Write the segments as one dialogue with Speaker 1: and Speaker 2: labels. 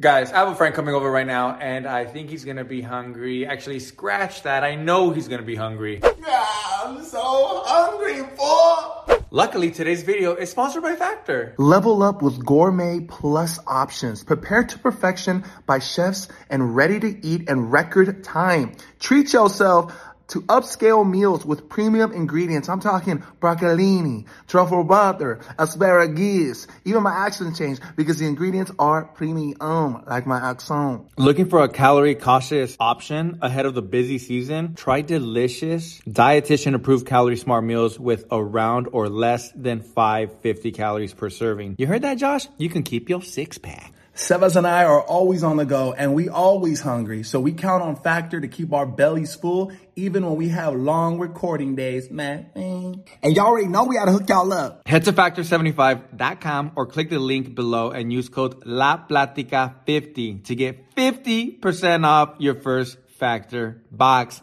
Speaker 1: Guys, I have a friend coming over right now, and I think he's gonna be hungry. Actually, scratch that. I know he's gonna be hungry.
Speaker 2: I'm so hungry, boy.
Speaker 1: Luckily, today's video is sponsored by Factor.
Speaker 2: Level up with gourmet plus options, prepared to perfection by chefs and ready to eat in record time. Treat yourself to upscale meals with premium ingredients. I'm talking broccolini, truffle butter, asparagus. Even my accent changed because the ingredients are premium, like my accent.
Speaker 1: Looking for a calorie cautious option ahead of the busy season? Try delicious, dietitian approved calorie smart meals with around or less than 550 calories per serving. You heard that, Josh? You can keep your six pack.
Speaker 3: Sebas and I are always on the go and we always hungry. So we count on Factor to keep our bellies full even when we have long recording days, man.
Speaker 2: And y'all already know we gotta hook y'all up.
Speaker 1: Head to factor75.com or click the link below and use code LAPLATICA50 to get 50% off your first Factor box.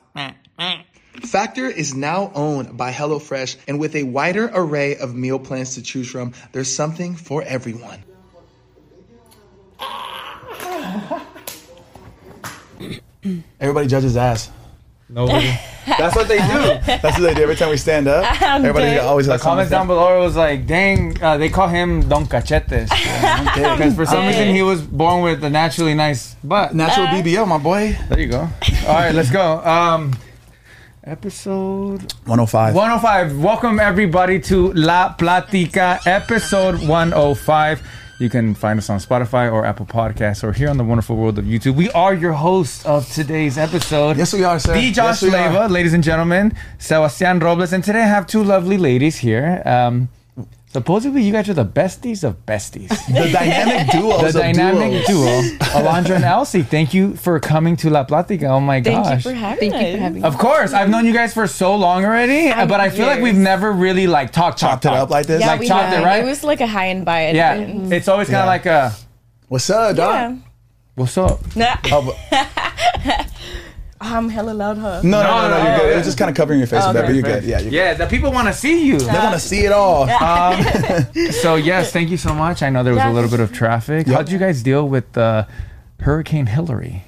Speaker 2: Factor is now owned by HelloFresh, and with a wider array of meal plans to choose from, there's something for everyone.
Speaker 3: Everybody judges ass.
Speaker 1: Nobody. That's what they do.
Speaker 3: That's what they do every time we stand up.
Speaker 4: I'm
Speaker 3: everybody
Speaker 4: dead.
Speaker 3: always has
Speaker 1: Comments down
Speaker 3: something
Speaker 1: below was like, dang, uh, they call him Don Cachetes.
Speaker 3: to say. Okay.
Speaker 1: Because for some reason he was born with a naturally nice butt.
Speaker 3: Natural BBL, my boy.
Speaker 1: There you go. All right, let's go. Um, episode
Speaker 3: 105.
Speaker 1: 105. Welcome everybody to La Platica, episode 105. You can find us on Spotify or Apple Podcasts or here on the wonderful world of YouTube. We are your hosts of today's episode.
Speaker 3: Yes, we are, sir.
Speaker 1: The Josh
Speaker 3: yes, we are.
Speaker 1: Leyva, ladies and gentlemen, Sebastian Robles, and today I have two lovely ladies here. Um, supposedly, you guys are the besties of besties,
Speaker 3: The dynamic duo.
Speaker 1: the dynamic duo, Alondra and Elsie. Thank you for coming to La Platica. Oh my
Speaker 4: Thank
Speaker 1: gosh!
Speaker 4: you for having
Speaker 5: Thank
Speaker 4: us.
Speaker 5: you for having me.
Speaker 1: Of course, I've known you guys for so long already, but I feel like we've
Speaker 5: years.
Speaker 1: never really like talked, talked,
Speaker 3: Chopped it up
Speaker 1: talked.
Speaker 3: like this.
Speaker 4: Yeah,
Speaker 1: Like
Speaker 4: we
Speaker 1: chopped
Speaker 4: have.
Speaker 1: it, right?
Speaker 4: was like a high and by it.
Speaker 1: yeah.
Speaker 4: didn't-
Speaker 1: It's always kind of
Speaker 3: Yeah.
Speaker 1: like a
Speaker 3: What's up, dog?
Speaker 4: Yeah.
Speaker 1: what's up?
Speaker 4: Nah,
Speaker 3: Oh, but-
Speaker 4: I'm hella loud, huh?
Speaker 3: no, no, no,
Speaker 1: No,
Speaker 3: no,
Speaker 1: no,
Speaker 3: you're good.
Speaker 1: yeah.
Speaker 3: It was just kind of covering your face with that, but you're good. Yeah, you're good.
Speaker 1: yeah. The people want to see you.
Speaker 3: They want to see it all.
Speaker 1: So yes, thank you so much. I know there was a
Speaker 4: Yeah.
Speaker 1: little bit of traffic. How'd you guys deal with uh, Hurricane Hillary?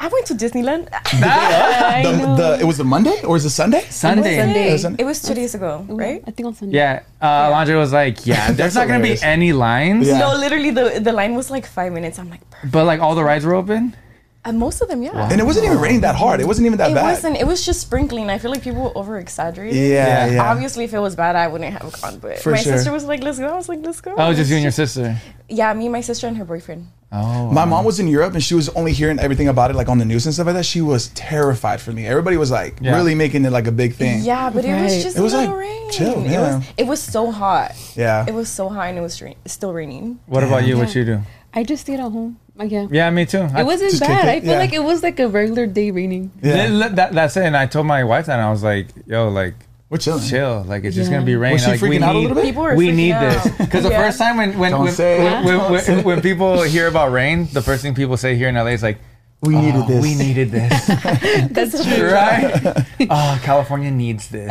Speaker 4: I went to Disneyland. I
Speaker 3: The,
Speaker 4: know.
Speaker 3: the, it was the Monday or is it Sunday?
Speaker 1: Sunday.
Speaker 4: Sunday.
Speaker 3: Doesn't-
Speaker 4: It was two days ago, right?
Speaker 5: I think on Sunday.
Speaker 1: Yeah, uh, Alondra was like, "Yeah, there's
Speaker 3: That's
Speaker 1: not gonna be
Speaker 3: hilarious.
Speaker 1: any lines,
Speaker 3: Yeah.
Speaker 4: No, literally the the line was like five minutes. I'm like, perfect.
Speaker 1: but like all the rides were open."
Speaker 4: Uh, most of them, yeah.
Speaker 3: And it wasn't even raining that hard. It wasn't even that
Speaker 4: It
Speaker 3: bad.
Speaker 4: wasn't. It was just sprinkling. I feel like people were over exaggerating.
Speaker 3: Yeah,
Speaker 1: Yeah.
Speaker 3: yeah.
Speaker 4: Obviously, if it was bad, I wouldn't have gone. But
Speaker 3: For
Speaker 4: my
Speaker 3: sure.
Speaker 4: sister was like, "Let's go." I was like, "Let's go."
Speaker 1: Oh, just you and your sister.
Speaker 4: Yeah, me, my sister, and her boyfriend.
Speaker 1: Oh,
Speaker 3: My mom was in Europe and she was only hearing everything about it, like on the news and stuff like that. She was terrified for me. Everybody was like
Speaker 1: Yeah.
Speaker 3: really making it like a big thing.
Speaker 4: Yeah, but it
Speaker 5: Right.
Speaker 4: was just
Speaker 3: It was,
Speaker 4: a little
Speaker 3: like,
Speaker 4: rain.
Speaker 3: chill,
Speaker 4: it
Speaker 3: yeah.
Speaker 4: was. It was so hot.
Speaker 3: Yeah.
Speaker 4: It was so hot, and it was rain, still raining.
Speaker 1: what about you? What you do?
Speaker 5: I just stayed at home. Like, yeah.
Speaker 1: Yeah, me too. I-
Speaker 5: It wasn't
Speaker 3: Just kick
Speaker 5: bad.
Speaker 3: it,
Speaker 5: I feel
Speaker 3: yeah.
Speaker 5: like it was like a regular day raining.
Speaker 3: Yeah.
Speaker 1: Th- that- that's it. And I told my wife that and I was like, "Yo, like,
Speaker 3: We're chilling.
Speaker 1: chill. Like, it's just
Speaker 5: Yeah.
Speaker 1: gonna be rain.
Speaker 3: Was she
Speaker 1: like,
Speaker 3: freaking out a little bit?
Speaker 4: People were
Speaker 1: we
Speaker 4: freaking
Speaker 1: need
Speaker 4: out.
Speaker 1: this because the
Speaker 4: Yeah.
Speaker 1: first time when when
Speaker 3: Don't
Speaker 1: when,
Speaker 3: say
Speaker 1: when,
Speaker 3: it.
Speaker 1: when,
Speaker 3: Don't
Speaker 1: when-
Speaker 3: say it.
Speaker 1: when people hear about rain, the first thing people say here in LA is like, "Oh,
Speaker 3: We needed this.
Speaker 1: "We needed this,
Speaker 5: That's true.
Speaker 1: right? oh, California needs this."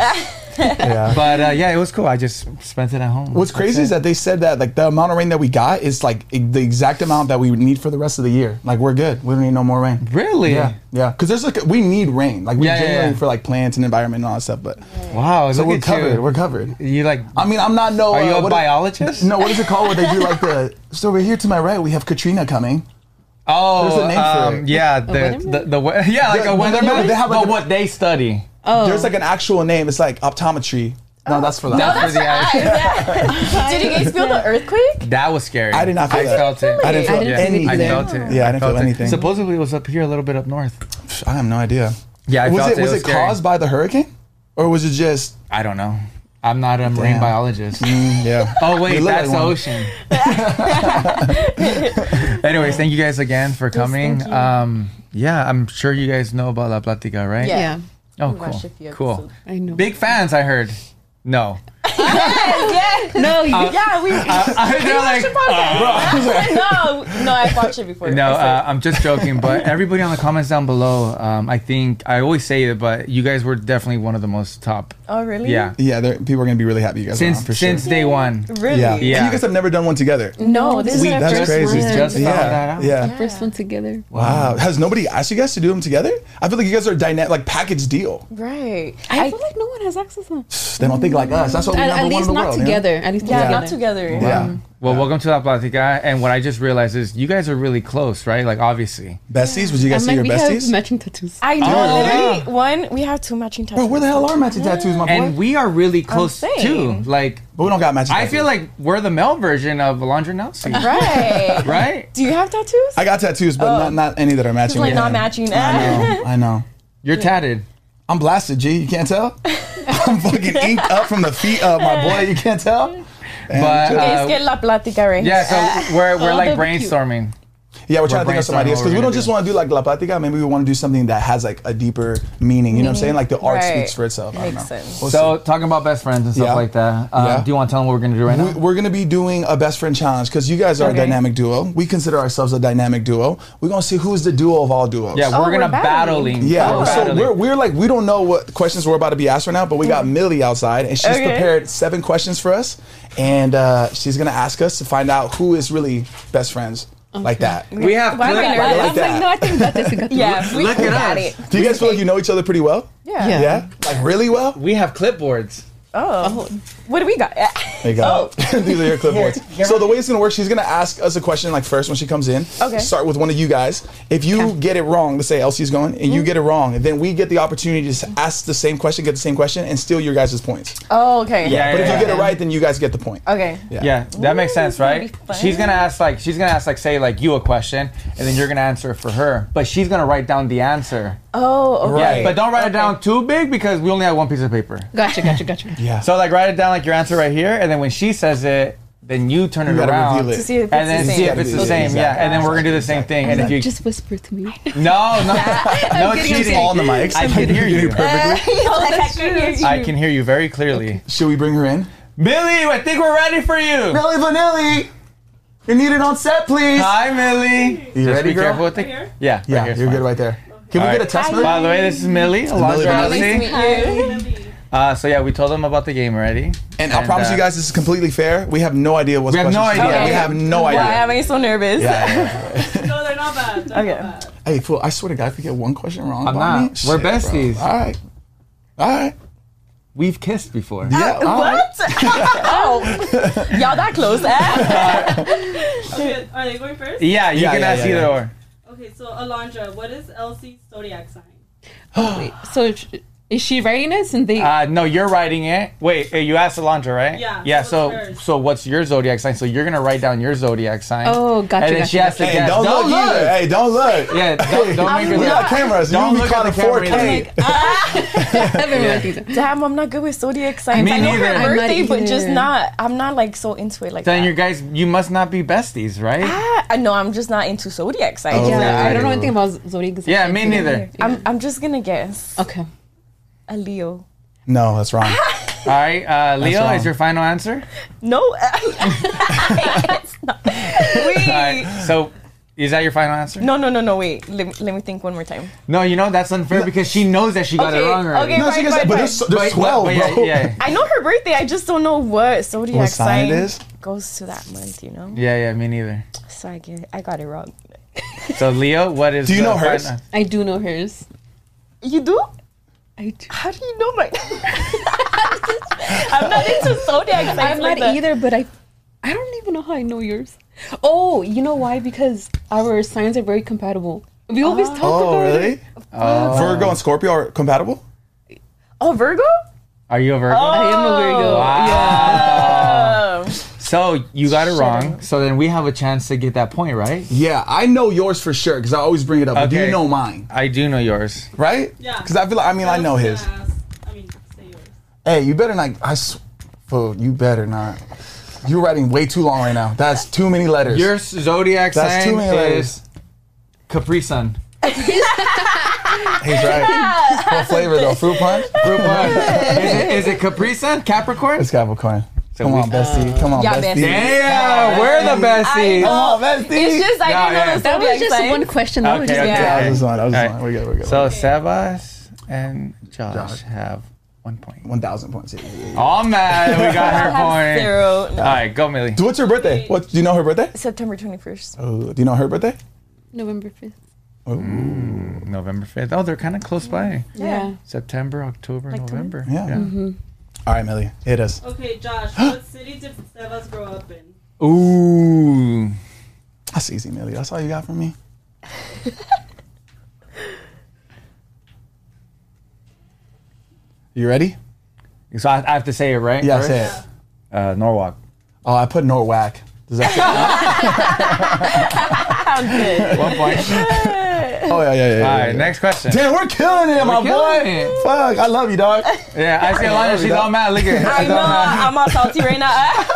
Speaker 3: Yeah.
Speaker 1: But uh, yeah, it was cool. I just spent it at home.
Speaker 3: What's crazy is that they said that like the amount of rain that we got is like e- the exact amount that we would need for the rest of the year. Like we're good. We don't need no more rain.
Speaker 1: really
Speaker 3: Yeah, yeah. Because there's like we need rain. Like we
Speaker 1: Yeah, yeah,
Speaker 3: generally
Speaker 1: yeah.
Speaker 3: for like plants and environment and all that stuff. But
Speaker 1: wow.
Speaker 3: so
Speaker 1: look
Speaker 3: we're
Speaker 1: at
Speaker 3: covered.
Speaker 1: You.
Speaker 3: We're covered.
Speaker 1: you like?
Speaker 3: I mean, I'm not no.
Speaker 1: Are you
Speaker 3: uh,
Speaker 1: a
Speaker 3: what-
Speaker 1: biologist?
Speaker 3: No, what is it called? Where they do like the so we're here to my right. We have Katrina coming.
Speaker 1: Oh,
Speaker 3: There's a name for
Speaker 1: um,
Speaker 3: it.
Speaker 1: yeah, the
Speaker 5: weatherman?
Speaker 1: the, the, we- yeah, like
Speaker 3: Yeah,
Speaker 1: a
Speaker 3: no, no,
Speaker 1: weatherman.
Speaker 3: no, they have, like,
Speaker 1: but
Speaker 3: a-
Speaker 1: what they study.
Speaker 5: Oh,
Speaker 3: There's like an actual name. It's like optometry. No, that's for that.
Speaker 1: Not for the eyes.
Speaker 4: Did you guys feel the earthquake?
Speaker 1: That was scary.
Speaker 3: I did not feel
Speaker 1: I
Speaker 3: that.
Speaker 1: felt it.
Speaker 3: I didn't feel
Speaker 5: I didn't feel
Speaker 3: anything.
Speaker 1: I
Speaker 5: either.
Speaker 1: felt it.
Speaker 3: Yeah, I didn't
Speaker 1: felt
Speaker 3: feel
Speaker 1: it.
Speaker 3: anything.
Speaker 1: Supposedly it was up here a little bit up north.
Speaker 3: Psh, I have no idea.
Speaker 1: Yeah, I
Speaker 3: was
Speaker 1: felt
Speaker 3: it,
Speaker 1: it.
Speaker 3: was
Speaker 1: was
Speaker 3: it
Speaker 1: scary.
Speaker 3: caused by the hurricane, or was it just?
Speaker 1: I don't know. I'm not a marine
Speaker 3: Damn.
Speaker 1: biologist.
Speaker 3: Mm, yeah.
Speaker 1: Oh wait,
Speaker 3: You look
Speaker 1: that's
Speaker 3: like
Speaker 1: the
Speaker 3: one.
Speaker 1: ocean. Anyways, thank you guys again for coming.
Speaker 5: thank you.
Speaker 1: um, yeah, I'm sure you guys know about La Platica, right?
Speaker 4: Yeah.
Speaker 5: yeah.
Speaker 1: Oh,
Speaker 4: We watched a
Speaker 1: cool.
Speaker 4: few
Speaker 1: Cool.
Speaker 4: episodes.
Speaker 5: I know.
Speaker 1: Big fans, I heard. No.
Speaker 4: yes, yes.
Speaker 5: No, you,
Speaker 4: yeah, we.
Speaker 1: I,
Speaker 4: we
Speaker 1: they're
Speaker 4: watched
Speaker 1: like, "Ah." uh,
Speaker 4: your podcast. no, no, I've watched it before.
Speaker 1: No,
Speaker 4: I said-
Speaker 1: uh, I'm just joking. But everybody on the comments down below, um, I think I always say it, but you guys were definitely one of the most top.
Speaker 4: oh really?
Speaker 1: Yeah,
Speaker 3: Yeah, there- people are gonna be really happy you guys are on
Speaker 1: since
Speaker 3: for sure.
Speaker 1: since day one.
Speaker 4: Really?
Speaker 3: yeah.
Speaker 1: Yeah.
Speaker 3: And you guys have never done one together.
Speaker 5: no, this
Speaker 3: We-
Speaker 5: is our
Speaker 3: that's
Speaker 5: first
Speaker 3: crazy.
Speaker 5: one.
Speaker 1: Just found
Speaker 3: yeah,
Speaker 1: that out.
Speaker 3: yeah.
Speaker 5: first one together.
Speaker 3: Wow. Has nobody asked you guys to do them together? I feel like you guys are a dyna- like package deal.
Speaker 4: Right.
Speaker 5: I, feel like no one has access to them.
Speaker 3: They don't think like us. That's what we
Speaker 5: At,
Speaker 3: number
Speaker 5: at
Speaker 3: one
Speaker 5: least
Speaker 3: in the
Speaker 5: not
Speaker 3: world, you know?
Speaker 5: together. At least
Speaker 4: Yeah,
Speaker 5: not
Speaker 4: not
Speaker 5: together.
Speaker 4: together.
Speaker 3: Yeah.
Speaker 1: Well, welcome to La Platica. And what I just realized is you guys are really close, right? Like obviously.
Speaker 3: Besties? Would you guys
Speaker 5: I'm
Speaker 3: see
Speaker 5: like,
Speaker 3: your
Speaker 5: we
Speaker 3: besties?
Speaker 5: have matching tattoos.
Speaker 4: I know.
Speaker 1: Oh,
Speaker 4: literally,
Speaker 1: yeah.
Speaker 4: one we have two matching tattoos.
Speaker 3: Bro, where the hell are matching tattoos, my boy?
Speaker 1: And we are really close too.
Speaker 4: saying.
Speaker 1: Like
Speaker 3: but we don't got matching
Speaker 1: I
Speaker 3: tattoos.
Speaker 1: feel like we're the male version of Alondra Nelson,
Speaker 4: Right.
Speaker 1: right?
Speaker 4: Do you have tattoos?
Speaker 3: I got tattoos, but not, not any that are matching.
Speaker 4: like
Speaker 3: with
Speaker 4: not
Speaker 3: him.
Speaker 4: matching.
Speaker 3: I know. I know.
Speaker 1: You're tatted.
Speaker 3: I'm blasted, G. You can't tell? I'm fucking inked up from the feet up, my boy. You can't tell? And
Speaker 1: But,
Speaker 3: just-
Speaker 1: uh,
Speaker 4: Let's get la plática right.
Speaker 1: Yeah, so we're we're
Speaker 5: Oh,
Speaker 1: like
Speaker 5: that'd be cute.
Speaker 1: brainstorming.
Speaker 3: yeah, we're trying to think of some
Speaker 1: brainstorming
Speaker 3: ideas
Speaker 1: what
Speaker 3: because
Speaker 1: we're
Speaker 3: we don't
Speaker 1: gonna
Speaker 3: just
Speaker 1: do.
Speaker 3: want to do like La Platica. Maybe we want to do something that has like a deeper meaning. You know what I'm saying? Like the art
Speaker 4: Right.
Speaker 3: speaks for itself. I don't
Speaker 4: Makes
Speaker 3: know.
Speaker 4: sense.
Speaker 3: We'll
Speaker 1: So talking about best friends and stuff
Speaker 3: Yeah.
Speaker 1: like that. Um,
Speaker 3: Yeah.
Speaker 1: Do you want to tell them what we're gonna do right
Speaker 3: We,
Speaker 1: now?
Speaker 3: we're gonna be doing a best friend challenge because you guys are
Speaker 4: Okay.
Speaker 3: a dynamic duo. We consider ourselves a dynamic duo. We're gonna see who's the duo of all duos.
Speaker 1: Yeah, Oh, we're
Speaker 4: we're
Speaker 1: gonna
Speaker 4: battling.
Speaker 1: battling.
Speaker 3: Yeah,
Speaker 1: We're
Speaker 3: so
Speaker 1: battling.
Speaker 3: we're, we're like we don't know what questions we're about to be asked right now, but we got Millie outside and she's
Speaker 4: Okay.
Speaker 3: prepared seven questions for us, and uh, she's gonna ask us to find out who is really best friends like that. Do
Speaker 1: We have
Speaker 4: Why am I
Speaker 1: clip-
Speaker 4: nervous?
Speaker 3: like
Speaker 5: I'm like,
Speaker 3: that.
Speaker 5: no, I think that is a good
Speaker 4: Yeah, we
Speaker 1: Look
Speaker 4: we
Speaker 1: at
Speaker 4: got
Speaker 1: us.
Speaker 4: it.
Speaker 3: you guys feel like you know each other pretty well?
Speaker 4: Yeah.
Speaker 5: Yeah.
Speaker 3: Yeah, like really well.
Speaker 1: we have clipboards.
Speaker 4: Oh. What do we got?
Speaker 3: There you go.
Speaker 1: Oh.
Speaker 3: These are your clipboards. so the way it's gonna work, she's gonna ask us a question like first when she comes in.
Speaker 4: Okay.
Speaker 3: Start with one of you guys. If you get it wrong, let's say Elsie's going, and
Speaker 1: Mm-hmm.
Speaker 3: you get it wrong, then we get the opportunity to s- ask the same question, get the same question, and steal your guys' points.
Speaker 4: Oh, okay.
Speaker 1: Yeah,
Speaker 3: but if
Speaker 1: yeah,
Speaker 3: you get
Speaker 1: yeah.
Speaker 3: it right, then you guys get the point.
Speaker 4: Okay.
Speaker 1: Yeah, that makes sense,
Speaker 4: gonna
Speaker 1: right?
Speaker 4: be fun.
Speaker 1: She's gonna ask like she's gonna ask like say like you a question, and then you're gonna answer it for her. But she's gonna write down the answer.
Speaker 4: Oh, okay.
Speaker 1: Yeah, but don't write it down too big because we only have one piece of paper.
Speaker 5: Gotcha, gotcha, gotcha.
Speaker 3: Yeah.
Speaker 1: So like write it down like your answer right here, and then when she says it, then you turn it
Speaker 3: gotta
Speaker 1: around
Speaker 3: reveal it.
Speaker 4: To see if it's
Speaker 1: and then
Speaker 4: the
Speaker 1: see
Speaker 4: same.
Speaker 1: if it's the
Speaker 3: Exactly.
Speaker 1: same. Yeah, and then we're gonna do the same thing. And if you
Speaker 5: Just whisper to me.
Speaker 1: no no no
Speaker 5: kidding, I'm
Speaker 1: cheating,
Speaker 5: kidding. All
Speaker 3: on the mics.
Speaker 1: I can hear you.
Speaker 4: that's true.
Speaker 1: I can hear you very clearly.
Speaker 3: Should we bring her in?
Speaker 1: Millie, I think we're ready for you.
Speaker 3: Millie Vanilli, you're needed on set, please.
Speaker 1: Hi, Millie.
Speaker 3: You
Speaker 1: Just
Speaker 3: ready,
Speaker 1: be
Speaker 3: girl?
Speaker 1: careful with the. Yeah, right
Speaker 3: Yeah,
Speaker 1: here's
Speaker 3: you're
Speaker 1: fine.
Speaker 3: good right there. Can we
Speaker 1: All
Speaker 3: get a
Speaker 1: right.
Speaker 3: test?
Speaker 1: By the way, this is Millie, Alondra
Speaker 3: Millie
Speaker 1: Alonso. Uh, so yeah, we told them about the game already.
Speaker 3: And I promise
Speaker 1: uh,
Speaker 3: you guys, this is completely fair. We have no idea what's
Speaker 1: We have no
Speaker 3: questions.
Speaker 1: idea.
Speaker 3: We have no idea.
Speaker 4: Why am I so nervous?
Speaker 3: Yeah, yeah, yeah.
Speaker 6: No, they're not bad. They're
Speaker 4: Okay.
Speaker 6: Not bad.
Speaker 3: hey, fool! I swear to God, if you get one question wrong,
Speaker 1: I'm not.
Speaker 3: about me,
Speaker 1: We're
Speaker 3: shit, bro.
Speaker 1: besties.
Speaker 3: All right, all right.
Speaker 1: We've kissed before.
Speaker 3: Yeah, all right.
Speaker 4: What? oh, y'all that close? Eh?
Speaker 6: Okay, Are they going first?
Speaker 1: Yeah, you
Speaker 3: Yeah,
Speaker 1: can
Speaker 3: yeah,
Speaker 1: ask
Speaker 3: yeah,
Speaker 1: either
Speaker 3: yeah.
Speaker 1: or.
Speaker 6: Okay, so Alondra, what is Elsie's zodiac sign?
Speaker 5: So sh- is she writing this? And they
Speaker 1: Uh, no, you're writing it. Wait, uh, you asked Alondra, right?
Speaker 6: Yeah,
Speaker 1: Yeah. So,
Speaker 6: so what's hers?
Speaker 1: so what's your zodiac sign? So you're gonna write down your zodiac sign.
Speaker 5: Oh, gotcha,
Speaker 1: And then
Speaker 5: gotcha,
Speaker 1: she has to
Speaker 3: Hey,
Speaker 1: guess.
Speaker 3: don't, look, either. Hey, don't look.
Speaker 1: Yeah, don't, don't make her
Speaker 3: we
Speaker 1: look.
Speaker 3: got cameras.
Speaker 1: Don't
Speaker 3: you
Speaker 1: look at
Speaker 3: be caught
Speaker 1: the
Speaker 3: in
Speaker 1: camera
Speaker 3: 4K.
Speaker 5: everyone thinks that.
Speaker 4: ah. Damn, I'm not good with zodiac signs.
Speaker 1: Me
Speaker 4: I know
Speaker 1: neither.
Speaker 4: her
Speaker 1: I'm
Speaker 5: not
Speaker 4: birthday, but just
Speaker 5: either.
Speaker 4: not. I'm not like so into it like
Speaker 1: Then
Speaker 4: that.
Speaker 1: you guys, you must not be besties, right?
Speaker 4: Ah, I- no, I'm just not into zodiac signs.
Speaker 3: Oh.
Speaker 5: Yeah, I don't know
Speaker 3: Ooh.
Speaker 5: anything about zodiac.
Speaker 1: Yeah, me neither.
Speaker 4: I'm, I'm just gonna guess
Speaker 5: Okay.
Speaker 4: a Leo.
Speaker 3: No, that's wrong.
Speaker 1: All right, uh, Leo
Speaker 3: wrong.
Speaker 1: is your final answer.
Speaker 4: No, it's not. Wait.
Speaker 1: All right, so. Is that your final answer?
Speaker 4: No, no, no, no. Wait. Let, me- let me think one more time.
Speaker 1: No, you know that's unfair because she knows that she got it
Speaker 4: Okay,
Speaker 1: wrong already.
Speaker 4: okay.
Speaker 3: No, she
Speaker 4: Fine,
Speaker 3: gets
Speaker 4: fine,
Speaker 3: that, but
Speaker 4: fine.
Speaker 3: there's, there's
Speaker 1: But- but-
Speaker 3: 12,
Speaker 1: but
Speaker 3: bro.
Speaker 1: Yeah, yeah,
Speaker 4: I know her birthday. I just don't know what zodiac
Speaker 3: What sign it is?
Speaker 4: goes to that month. You know.
Speaker 1: yeah, yeah, me neither.
Speaker 4: So I get. I got it wrong.
Speaker 1: So Leo, what is?
Speaker 3: Do you
Speaker 1: the
Speaker 3: know hers?
Speaker 1: final-
Speaker 5: I do know hers.
Speaker 4: You do?
Speaker 5: I do.
Speaker 4: How do you know my? I'm not into zodiac signs.
Speaker 5: I'm
Speaker 4: like
Speaker 5: not
Speaker 4: that.
Speaker 5: either, but I, I don't even know how I know yours. Oh, you know why? Because our signs are very compatible. We always talk
Speaker 3: Oh,
Speaker 5: about
Speaker 3: really?
Speaker 5: it.
Speaker 3: Virgo and Scorpio are compatible?
Speaker 4: Oh, Virgo.
Speaker 1: Are you a Virgo?
Speaker 4: Oh,
Speaker 1: Ah.
Speaker 5: I am a Virgo.
Speaker 4: Um,
Speaker 1: So you got it wrong. So then we have a chance to get that point, right?
Speaker 3: Yeah, I know yours for sure because I always bring it up. But Do
Speaker 1: Okay.
Speaker 3: you know mine?
Speaker 1: I do know yours.
Speaker 3: Right?
Speaker 6: Yeah.
Speaker 3: Because I feel like, I mean, I know
Speaker 6: was gonna
Speaker 3: his.
Speaker 6: ask- I mean, say yours.
Speaker 3: Hey, you better not. I s- fool, you better not. You're writing way too long right now. That's too many letters.
Speaker 1: Your zodiac sign
Speaker 3: That's too many
Speaker 1: is Capri Sun.
Speaker 3: He's right. what flavor though? Fruit punch? Fruit punch.
Speaker 1: Is it, is it Capri Sun? Capricorn?
Speaker 3: It's Capricorn.
Speaker 1: So
Speaker 3: Come
Speaker 1: we-
Speaker 3: on, bestie. Come on,
Speaker 4: Yeah,
Speaker 3: bestie.
Speaker 4: bestie.
Speaker 1: Yeah, we're the besties.
Speaker 4: I
Speaker 3: bestie.
Speaker 4: It's just I
Speaker 1: Yeah,
Speaker 4: didn't know
Speaker 1: yeah.
Speaker 4: the
Speaker 5: That was
Speaker 4: zodiac
Speaker 5: just
Speaker 4: signs.
Speaker 5: one question. That was
Speaker 1: Okay,
Speaker 5: just
Speaker 1: okay.
Speaker 3: That
Speaker 4: Yeah.
Speaker 3: was just one. That was just
Speaker 1: Alright.
Speaker 3: one. We're good. We're good.
Speaker 1: So Sebas and Josh, have one point.
Speaker 3: one thousand points. Yeah, yeah, yeah.
Speaker 1: Oh man, we got her point.
Speaker 4: Zero. No.
Speaker 1: All right, go Millie.
Speaker 3: What's her birthday? What do you know her birthday?
Speaker 4: September 21st.
Speaker 3: Oh, do you know her birthday?
Speaker 5: November 5th.
Speaker 1: November fifth. Oh, they're kind of close by.
Speaker 5: Yeah.
Speaker 1: September, October, November.
Speaker 3: Yeah.
Speaker 1: Mm-hmm.
Speaker 3: All right, Millie, hit us.
Speaker 6: Okay, Josh, what city did Sebas grow up in?
Speaker 1: Ooh.
Speaker 3: That's easy, Millie. That's all you got from me. you ready?
Speaker 1: So I, I have to say it right.
Speaker 3: Yeah,
Speaker 1: first?
Speaker 3: say it.
Speaker 1: Uh, Norwalk.
Speaker 3: Oh, I put Norwalk. Does that count?
Speaker 1: One point.
Speaker 3: oh yeah, yeah, yeah. yeah,
Speaker 1: All
Speaker 3: yeah.
Speaker 1: right, next question.
Speaker 3: Damn, we're killing it, my
Speaker 1: killing
Speaker 3: boy.
Speaker 1: it.
Speaker 3: Fuck, I love you, dog.
Speaker 1: Yeah, I see Alana. She's all mad. Look at her.
Speaker 4: I
Speaker 1: She's
Speaker 4: know.
Speaker 1: all mad.
Speaker 4: I'm all salty right now.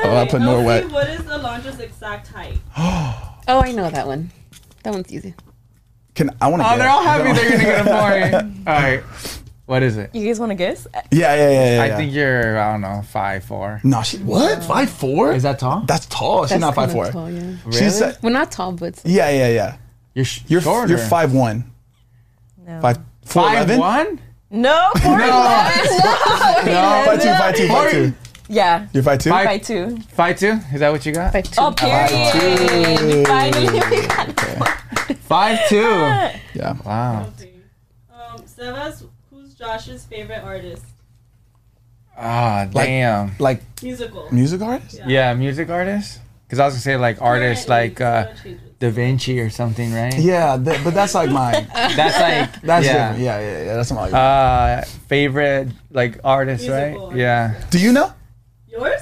Speaker 3: Oh, I put Norwalk.
Speaker 6: Elsie, what is Alondra's exact height?
Speaker 5: Oh, I know that one. That one's easy.
Speaker 3: Can I want to?
Speaker 1: Oh, they're all happy. They're gonna get a point. All right. What is it?
Speaker 4: you guys want to guess?
Speaker 3: Yeah, yeah, yeah, yeah.
Speaker 1: I
Speaker 3: yeah.
Speaker 1: think you're. I don't know. Five four.
Speaker 3: No, she what? Five four?
Speaker 1: Is that tall?
Speaker 3: That's tall. She's
Speaker 5: That's
Speaker 3: not five
Speaker 5: kinda
Speaker 3: four.
Speaker 5: Tall, yeah.
Speaker 3: She's
Speaker 1: Really?
Speaker 3: uh,
Speaker 5: Well, not tall, but
Speaker 3: yeah, yeah, yeah.
Speaker 1: You're sh-
Speaker 3: You're
Speaker 1: shorter.
Speaker 3: you're five one.
Speaker 4: No.
Speaker 3: Five four
Speaker 1: Five
Speaker 3: eleven?
Speaker 1: one.
Speaker 4: No, four.
Speaker 3: Five two, five two, five two.
Speaker 4: Yeah.
Speaker 3: You're five two.
Speaker 1: Five-
Speaker 4: By two.
Speaker 1: Five two. Is that what you got?
Speaker 5: by two.
Speaker 4: Oh, period. Finally, we got
Speaker 1: Five two.
Speaker 3: Yeah.
Speaker 1: Wow.
Speaker 6: Okay. Um, Sebas, who's Josh's favorite artist?
Speaker 1: Ah, damn.
Speaker 3: Like
Speaker 6: Musical.
Speaker 3: music artist?
Speaker 1: Yeah, music artist. Because I was gonna say like artists
Speaker 6: Currently,
Speaker 1: like uh,
Speaker 6: so it changes.
Speaker 1: Da Vinci or something, right?
Speaker 3: Yeah, th- but that's like mine.
Speaker 1: That's like
Speaker 3: That's
Speaker 1: yeah.
Speaker 3: different. Yeah, yeah, yeah. That's not like.
Speaker 1: Uh, favorite like artist, right?
Speaker 6: Musical artist,
Speaker 1: Yeah.
Speaker 3: Do you know?
Speaker 6: Yours?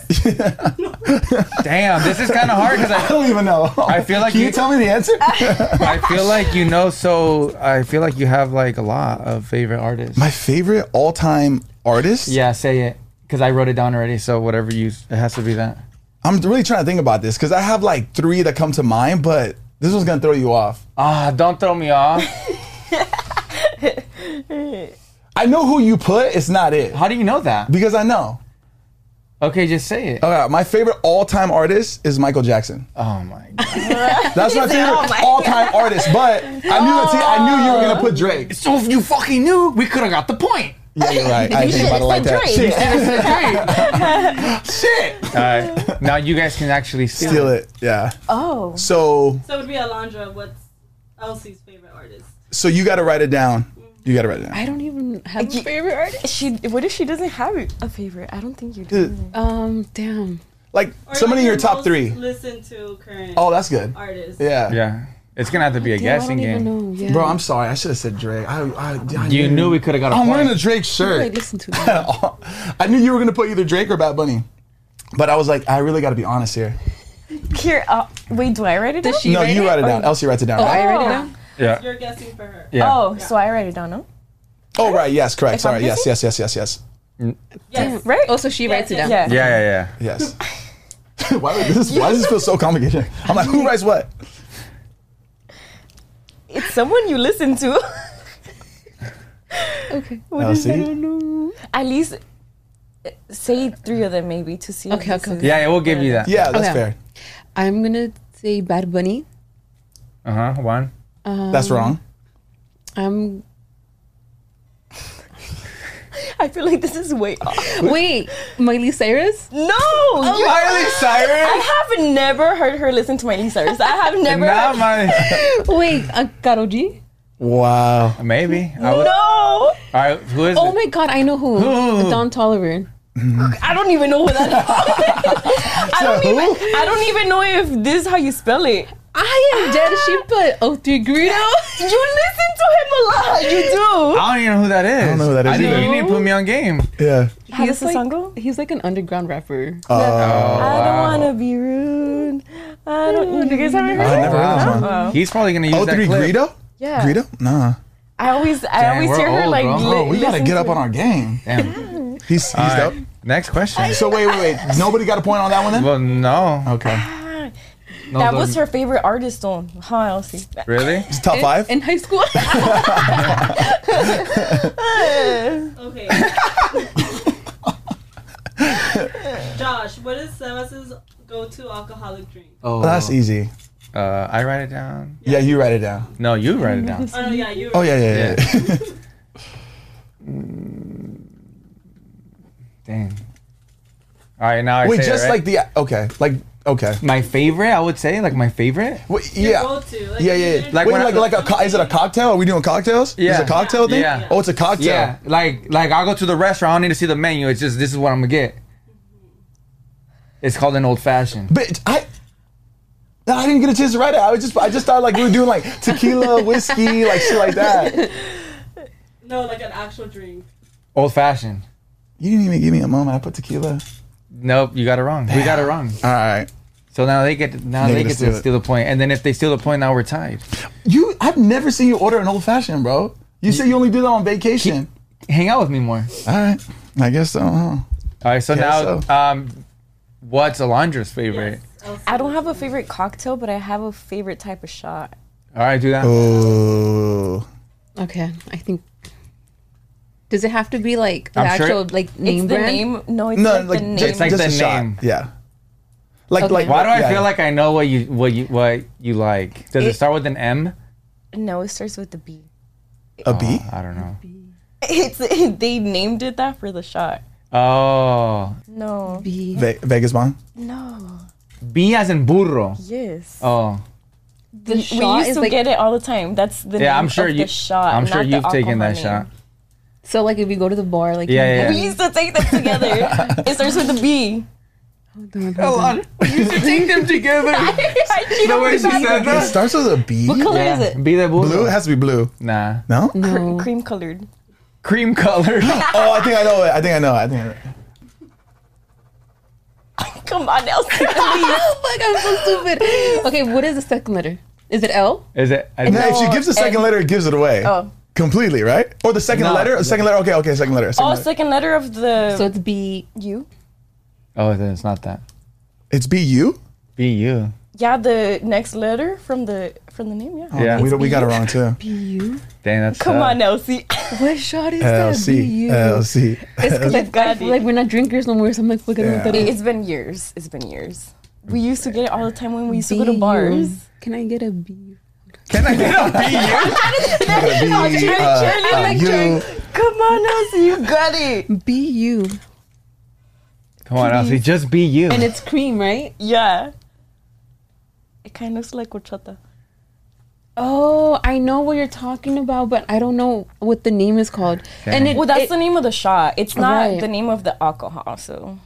Speaker 1: Damn, this is kind of hard because
Speaker 3: I
Speaker 1: I,
Speaker 3: don't even know.
Speaker 1: I feel like
Speaker 3: Can you,
Speaker 1: you-
Speaker 3: tell me the answer?
Speaker 1: I feel like you know so I feel like you have like a lot of favorite artists.
Speaker 3: My favorite all-time artist.
Speaker 1: yeah, say it because I wrote it down already. So whatever you, it has to be that.
Speaker 3: I'm really trying to think about this because I have like three that come to mind, but this one's gonna throw you off.
Speaker 1: Ah, don't throw me off.
Speaker 3: I know who you put. It's not it
Speaker 1: How do you know that?
Speaker 3: because I know.
Speaker 1: Okay, just say it.
Speaker 3: Okay, my favorite all-time artist is Michael Jackson.
Speaker 1: Oh my god,
Speaker 3: That's "Oh my favorite all-time artist. But I knew I knew you were gonna put Drake.
Speaker 1: so if you fucking knew, we could have got the point.
Speaker 3: Yeah, you're right. I didn't think about it like that.
Speaker 5: Drake.
Speaker 3: Shit.
Speaker 1: All right, now you guys can actually steal,
Speaker 3: Steal it. Yeah.
Speaker 4: Oh.
Speaker 3: So
Speaker 6: So it would be Alondra. What's Elsie's favorite artist?
Speaker 3: so you got to write it down. You got to write it down.
Speaker 5: I don't even have a
Speaker 4: Ye-
Speaker 5: favorite artist.
Speaker 4: She. What if she doesn't have a favorite? I don't think you
Speaker 3: Uh,
Speaker 4: do.
Speaker 5: Um, damn.
Speaker 3: Like
Speaker 6: Or
Speaker 3: somebody in
Speaker 6: like
Speaker 3: your top
Speaker 6: most
Speaker 3: three.
Speaker 6: Listen to current
Speaker 3: Oh, that's good.
Speaker 6: artists.
Speaker 3: Yeah.
Speaker 1: Yeah, it's gonna have to be a
Speaker 5: Damn,
Speaker 1: guessing
Speaker 5: I don't
Speaker 1: game.
Speaker 5: even know. Yeah.
Speaker 3: Bro, I'm sorry. I should have said Drake. I, I, I
Speaker 1: You knew we could have got a
Speaker 3: I'm
Speaker 1: point.
Speaker 3: wearing a Drake
Speaker 5: Who do I
Speaker 3: shirt.
Speaker 5: listen to Oh, that.
Speaker 3: I knew you were gonna put either Drake or Bad Bunny, but I was like, I really got to be honest here.
Speaker 4: Here. Uh, wait. Do I write it down?
Speaker 5: Does she
Speaker 3: no,
Speaker 5: write
Speaker 3: you
Speaker 5: it?
Speaker 3: write it
Speaker 5: Or-
Speaker 3: down. Elsie writes it down.
Speaker 5: Oh,
Speaker 3: right?
Speaker 5: I write it
Speaker 4: Oh.
Speaker 5: down.
Speaker 1: yeah.
Speaker 6: You're guessing for her.
Speaker 1: yeah.
Speaker 4: Oh, so I write it down. No.
Speaker 3: Oh, right. Yes, correct.
Speaker 4: If
Speaker 3: Sorry.
Speaker 4: I'm
Speaker 3: Yes,
Speaker 4: busy?
Speaker 3: yes, yes, yes, yes,
Speaker 6: Yes.
Speaker 4: Right.
Speaker 5: Oh, so she writes it down.
Speaker 4: Yeah.
Speaker 1: yeah, yeah, yeah.
Speaker 3: yes. why, would this, why does this feel so complicated? I'm like, who writes what?
Speaker 4: It's someone you listen to.
Speaker 5: Okay.
Speaker 3: Elsie.
Speaker 4: At least uh, say three of them maybe to see. if
Speaker 5: Okay,
Speaker 4: this
Speaker 5: okay,
Speaker 4: is-
Speaker 1: Yeah, yeah, we'll give you that.
Speaker 3: Yeah, that's
Speaker 5: Okay.
Speaker 3: fair.
Speaker 5: I'm gonna say Bad Bunny. Um,
Speaker 1: Uh huh. One.
Speaker 3: That's wrong.
Speaker 5: I'm.
Speaker 4: I feel like this is way off. Oh,
Speaker 5: Wait, Miley Cyrus.
Speaker 4: No. you-
Speaker 1: Miley Cyrus.
Speaker 4: I have never heard her listen to Miley Cyrus. I have never.
Speaker 1: Nah,
Speaker 4: heard-
Speaker 1: Miley.
Speaker 5: Wait, uh, Karol G.
Speaker 3: Wow.
Speaker 1: Maybe. I would,
Speaker 4: no.
Speaker 1: All right. Who is
Speaker 5: Oh
Speaker 1: it?
Speaker 5: my God, I know who.
Speaker 1: Who?
Speaker 5: Don Tolliver.
Speaker 4: I don't even know what that. I don't even. I don't even know if this is how you spell it.
Speaker 5: I am dead. She put O three Greedo.
Speaker 4: You listen to him a lot. You do.
Speaker 1: I don't even know who that is. I
Speaker 3: don't know who that is
Speaker 1: I think
Speaker 3: either.
Speaker 1: you need to put me on game.
Speaker 3: Yeah.
Speaker 4: How
Speaker 5: like,
Speaker 4: song go?
Speaker 5: He's like an underground rapper.
Speaker 3: Uh,
Speaker 1: Oh.
Speaker 4: I don't wanna be rude. I don't. You guys haven't heard
Speaker 3: I
Speaker 4: it?
Speaker 3: never heard that song.
Speaker 4: Wow.
Speaker 1: He's probably gonna use
Speaker 3: Oh,
Speaker 1: that
Speaker 3: three
Speaker 1: clip.
Speaker 3: Greedo?
Speaker 4: Yeah.
Speaker 3: Greedo? Nah.
Speaker 4: I always, I
Speaker 1: Dang,
Speaker 4: always
Speaker 1: we're
Speaker 4: hear her
Speaker 1: old,
Speaker 4: like.
Speaker 1: bro.
Speaker 4: li-
Speaker 3: Bro, we gotta
Speaker 4: listen
Speaker 3: get up
Speaker 4: to
Speaker 3: on our game.
Speaker 1: Damn.
Speaker 3: He's he's
Speaker 1: All right,
Speaker 3: up.
Speaker 1: Next question.
Speaker 3: So wait, wait, wait. Nobody got a point on that one then?
Speaker 1: Well, no.
Speaker 3: Okay.
Speaker 4: it.
Speaker 1: No,
Speaker 4: that
Speaker 1: the-
Speaker 4: was her favorite artist on Hi Elsie.
Speaker 1: Really?
Speaker 3: Top five?
Speaker 5: in high school.
Speaker 6: Okay. Josh, what is Sebas's go-to alcoholic drink?
Speaker 1: Oh,
Speaker 3: That's easy.
Speaker 1: Uh, I write it down.
Speaker 3: Yeah, you write it down.
Speaker 1: No, you write it down.
Speaker 6: Oh no, yeah, you.
Speaker 3: Oh yeah, yeah, yeah.
Speaker 1: Dang. All right, now I
Speaker 3: Wait,
Speaker 1: say it,
Speaker 3: just
Speaker 1: right?
Speaker 3: like the okay, like okay.
Speaker 1: my favorite. I would say like my favorite.
Speaker 3: Wait,
Speaker 6: Your
Speaker 3: yeah.
Speaker 6: go-to, like,
Speaker 3: yeah, yeah, yeah.
Speaker 6: your-
Speaker 3: Like
Speaker 1: Like
Speaker 3: Wait,
Speaker 1: when I-
Speaker 3: like like a co- is it a cocktail? Are we doing cocktails? Is
Speaker 1: Yeah.
Speaker 3: it a cocktail thing?
Speaker 1: Yeah.
Speaker 3: Oh, it's a cocktail.
Speaker 1: Yeah, like like I go to the restaurant. I don't need to see the menu. It's just this is what I'm gonna get. It's called an old fashioned.
Speaker 3: But I I didn't get a chance to write it. I was just I just thought like we were doing like tequila, whiskey, like shit like that.
Speaker 6: No, like an actual drink.
Speaker 1: Old fashioned.
Speaker 3: You didn't even give me a moment. I put tequila.
Speaker 1: Nope, you got it wrong. We got it wrong.
Speaker 3: All right.
Speaker 1: So now they get now
Speaker 3: They
Speaker 1: they get
Speaker 3: get to steal
Speaker 1: to
Speaker 3: it.
Speaker 1: steal the point, and then if they steal the point, now we're tied.
Speaker 3: You I've never seen you order an old fashioned, bro. You said you only do that on vacation.
Speaker 1: Hang out with me more.
Speaker 3: All right. I guess so. huh?
Speaker 1: All right, so now,
Speaker 3: Guess so.
Speaker 1: um, what's Alondra's favorite?
Speaker 6: Elsie.
Speaker 4: I don't have a favorite cocktail, but I have a favorite type of shot.
Speaker 1: All right, do that.
Speaker 3: Oh.
Speaker 5: okay, I think. Does it have to be like the
Speaker 1: I'm sure-
Speaker 5: actual like name
Speaker 4: it's the
Speaker 5: brand?
Speaker 4: name. No, it's
Speaker 3: No,
Speaker 4: like,
Speaker 3: like
Speaker 4: the name.
Speaker 3: just,
Speaker 1: It's like
Speaker 3: just
Speaker 1: the
Speaker 3: a shot.
Speaker 1: name.
Speaker 3: Yeah. Like
Speaker 5: Okay.
Speaker 3: like
Speaker 1: Why do I
Speaker 3: yeah,
Speaker 1: feel
Speaker 3: yeah.
Speaker 1: like I know what you what you what you like? Does it,
Speaker 4: It-
Speaker 1: start with an M? Oh,
Speaker 4: no, it starts with the B.
Speaker 3: a B?
Speaker 1: I don't know.
Speaker 4: It's they named it that for the shot.
Speaker 1: Oh,
Speaker 4: No,
Speaker 5: B.
Speaker 3: Ve- Vegas Bond?
Speaker 4: no,
Speaker 1: B as in burro.
Speaker 4: yes.
Speaker 1: Oh,
Speaker 5: The
Speaker 4: we
Speaker 5: shot
Speaker 4: used
Speaker 5: is
Speaker 4: to
Speaker 5: like
Speaker 4: get it all the time. That's the
Speaker 1: yeah.
Speaker 4: name
Speaker 1: I'm sure
Speaker 4: of
Speaker 1: you.
Speaker 4: the shot.
Speaker 1: I'm sure
Speaker 4: not the
Speaker 1: you've taken
Speaker 4: alcohol
Speaker 1: that
Speaker 4: name.
Speaker 1: shot.
Speaker 5: so like if we go to the bar like
Speaker 1: Yeah, yeah,
Speaker 4: We used to take them together. it starts with a B.
Speaker 1: Oh,
Speaker 5: uh,
Speaker 1: you should take them together. the way she said
Speaker 3: It starts with a B?
Speaker 5: What color
Speaker 1: Yeah.
Speaker 5: is it?
Speaker 1: Be the burro.
Speaker 3: Blue? It has to be blue.
Speaker 1: Nah,
Speaker 3: No?
Speaker 5: No.
Speaker 4: Cream colored.
Speaker 1: cream color.
Speaker 3: Oh, I think I know it. I think I know. it. I think I know. it.
Speaker 4: Come on, Elsie.
Speaker 5: oh fuck! I'm so stupid. Okay, what is the second letter? Is it L?
Speaker 1: Is it? I,
Speaker 3: Now, if she
Speaker 4: No,
Speaker 3: gives the second
Speaker 4: and-
Speaker 3: letter, it gives it away.
Speaker 4: Oh.
Speaker 3: Completely, right? Or the second
Speaker 1: No.
Speaker 3: letter? The second letter? Okay, okay, second letter. Second
Speaker 4: Oh,
Speaker 3: letter.
Speaker 4: second letter of the
Speaker 5: So it's B.
Speaker 4: U.
Speaker 1: oh, then it's not that.
Speaker 3: It's BU?
Speaker 1: B U.
Speaker 4: Yeah, the next letter from the from the name. Yeah.
Speaker 1: Yeah.
Speaker 3: We, we got it wrong, too.
Speaker 5: B E U.
Speaker 1: Dang, that's
Speaker 4: Come
Speaker 1: tough.
Speaker 4: on, Elsie.
Speaker 5: What shot is that? B
Speaker 3: LC.
Speaker 5: E U.
Speaker 3: LC.
Speaker 5: It's because like, I feel like we're not drinkers no more. So I'm like, look at
Speaker 3: Yeah.
Speaker 5: yeah.
Speaker 4: It- It's been years. It's been years. We used to get it all the time when we used to go to
Speaker 5: BU.
Speaker 4: bars.
Speaker 5: Can I get a B?
Speaker 3: Can I get a B?
Speaker 5: trying-
Speaker 4: Come on, Elsie, you got it.
Speaker 5: B U.
Speaker 1: Come on, Elsie. Just be you.
Speaker 5: And it's cream, right?
Speaker 4: Yeah. It kind of looks like horchata.
Speaker 5: Oh, I know what you're talking about, but I don't know what the name is called. And it,
Speaker 4: Well, that's
Speaker 5: it-
Speaker 4: the name of the shot. It's not
Speaker 5: Right.
Speaker 4: the name of the alcohol. So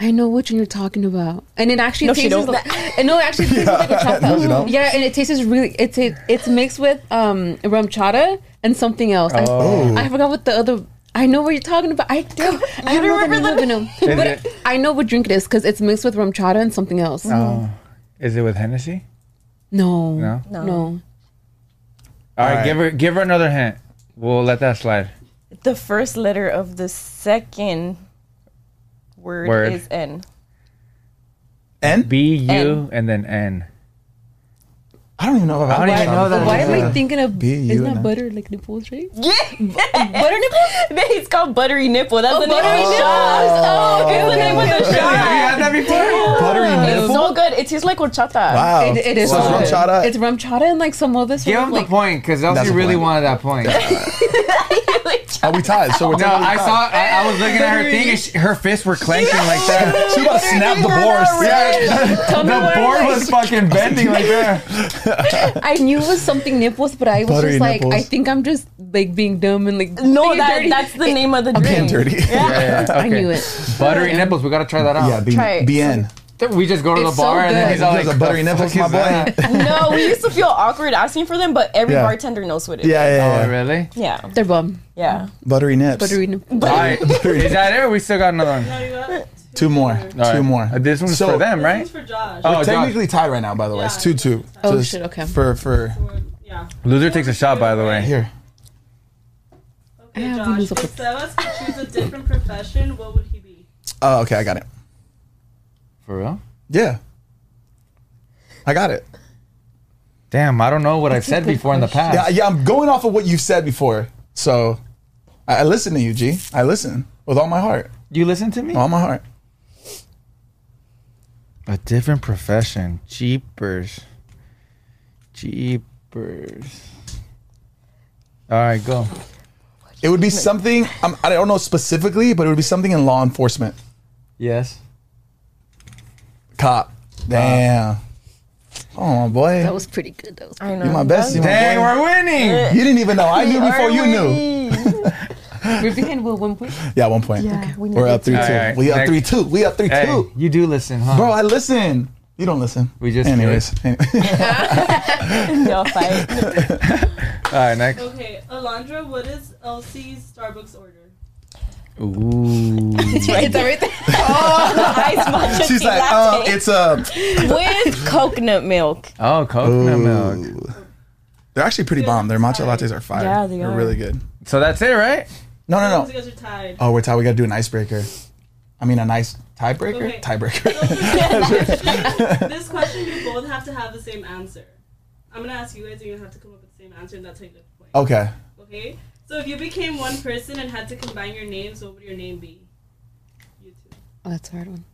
Speaker 5: I know which one you're talking about, and it actually
Speaker 4: No, she
Speaker 5: tastes
Speaker 4: don't.
Speaker 5: like and no, it actually tastes like a
Speaker 3: No, she
Speaker 5: chata.
Speaker 3: don't.
Speaker 5: yeah, and it tastes really. It's it, it's mixed with um rum chata and something else. I,
Speaker 1: Oh.
Speaker 5: I forgot what the other. I know what you're talking about. I do. I don't remember the name of it,
Speaker 1: Is
Speaker 5: but
Speaker 1: it-
Speaker 5: I know what drink it is because it's mixed with rum chata and something else.
Speaker 1: Oh. Is it with Hennessy?
Speaker 5: No,
Speaker 1: No?
Speaker 5: no,
Speaker 1: All right,
Speaker 3: All right.
Speaker 1: give her give her another hint. We'll let that slide.
Speaker 4: the first letter of the second word,
Speaker 1: Word.
Speaker 4: is N.
Speaker 3: N?
Speaker 1: B U and then N.
Speaker 3: I don't even know if I've
Speaker 1: I don't
Speaker 3: had
Speaker 1: even
Speaker 3: that
Speaker 1: know that.
Speaker 3: before.
Speaker 5: Why am I thinking of
Speaker 3: B, you
Speaker 5: is
Speaker 3: and I.
Speaker 5: not butter like nipples, right?
Speaker 4: Yeah, butter nipple. it's called Oh, buttery nipple. That's the name of
Speaker 5: Oh, buttery
Speaker 4: the shot. Oh, okay, the name of the shot.
Speaker 1: had that before?
Speaker 3: Buttery
Speaker 4: It's
Speaker 3: nipple?
Speaker 4: so good. It tastes like horchata.
Speaker 3: Wow.
Speaker 5: It, it is.
Speaker 3: So it's rum
Speaker 5: good.
Speaker 3: chata.
Speaker 5: It's rum chata and like some other sort
Speaker 1: Give
Speaker 5: of
Speaker 1: him the
Speaker 5: like.
Speaker 1: point because
Speaker 3: That's
Speaker 1: Elsie
Speaker 3: the
Speaker 1: really wanted
Speaker 3: point.
Speaker 1: that point.
Speaker 3: Are we tied? So we're
Speaker 1: no,
Speaker 3: technically
Speaker 1: I
Speaker 3: tied.
Speaker 1: saw. I, I was looking at her thing, and she, her fists were clenching like that.
Speaker 3: She about to snap the board.
Speaker 5: Tell me
Speaker 1: The
Speaker 5: where,
Speaker 1: board
Speaker 5: like-
Speaker 1: was fucking bending like that.
Speaker 5: I knew it was something nipples, but I was
Speaker 3: Buttery
Speaker 5: just like,
Speaker 3: nipples.
Speaker 5: I think I'm just like being dumb and like.
Speaker 4: No,
Speaker 5: being
Speaker 4: that,
Speaker 5: dirty.
Speaker 4: that's the name of the drink.
Speaker 3: Damn dirty.
Speaker 1: Yeah,
Speaker 3: Yeah,
Speaker 5: I knew it.
Speaker 1: Buttery nipples. We gotta Oh, try that out.
Speaker 3: yeah B,
Speaker 4: Try it.
Speaker 3: BN.
Speaker 1: We just go to
Speaker 5: It's
Speaker 1: the
Speaker 5: so
Speaker 1: bar and then
Speaker 5: good.
Speaker 1: he's all
Speaker 3: Those
Speaker 1: like,
Speaker 3: are buttery
Speaker 1: "The
Speaker 3: nipples,
Speaker 1: fuck
Speaker 3: my
Speaker 1: is
Speaker 3: boy."
Speaker 1: that?"
Speaker 4: No, we used to feel awkward asking for them, but every
Speaker 3: Yeah.
Speaker 4: bartender knows what it is.
Speaker 3: Yeah, yeah, yeah.
Speaker 1: Oh, really?
Speaker 4: yeah,
Speaker 5: They're bum.
Speaker 4: yeah.
Speaker 3: Buttery nips.
Speaker 5: Buttery nipples.
Speaker 1: All right. Is that it? Or we still got another one.
Speaker 6: No, you got
Speaker 3: Two more.
Speaker 1: All right.
Speaker 3: Two more.
Speaker 1: Uh, This one's
Speaker 3: So-
Speaker 1: for them,
Speaker 6: This
Speaker 1: right?
Speaker 6: is for Josh.
Speaker 1: Oh, Josh.
Speaker 3: Technically tied right now, by the way. It's two two.
Speaker 5: Oh, shit, okay.
Speaker 3: For for
Speaker 6: Or- yeah.
Speaker 1: Loser takes a shot, by the way.
Speaker 3: here.
Speaker 6: Okay,
Speaker 5: have to
Speaker 6: Josh.
Speaker 5: lose
Speaker 6: If
Speaker 5: a-
Speaker 6: Sebas could choose a different profession, what would he be?
Speaker 3: Oh, okay, I got it.
Speaker 1: For real?
Speaker 3: Yeah. I got it.
Speaker 1: Damn, I don't know what I've
Speaker 5: a
Speaker 1: said
Speaker 5: good
Speaker 1: before in the
Speaker 5: question.
Speaker 1: past.
Speaker 3: Yeah, yeah. I'm going off of what you've said before. So I, I listen to you, G. I listen with all my heart.
Speaker 1: You listen to me?
Speaker 3: All my heart.
Speaker 1: A different profession. Jeepers. Jeepers. All right, go.
Speaker 3: It would be something. I'm, I don't know specifically, but it would be something in law enforcement.
Speaker 1: Yes.
Speaker 3: Cop. Damn. Oh my boy.
Speaker 5: That was pretty good. That was
Speaker 4: I know.
Speaker 3: You're my bestie, my
Speaker 1: Dang,
Speaker 3: boy.
Speaker 1: we're winning.
Speaker 3: You didn't even know. I knew before you knew.
Speaker 5: we're behind with one point.
Speaker 3: Yeah, one point.
Speaker 5: we
Speaker 3: We're up three two.
Speaker 1: All right,
Speaker 3: We up
Speaker 1: next.
Speaker 3: three two. We up three
Speaker 1: Hey,
Speaker 3: two.
Speaker 1: you do listen, huh?
Speaker 3: Bro, I listen. You don't listen.
Speaker 1: We just did.
Speaker 3: Anyways.
Speaker 4: You're fine.
Speaker 1: All right, next.
Speaker 6: Okay, Alondra, what is Elsie's Starbucks order?
Speaker 1: Ooh.
Speaker 5: it's everything.
Speaker 4: Ice matcha
Speaker 3: She's
Speaker 4: tea
Speaker 3: like, um,
Speaker 4: latte
Speaker 3: it's a.
Speaker 4: with coconut milk.
Speaker 1: Oh, coconut milk.
Speaker 3: They're actually pretty bomb. Their matcha lattes are fire.
Speaker 4: Yeah, they
Speaker 3: They're
Speaker 4: are.
Speaker 3: really good.
Speaker 1: So that's it, right?
Speaker 3: No, no,
Speaker 6: You
Speaker 3: no.
Speaker 6: guys are tied.
Speaker 3: Oh, we're tied. We gotta do an icebreaker. I mean, a nice tiebreaker.
Speaker 6: Okay.
Speaker 3: Tiebreaker.
Speaker 6: this question, you both have to have the same answer. I'm gonna ask you guys, and you have to come up with the same answer, and that's how you get the point.
Speaker 3: okay.
Speaker 6: Okay. So if you became one person and had to combine your names, what would your name be? You two.
Speaker 5: Oh, that's a hard one.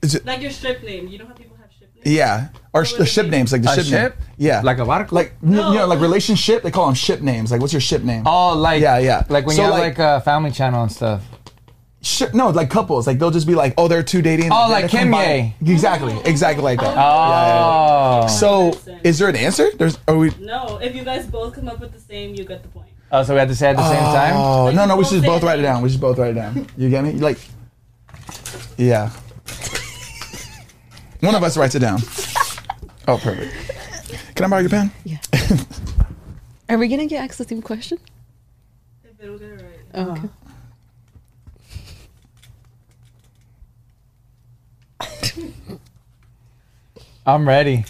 Speaker 3: Is it-
Speaker 6: Like your strip name. You know how people have strip names.
Speaker 3: yeah. Or sh- the ship names, like the
Speaker 1: A
Speaker 3: ship,
Speaker 1: ship?
Speaker 3: name. Yeah.
Speaker 1: Like a barco?
Speaker 3: like
Speaker 6: No.
Speaker 3: you know, like relationship. They call them ship names. Like, what's your ship name?
Speaker 1: Oh, like
Speaker 3: Yeah, yeah.
Speaker 1: Like when
Speaker 3: So,
Speaker 1: you have
Speaker 3: like-
Speaker 1: like, a family channel and stuff.
Speaker 3: Sure, no, like couples. Like they'll just be like, oh, they're two dating.
Speaker 1: Oh,
Speaker 3: They're
Speaker 1: like Kim
Speaker 3: combined. Exactly, exactly like that.
Speaker 1: Oh,
Speaker 6: Oh.
Speaker 3: So, is there an answer? There's. Are we?
Speaker 6: No, if you guys both come up with the same, you get the point.
Speaker 1: oh, so we had to say at the same time.
Speaker 3: Oh no, no, we
Speaker 6: both
Speaker 3: should
Speaker 6: say
Speaker 3: both
Speaker 6: it.
Speaker 3: write it down. We should both write it down. You get me? Like, yeah. One of us writes it down. Oh, perfect. Can I borrow your pen?
Speaker 5: Yeah. Are we gonna get asked the same question?
Speaker 6: If they don't get it right.
Speaker 5: Okay.
Speaker 1: I'm ready.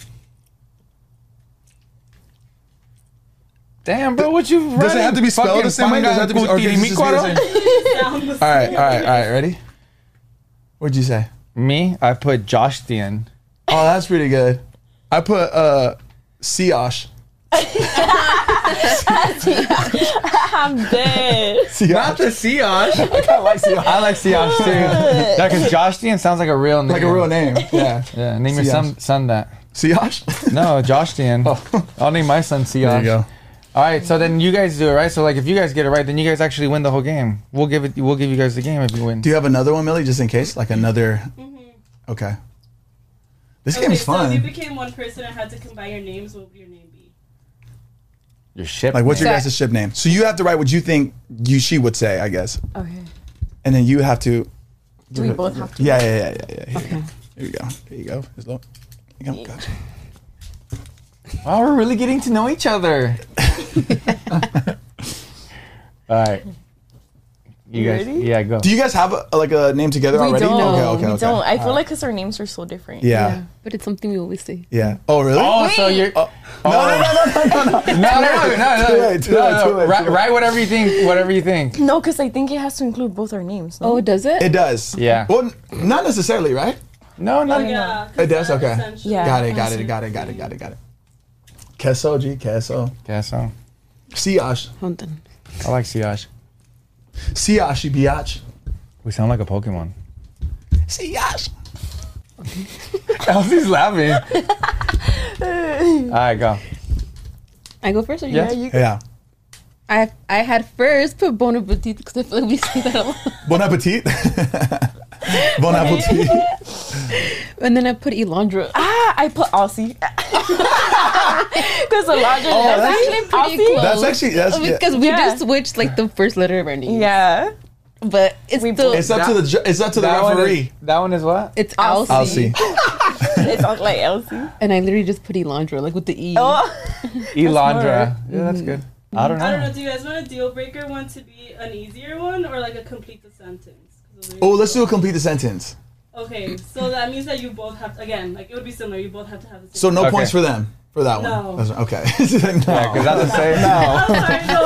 Speaker 1: Damn, bro, what you?
Speaker 3: Does it have to be spelled the same way? Does it have to be? Or can it just be the same?
Speaker 6: Sound the
Speaker 3: All right, all right, all right. Ready? What'd you say?
Speaker 1: Me, I put Josh Dian.
Speaker 3: Oh, that's pretty good. I put uh, Siosh.
Speaker 4: I'm dead.
Speaker 1: Not the Siosh.
Speaker 3: I like Siosh.
Speaker 1: I like Siosh too. yeah, because Josh Dian sounds like a real name.
Speaker 3: Like a real name. Yeah.
Speaker 1: Yeah, name your
Speaker 3: Siosh.
Speaker 1: son, son that.
Speaker 3: Siosh?
Speaker 1: No, Josh Dian.
Speaker 3: Oh.
Speaker 1: I'll name my son Siosh.
Speaker 3: There you go.
Speaker 1: All right, so then you guys do it, right? So like, if you guys get it right, then you guys actually win the whole game. We'll give it. We'll give you guys the game if you win.
Speaker 3: Do you have another one, Millie, just in case? Like another.
Speaker 4: Mm-hmm.
Speaker 3: Okay. This
Speaker 6: Okay,
Speaker 3: game's
Speaker 6: so if you
Speaker 3: fun.
Speaker 6: became one person and had to combine your names, what would your name be?
Speaker 1: Your ship.
Speaker 3: Like, what's your
Speaker 1: name.
Speaker 3: guys' ship name? So you have to write what you think you she would say, I guess,
Speaker 5: Okay.
Speaker 3: and then you have to.
Speaker 4: Do we both have to?
Speaker 3: Yeah, yeah, yeah, yeah. yeah. Here, you go. Here we go. Here you go. Just look. Here you go. Gotcha.
Speaker 1: Wow, we're really getting to know each other. All right. You, guys,
Speaker 4: ready?
Speaker 1: yeah, go.
Speaker 3: Do you guys have a, like a name together
Speaker 4: We
Speaker 3: already?
Speaker 4: don't.
Speaker 3: Okay, okay,
Speaker 4: we
Speaker 3: okay.
Speaker 4: don't. I feel like because our names are so different.
Speaker 3: Yeah.
Speaker 5: Yeah, but it's something we always say.
Speaker 3: Yeah. Oh, really?
Speaker 1: oh, so
Speaker 4: Wait.
Speaker 1: you're
Speaker 3: Oh. No, no, no, no, no, no,
Speaker 1: no, no, no, no,
Speaker 3: Too
Speaker 1: no,
Speaker 3: late, too late,
Speaker 1: no,
Speaker 3: too
Speaker 1: no.
Speaker 3: late,
Speaker 1: Write,
Speaker 3: too late.
Speaker 1: write whatever you think. Whatever you think.
Speaker 4: No, because I think it has to include both our names. No?
Speaker 5: Oh, does it?
Speaker 3: It does.
Speaker 1: Yeah.
Speaker 3: Well, n- not necessarily, right?
Speaker 1: No,
Speaker 4: Oh
Speaker 1: no,
Speaker 3: Uh,
Speaker 1: no.
Speaker 6: Yeah. 'cause
Speaker 3: It does.
Speaker 6: that's
Speaker 3: Okay.
Speaker 6: essential.
Speaker 4: Yeah.
Speaker 3: Got it. Got it. Got it. Got it. Got it. Got it. Queso, G. Queso.
Speaker 1: Yeah, so
Speaker 3: Siash.
Speaker 5: Hold on.
Speaker 1: I like Siash.
Speaker 3: Siashi biatch.
Speaker 1: We sound like a Pokemon.
Speaker 3: Siash.
Speaker 1: Elsie's laughing. All right, go.
Speaker 5: I go first, or you?
Speaker 1: Yeah.
Speaker 3: Yeah.
Speaker 5: I I had first put bon appetit because I feel like we say that a lot.
Speaker 3: Bon appetit. bon appetit.
Speaker 5: And then I put Elondra.
Speaker 4: Ah, I put Aussie. Because Elijah.
Speaker 3: Oh,
Speaker 4: that's
Speaker 3: that's-
Speaker 4: actually pretty Aussie.
Speaker 3: That's actually that's yeah.
Speaker 5: because we
Speaker 4: Yeah.
Speaker 5: just switched like the first letter of our name.
Speaker 4: Yeah.
Speaker 5: but it's
Speaker 4: We
Speaker 5: still
Speaker 3: it's up to the ju- it's up to the
Speaker 1: one is,
Speaker 3: referee.
Speaker 1: that one is what?
Speaker 5: it's Alcy.
Speaker 3: I'll see.
Speaker 4: It sounds like Elsie.
Speaker 5: And I literally just put Elondra like with the E.
Speaker 4: Oh.
Speaker 1: Elandra. Yeah, that's good. Mm-hmm. I don't know.
Speaker 6: I don't know. Do you guys want a deal breaker one to be an easier one or like a complete the sentence? 'Cause those are
Speaker 3: Oh,
Speaker 6: your-
Speaker 3: let's do a complete the sentence.
Speaker 6: Okay, so that means that you both have again, like it would be similar. You both have to have the
Speaker 3: So
Speaker 6: same.
Speaker 3: no
Speaker 1: Okay.
Speaker 3: points for them for that one.
Speaker 6: No.
Speaker 3: That's- Okay. no.
Speaker 1: Yeah, 'cause that's the same.
Speaker 3: no.
Speaker 6: Oh, Sorry, no.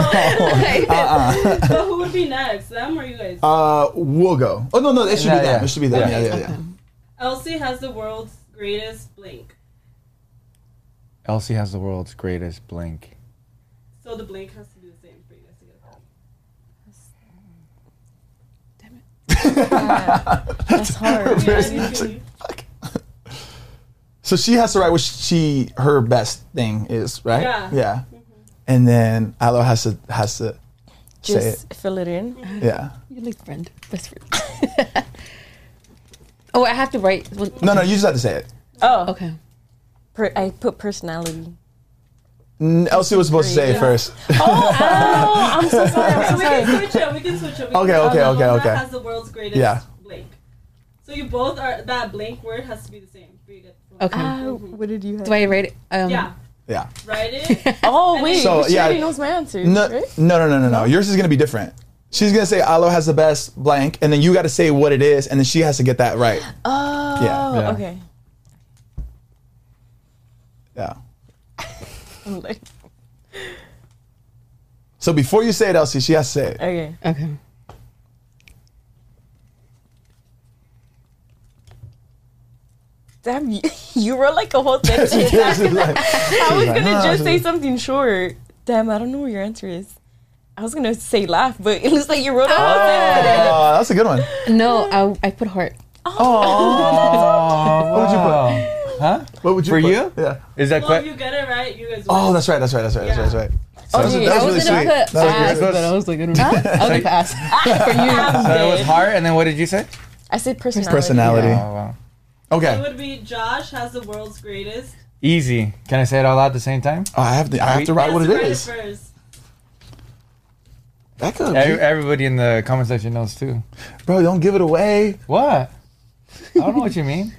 Speaker 3: Uh-uh.
Speaker 6: so who would be next, them or you guys?
Speaker 3: Uh, we'll go. Oh no, no, it should
Speaker 1: Yeah,
Speaker 3: be that.
Speaker 1: yeah.
Speaker 3: It should be that.
Speaker 1: Yeah.
Speaker 3: Yeah, yeah, yeah.
Speaker 6: Elsie has the world's greatest blank.
Speaker 1: Elsie has the world's greatest blank.
Speaker 6: So the blank has to be the same for you guys to get a point.
Speaker 4: That's hard.
Speaker 3: So she has to write what she her best thing is, right?
Speaker 6: Yeah.
Speaker 3: Yeah.
Speaker 4: Mm-hmm.
Speaker 3: And then Aloe has to has to say it.
Speaker 4: Just fill it in.
Speaker 3: Yeah.
Speaker 5: You're like friend, best friend. oh, I have to write. One.
Speaker 3: No, no, you just have to say it.
Speaker 4: Oh,
Speaker 5: Okay.
Speaker 4: per- I put personality.
Speaker 3: N- Elsie was supposed to say it first.
Speaker 4: Oh, I'm so sorry. I'm so
Speaker 6: we can
Speaker 4: sorry.
Speaker 6: switch it. We can switch it. We
Speaker 3: Okay,
Speaker 6: can-
Speaker 3: okay,
Speaker 6: the
Speaker 3: okay,
Speaker 6: one
Speaker 3: okay.
Speaker 6: That has the world's greatest
Speaker 3: Yeah.
Speaker 6: blank. So you both are that blank word has to be the same. for you to get the point.
Speaker 5: Okay.
Speaker 4: Ah. what did you have?
Speaker 5: Do I write it? Um,
Speaker 6: Yeah.
Speaker 3: Yeah.
Speaker 6: Write it.
Speaker 4: Oh wait,
Speaker 3: So,
Speaker 4: she
Speaker 3: yeah.
Speaker 4: already knows my answer,
Speaker 3: No,
Speaker 4: right?
Speaker 3: no, no, no, no, no. Yours is gonna be different. She's gonna say Aloe has the best blank, and then you got to say what it is, and then she has to get that right.
Speaker 4: Oh,
Speaker 3: Yeah.
Speaker 4: okay.
Speaker 3: Yeah.
Speaker 4: I'm like,
Speaker 3: So before you say it, Elsie, she has to say it.
Speaker 4: okay.
Speaker 5: Okay.
Speaker 4: Damn, you, you wrote like a whole sentence.
Speaker 3: She's like-
Speaker 4: I was gonna
Speaker 3: "Huh."
Speaker 4: just say something short. Damn, I don't know what your answer is. I was gonna say laugh, but it looks like you wrote a whole sentence.
Speaker 3: Oh, that's a good one.
Speaker 5: No, I, I put heart.
Speaker 1: Oh,
Speaker 3: would you put?
Speaker 1: put? Huh?
Speaker 3: What would you
Speaker 1: For
Speaker 3: put?
Speaker 1: you?
Speaker 3: Yeah.
Speaker 1: Is that
Speaker 6: well, if
Speaker 1: quick?
Speaker 6: you get it right, you guys.
Speaker 3: Oh,
Speaker 6: win.
Speaker 3: that's right. That's right. That's right. That's
Speaker 6: Yeah.
Speaker 3: right. That's right.
Speaker 1: Oh,
Speaker 3: So
Speaker 5: Okay,
Speaker 3: that's,
Speaker 5: I was gonna put
Speaker 3: That was
Speaker 5: ass,
Speaker 3: good.
Speaker 5: but I was like, I don't know. I was like ass for you.
Speaker 1: So Uh, it was hard, and then what did you say?
Speaker 4: I said personality.
Speaker 3: Personality.
Speaker 1: Oh, wow.
Speaker 6: It
Speaker 3: Okay.
Speaker 6: would be Josh has the world's greatest.
Speaker 1: Easy. Can I say it all out at the same time?
Speaker 3: Oh, I have to. I have to write
Speaker 6: Yes,
Speaker 3: what it
Speaker 6: write
Speaker 3: is.
Speaker 6: first.
Speaker 3: That could,
Speaker 1: Every, everybody in the comment section knows too.
Speaker 3: bro. Don't give it away.
Speaker 1: What? I don't know what you mean.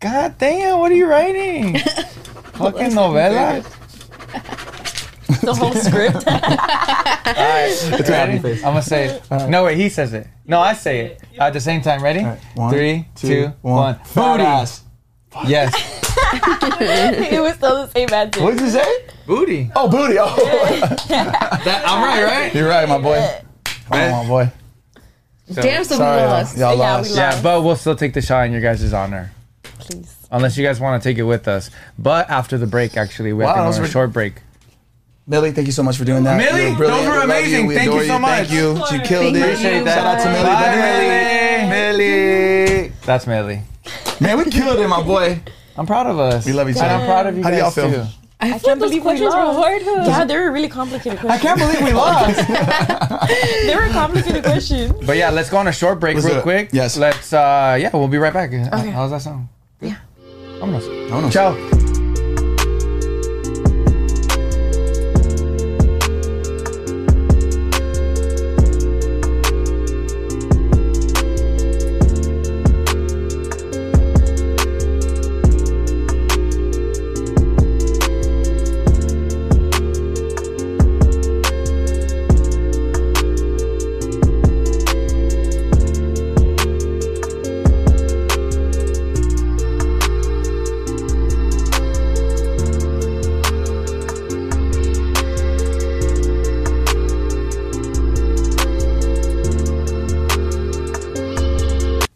Speaker 1: God damn, what are you writing? Fucking novella.
Speaker 4: The whole script.
Speaker 3: It's a happy
Speaker 1: I'm
Speaker 3: face.
Speaker 1: gonna say it. No, wait, he says it. No, I say it. At the same time, ready?
Speaker 3: right, one,
Speaker 1: Three, two,
Speaker 3: Two,
Speaker 1: one.
Speaker 3: Fat ass.
Speaker 1: Booty. Yes.
Speaker 4: it was still the same answer.
Speaker 3: What did you say?
Speaker 1: Booty.
Speaker 3: Oh, booty. Oh,
Speaker 1: That, I'm right, right?
Speaker 3: you're right, my boy. Oh, my boy.
Speaker 5: Damn, so we
Speaker 3: Sorry, y'all.
Speaker 5: lost.
Speaker 3: Y'all
Speaker 4: Yeah, we
Speaker 3: lost.
Speaker 4: lost.
Speaker 1: Yeah, but we'll still take the shot in your guys' honor.
Speaker 4: Please.
Speaker 1: Unless you guys want to take it with us. But after the break, actually, we
Speaker 3: Wow,
Speaker 1: have to
Speaker 3: that
Speaker 1: go
Speaker 3: was
Speaker 1: on a
Speaker 3: re-
Speaker 1: short break.
Speaker 3: Millie, thank you so much for doing that.
Speaker 1: Millie,
Speaker 3: You were brilliant.
Speaker 1: those were
Speaker 3: We love
Speaker 1: amazing.
Speaker 3: We
Speaker 1: Thank you
Speaker 3: adore
Speaker 1: so much.
Speaker 3: Thank you. She killed
Speaker 5: Thank
Speaker 3: it.
Speaker 5: you.
Speaker 3: Shout out to Millie.
Speaker 5: Bye.
Speaker 1: Bye,
Speaker 3: Millie. Millie.
Speaker 1: That's Millie.
Speaker 3: Man, we killed it, my boy.
Speaker 1: I'm proud of us.
Speaker 3: We love each
Speaker 1: And
Speaker 3: other.
Speaker 1: I'm proud of you
Speaker 3: How do
Speaker 1: guys
Speaker 3: y'all feel?
Speaker 1: too.
Speaker 5: I,
Speaker 4: I
Speaker 5: thought
Speaker 4: can't
Speaker 5: those
Speaker 4: believe we
Speaker 5: questions were
Speaker 4: lost.
Speaker 5: hard. huh?
Speaker 4: Yeah, they were really complicated
Speaker 1: I
Speaker 4: questions.
Speaker 1: can't believe we lost.
Speaker 4: They were complicated questions.
Speaker 1: but yeah, let's go on a short break
Speaker 3: Let's do
Speaker 1: real
Speaker 3: it.
Speaker 1: quick.
Speaker 3: Yes.
Speaker 1: Let's uh yeah, we'll be right back. Okay. How's that sound?
Speaker 4: Yeah.
Speaker 1: Vámonos.
Speaker 3: Vámonos.
Speaker 1: Ciao.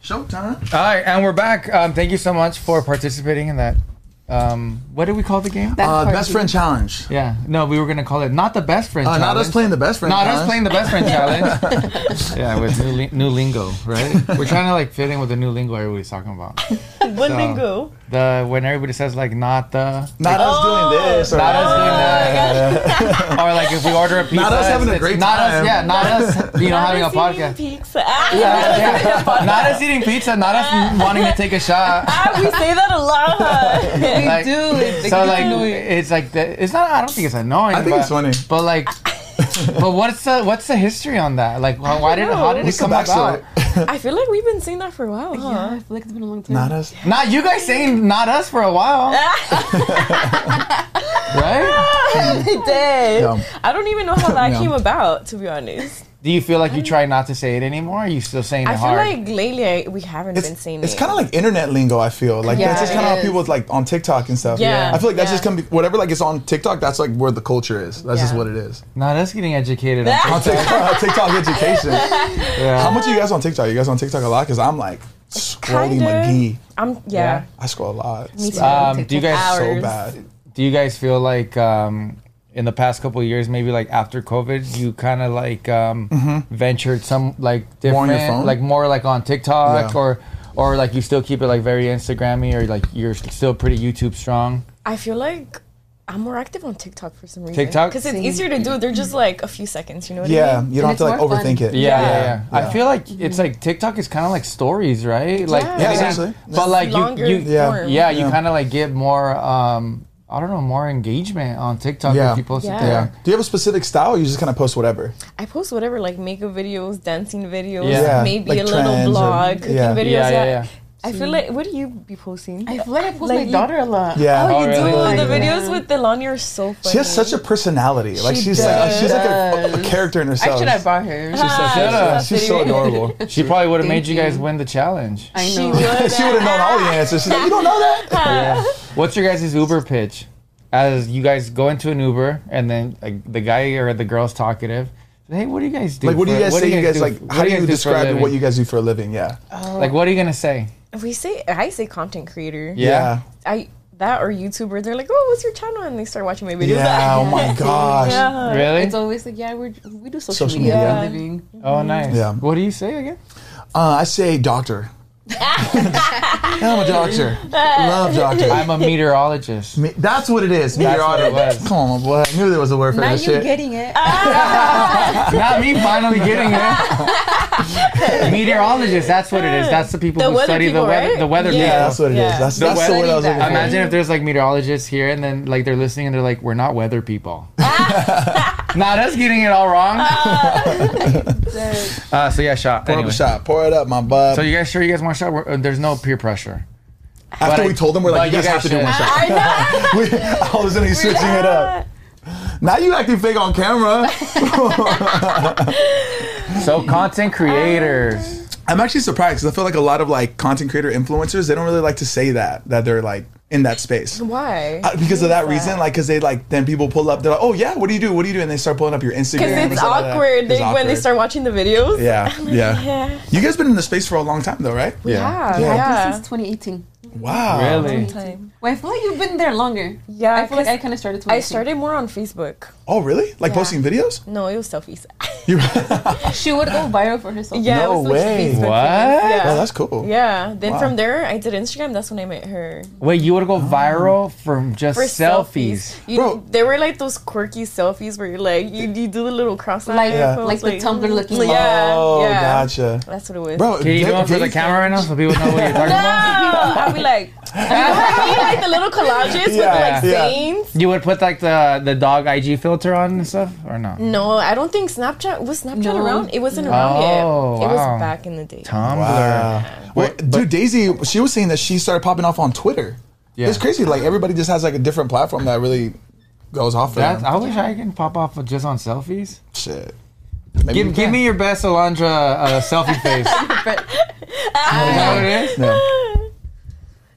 Speaker 3: Showtime.
Speaker 1: All right, and we're back. Um, thank you so much for participating in that. Um, what did we call the game?
Speaker 3: Uh, best friend challenge.
Speaker 1: yeah, no, we were gonna call it not the best friend.
Speaker 3: Uh, not us playing the best friend.
Speaker 1: Not
Speaker 3: challenge.
Speaker 1: us playing the best friend challenge. yeah, with new, li- new lingo, right? We're trying to like fit in with the new lingo everybody's talking about.
Speaker 4: What
Speaker 1: So-
Speaker 4: lingo?
Speaker 1: The when everybody says like not the
Speaker 3: Not us doing this. Or
Speaker 1: Oh.
Speaker 3: Oh,
Speaker 1: not us doing that, or like if we order a pizza,
Speaker 3: Not us having a
Speaker 1: it's-
Speaker 3: great
Speaker 1: not
Speaker 3: time.
Speaker 1: us, yeah, not us, you know, having a
Speaker 4: Not receiving
Speaker 1: podcast.
Speaker 4: Pizza. Ah,
Speaker 1: Yeah, yeah. not us eating pizza, not us wanting to take a shot.
Speaker 4: ah, we say that a lot. huh?
Speaker 5: We
Speaker 1: Like,
Speaker 5: do. It's
Speaker 1: so
Speaker 5: like,
Speaker 1: like it's like the, it's not. I don't think it's annoying.
Speaker 3: I think
Speaker 1: but,
Speaker 3: it's funny.
Speaker 1: But like, but what's the what's the history on that? Like, why, why did how did
Speaker 3: What's
Speaker 1: it
Speaker 3: the
Speaker 1: come about?
Speaker 3: backstory?
Speaker 4: I feel like we've been saying that for a while, huh?
Speaker 5: yeah, I feel like it's been a long time.
Speaker 3: Not us.
Speaker 1: Not you guys saying not us for a while, right?
Speaker 4: it did.
Speaker 3: Yeah.
Speaker 4: I don't even know how that
Speaker 3: Yeah.
Speaker 4: came about, to be honest.
Speaker 1: Do you feel like you try not to say it anymore? Or are you still saying it
Speaker 4: I feel
Speaker 1: hard?
Speaker 4: like lately I, we haven't been
Speaker 3: It's,
Speaker 4: saying
Speaker 3: it's
Speaker 4: it.
Speaker 3: kind of like internet lingo. I feel like
Speaker 4: Yeah,
Speaker 3: that's just
Speaker 4: it
Speaker 3: kind of how
Speaker 5: is.
Speaker 3: people like on TikTok and stuff.
Speaker 4: Yeah,
Speaker 3: I feel like that's just
Speaker 4: yeah.
Speaker 3: come whatever like it's on TikTok. That's like where the culture is. That's just
Speaker 4: Yeah.
Speaker 3: what it is.
Speaker 1: not us getting educated. on
Speaker 3: On TikTok, TikTok education. How much are you guys on TikTok? You guys on TikTok a lot? Because I'm like Scrolling
Speaker 4: Kinda.
Speaker 3: McGee.
Speaker 4: I'm yeah.
Speaker 3: I scroll a lot.
Speaker 4: Me too.
Speaker 1: Um, do you guys
Speaker 4: Hours.
Speaker 3: so bad.
Speaker 1: do you guys feel like um, in the past couple of years, maybe like after COVID, you kind of like um, ventured some like
Speaker 3: Mm-hmm. More on
Speaker 1: different,
Speaker 3: your phone?
Speaker 1: like more like on TikTok
Speaker 3: Yeah.
Speaker 1: or or like you still keep it like very Instagrammy or like you're still pretty YouTube strong.
Speaker 4: I feel like I'm more active on TikTok for some reason.
Speaker 1: TikTok?
Speaker 4: because it's easier to do. They're just like a few seconds. You know what I
Speaker 3: Yeah,
Speaker 4: mean?
Speaker 3: you don't have
Speaker 5: it's
Speaker 3: to like
Speaker 5: more fun.
Speaker 3: overthink it.
Speaker 1: Yeah, yeah, yeah.
Speaker 3: Yeah.
Speaker 1: I feel like it's like TikTok is kind of like stories, right? Like,
Speaker 4: Yeah,
Speaker 1: it is-
Speaker 3: actually.
Speaker 1: but like you,
Speaker 4: Longer
Speaker 1: you,
Speaker 3: Yeah.
Speaker 4: form.
Speaker 1: yeah, you
Speaker 3: Yeah.
Speaker 1: kind of like get more. um I don't know, more engagement on TikTok
Speaker 3: Yeah.
Speaker 1: if you post it
Speaker 4: Yeah.
Speaker 3: Yeah.
Speaker 1: there.
Speaker 3: Do you have a specific style or you just kind of post whatever?
Speaker 4: I post whatever, like makeup videos, dancing videos,
Speaker 1: Yeah.
Speaker 3: Yeah,
Speaker 4: maybe
Speaker 3: like
Speaker 4: a little
Speaker 3: trends or-
Speaker 4: vlog, cooking
Speaker 3: yeah.
Speaker 4: videos.
Speaker 1: Yeah,
Speaker 4: Yeah,
Speaker 1: yeah, yeah.
Speaker 4: I feel like what do you be posting?
Speaker 5: I feel like I post
Speaker 4: Like
Speaker 5: my
Speaker 4: you-
Speaker 5: daughter a lot.
Speaker 3: Yeah.
Speaker 4: oh,
Speaker 1: Oh,
Speaker 4: you
Speaker 1: really?
Speaker 4: do
Speaker 1: Like
Speaker 4: the
Speaker 5: that.
Speaker 4: videos with Delani are so funny.
Speaker 3: She has such a personality. Like
Speaker 5: She
Speaker 3: she's like she's like a, a
Speaker 5: does.
Speaker 3: character in herself.
Speaker 5: I should have bought her.
Speaker 3: She's so,
Speaker 1: Shut up.
Speaker 3: she's so adorable.
Speaker 1: She probably would have
Speaker 5: Thank
Speaker 1: made you guys
Speaker 5: you.
Speaker 1: win the challenge.
Speaker 5: I
Speaker 4: She
Speaker 5: know.
Speaker 4: would.
Speaker 3: she would have known all the answers. She's like, you don't know that?
Speaker 1: What's your guys' Uber pitch? As you guys go into an Uber and then like the guy or the girl's talkative. Hey, what do you guys do?
Speaker 3: Like, what do you
Speaker 1: for-
Speaker 3: guys say? You guys
Speaker 1: do-
Speaker 3: like?
Speaker 1: what
Speaker 3: How do you
Speaker 1: guys for a
Speaker 3: describe
Speaker 1: living?
Speaker 3: what you guys do for a living? Yeah,
Speaker 1: like? What are you gonna say?
Speaker 4: we say I say content creator.
Speaker 3: yeah,
Speaker 4: I that or YouTuber. They're like, oh, what's your channel? And they start watching my videos.
Speaker 3: yeah. Oh my gosh. Yeah.
Speaker 4: Yeah.
Speaker 1: Really?
Speaker 5: It's always like, yeah, we're, we do social,
Speaker 3: Social
Speaker 5: media,
Speaker 3: media.
Speaker 5: for a living.
Speaker 1: oh, nice.
Speaker 3: Yeah.
Speaker 1: What do you say again?
Speaker 3: Uh, I say doctor. I'm a doctor. Love doctor.
Speaker 1: I'm a meteorologist.
Speaker 3: Me- That's what it
Speaker 1: That's
Speaker 3: is.
Speaker 1: what it
Speaker 3: meteorologist.
Speaker 1: was.
Speaker 3: Come on, my boy. I knew there was a word for
Speaker 5: Now
Speaker 3: that
Speaker 5: you
Speaker 3: shit.
Speaker 5: getting it.
Speaker 1: Not me finally getting it. meteorologist. That's what it is. That's the people
Speaker 4: The
Speaker 1: who
Speaker 4: weather
Speaker 1: study
Speaker 4: people,
Speaker 1: the weather.
Speaker 4: right?
Speaker 1: The weather.
Speaker 3: yeah,
Speaker 1: people.
Speaker 3: that's what it is.
Speaker 4: Yeah.
Speaker 3: That's,
Speaker 1: The
Speaker 3: that's the word I was
Speaker 5: weather-
Speaker 3: looking for.
Speaker 1: Imagine if there's like meteorologists here and then like they're listening and they're like, we're not weather people. Not us getting it all wrong.
Speaker 4: Oh.
Speaker 1: uh, so yeah, shot.
Speaker 3: Pour
Speaker 1: Anyway.
Speaker 3: up a shot. Pour it up, my bud.
Speaker 1: So you guys sure you guys want a shot? We're- uh, There's no peer pressure.
Speaker 3: After
Speaker 1: but
Speaker 3: we
Speaker 1: I-
Speaker 3: told them, we're
Speaker 1: but
Speaker 3: like, you
Speaker 1: you
Speaker 3: guys have to
Speaker 1: guys
Speaker 3: do one
Speaker 1: should.
Speaker 3: shot.
Speaker 4: I know.
Speaker 3: We, all of a sudden, he's switching it up. Now you acting fake on camera.
Speaker 1: So content creators.
Speaker 3: I'm actually surprised because I feel like a lot of like content creator influencers they don't really like to say that that they're like in that space
Speaker 4: Why?
Speaker 3: Uh, because of that reason. Like because they like then people pull up they're like oh yeah what do you do what do you do and they start pulling up your Instagram
Speaker 4: Because
Speaker 3: and
Speaker 4: it's
Speaker 3: stuff like that.
Speaker 4: awkward
Speaker 3: It's
Speaker 4: they, when they
Speaker 3: awkward.
Speaker 4: start watching the videos.
Speaker 3: Yeah, yeah
Speaker 4: yeah.
Speaker 3: You guys been in the space for a long time though, right?
Speaker 4: Yeah.
Speaker 5: yeah,
Speaker 4: Yeah.
Speaker 5: I think since
Speaker 4: Oh.
Speaker 5: 2018.
Speaker 3: Wow.
Speaker 1: Really?
Speaker 4: Time.
Speaker 5: Well, I feel like you've been there longer.
Speaker 4: Yeah,
Speaker 5: I feel like
Speaker 4: 'cause
Speaker 5: I kind of started. 2018.
Speaker 4: I started more on Facebook.
Speaker 3: Oh, really? Like posting videos?
Speaker 4: No, it was selfies.
Speaker 3: You-
Speaker 5: She would go viral for herself.
Speaker 4: yeah,
Speaker 3: No
Speaker 4: it was like
Speaker 3: way.
Speaker 4: Facebook.
Speaker 1: What?
Speaker 4: Yeah.
Speaker 3: Oh, that's cool.
Speaker 4: yeah. Then
Speaker 3: Wow.
Speaker 4: from there, I did Instagram. That's when I met her.
Speaker 1: Wait, you would go viral from just
Speaker 4: For
Speaker 1: selfies.
Speaker 4: selfies, you,
Speaker 3: Bro.
Speaker 4: there were like those quirky selfies where you're like, you, you do the little cross eye
Speaker 5: Like-
Speaker 3: Yeah.
Speaker 4: pose,
Speaker 5: like the Tumblr looking
Speaker 4: Yeah,
Speaker 5: one.
Speaker 3: Oh,
Speaker 4: yeah.
Speaker 3: gotcha.
Speaker 4: That's what it was.
Speaker 3: Bro,
Speaker 1: Can you do
Speaker 3: they-
Speaker 1: it for
Speaker 3: they-
Speaker 1: the camera right now so people know what you're talking
Speaker 4: No,
Speaker 1: about?
Speaker 4: I'd be like, you know how you like the little collages
Speaker 3: Yeah,
Speaker 4: with like
Speaker 3: yeah.
Speaker 4: veins.
Speaker 1: You would put like the the dog IG filter on and stuff or no?
Speaker 4: No, I don't think Snapchat was Snapchat
Speaker 5: No.
Speaker 4: around. It wasn't around yet.
Speaker 1: Oh,
Speaker 4: It
Speaker 1: wow.
Speaker 4: was back in the day.
Speaker 1: Tumblr.
Speaker 3: Wow. Uh, Well, dude, Daisy, she was saying that she started popping off on Twitter.
Speaker 1: Yeah.
Speaker 3: It's crazy. Like everybody just has like a different platform that really goes off for
Speaker 1: That's,
Speaker 3: them.
Speaker 1: I wish I can pop off with just on selfies.
Speaker 3: Shit.
Speaker 1: Give, give me your best Alondra uh, selfie face. you know what it is?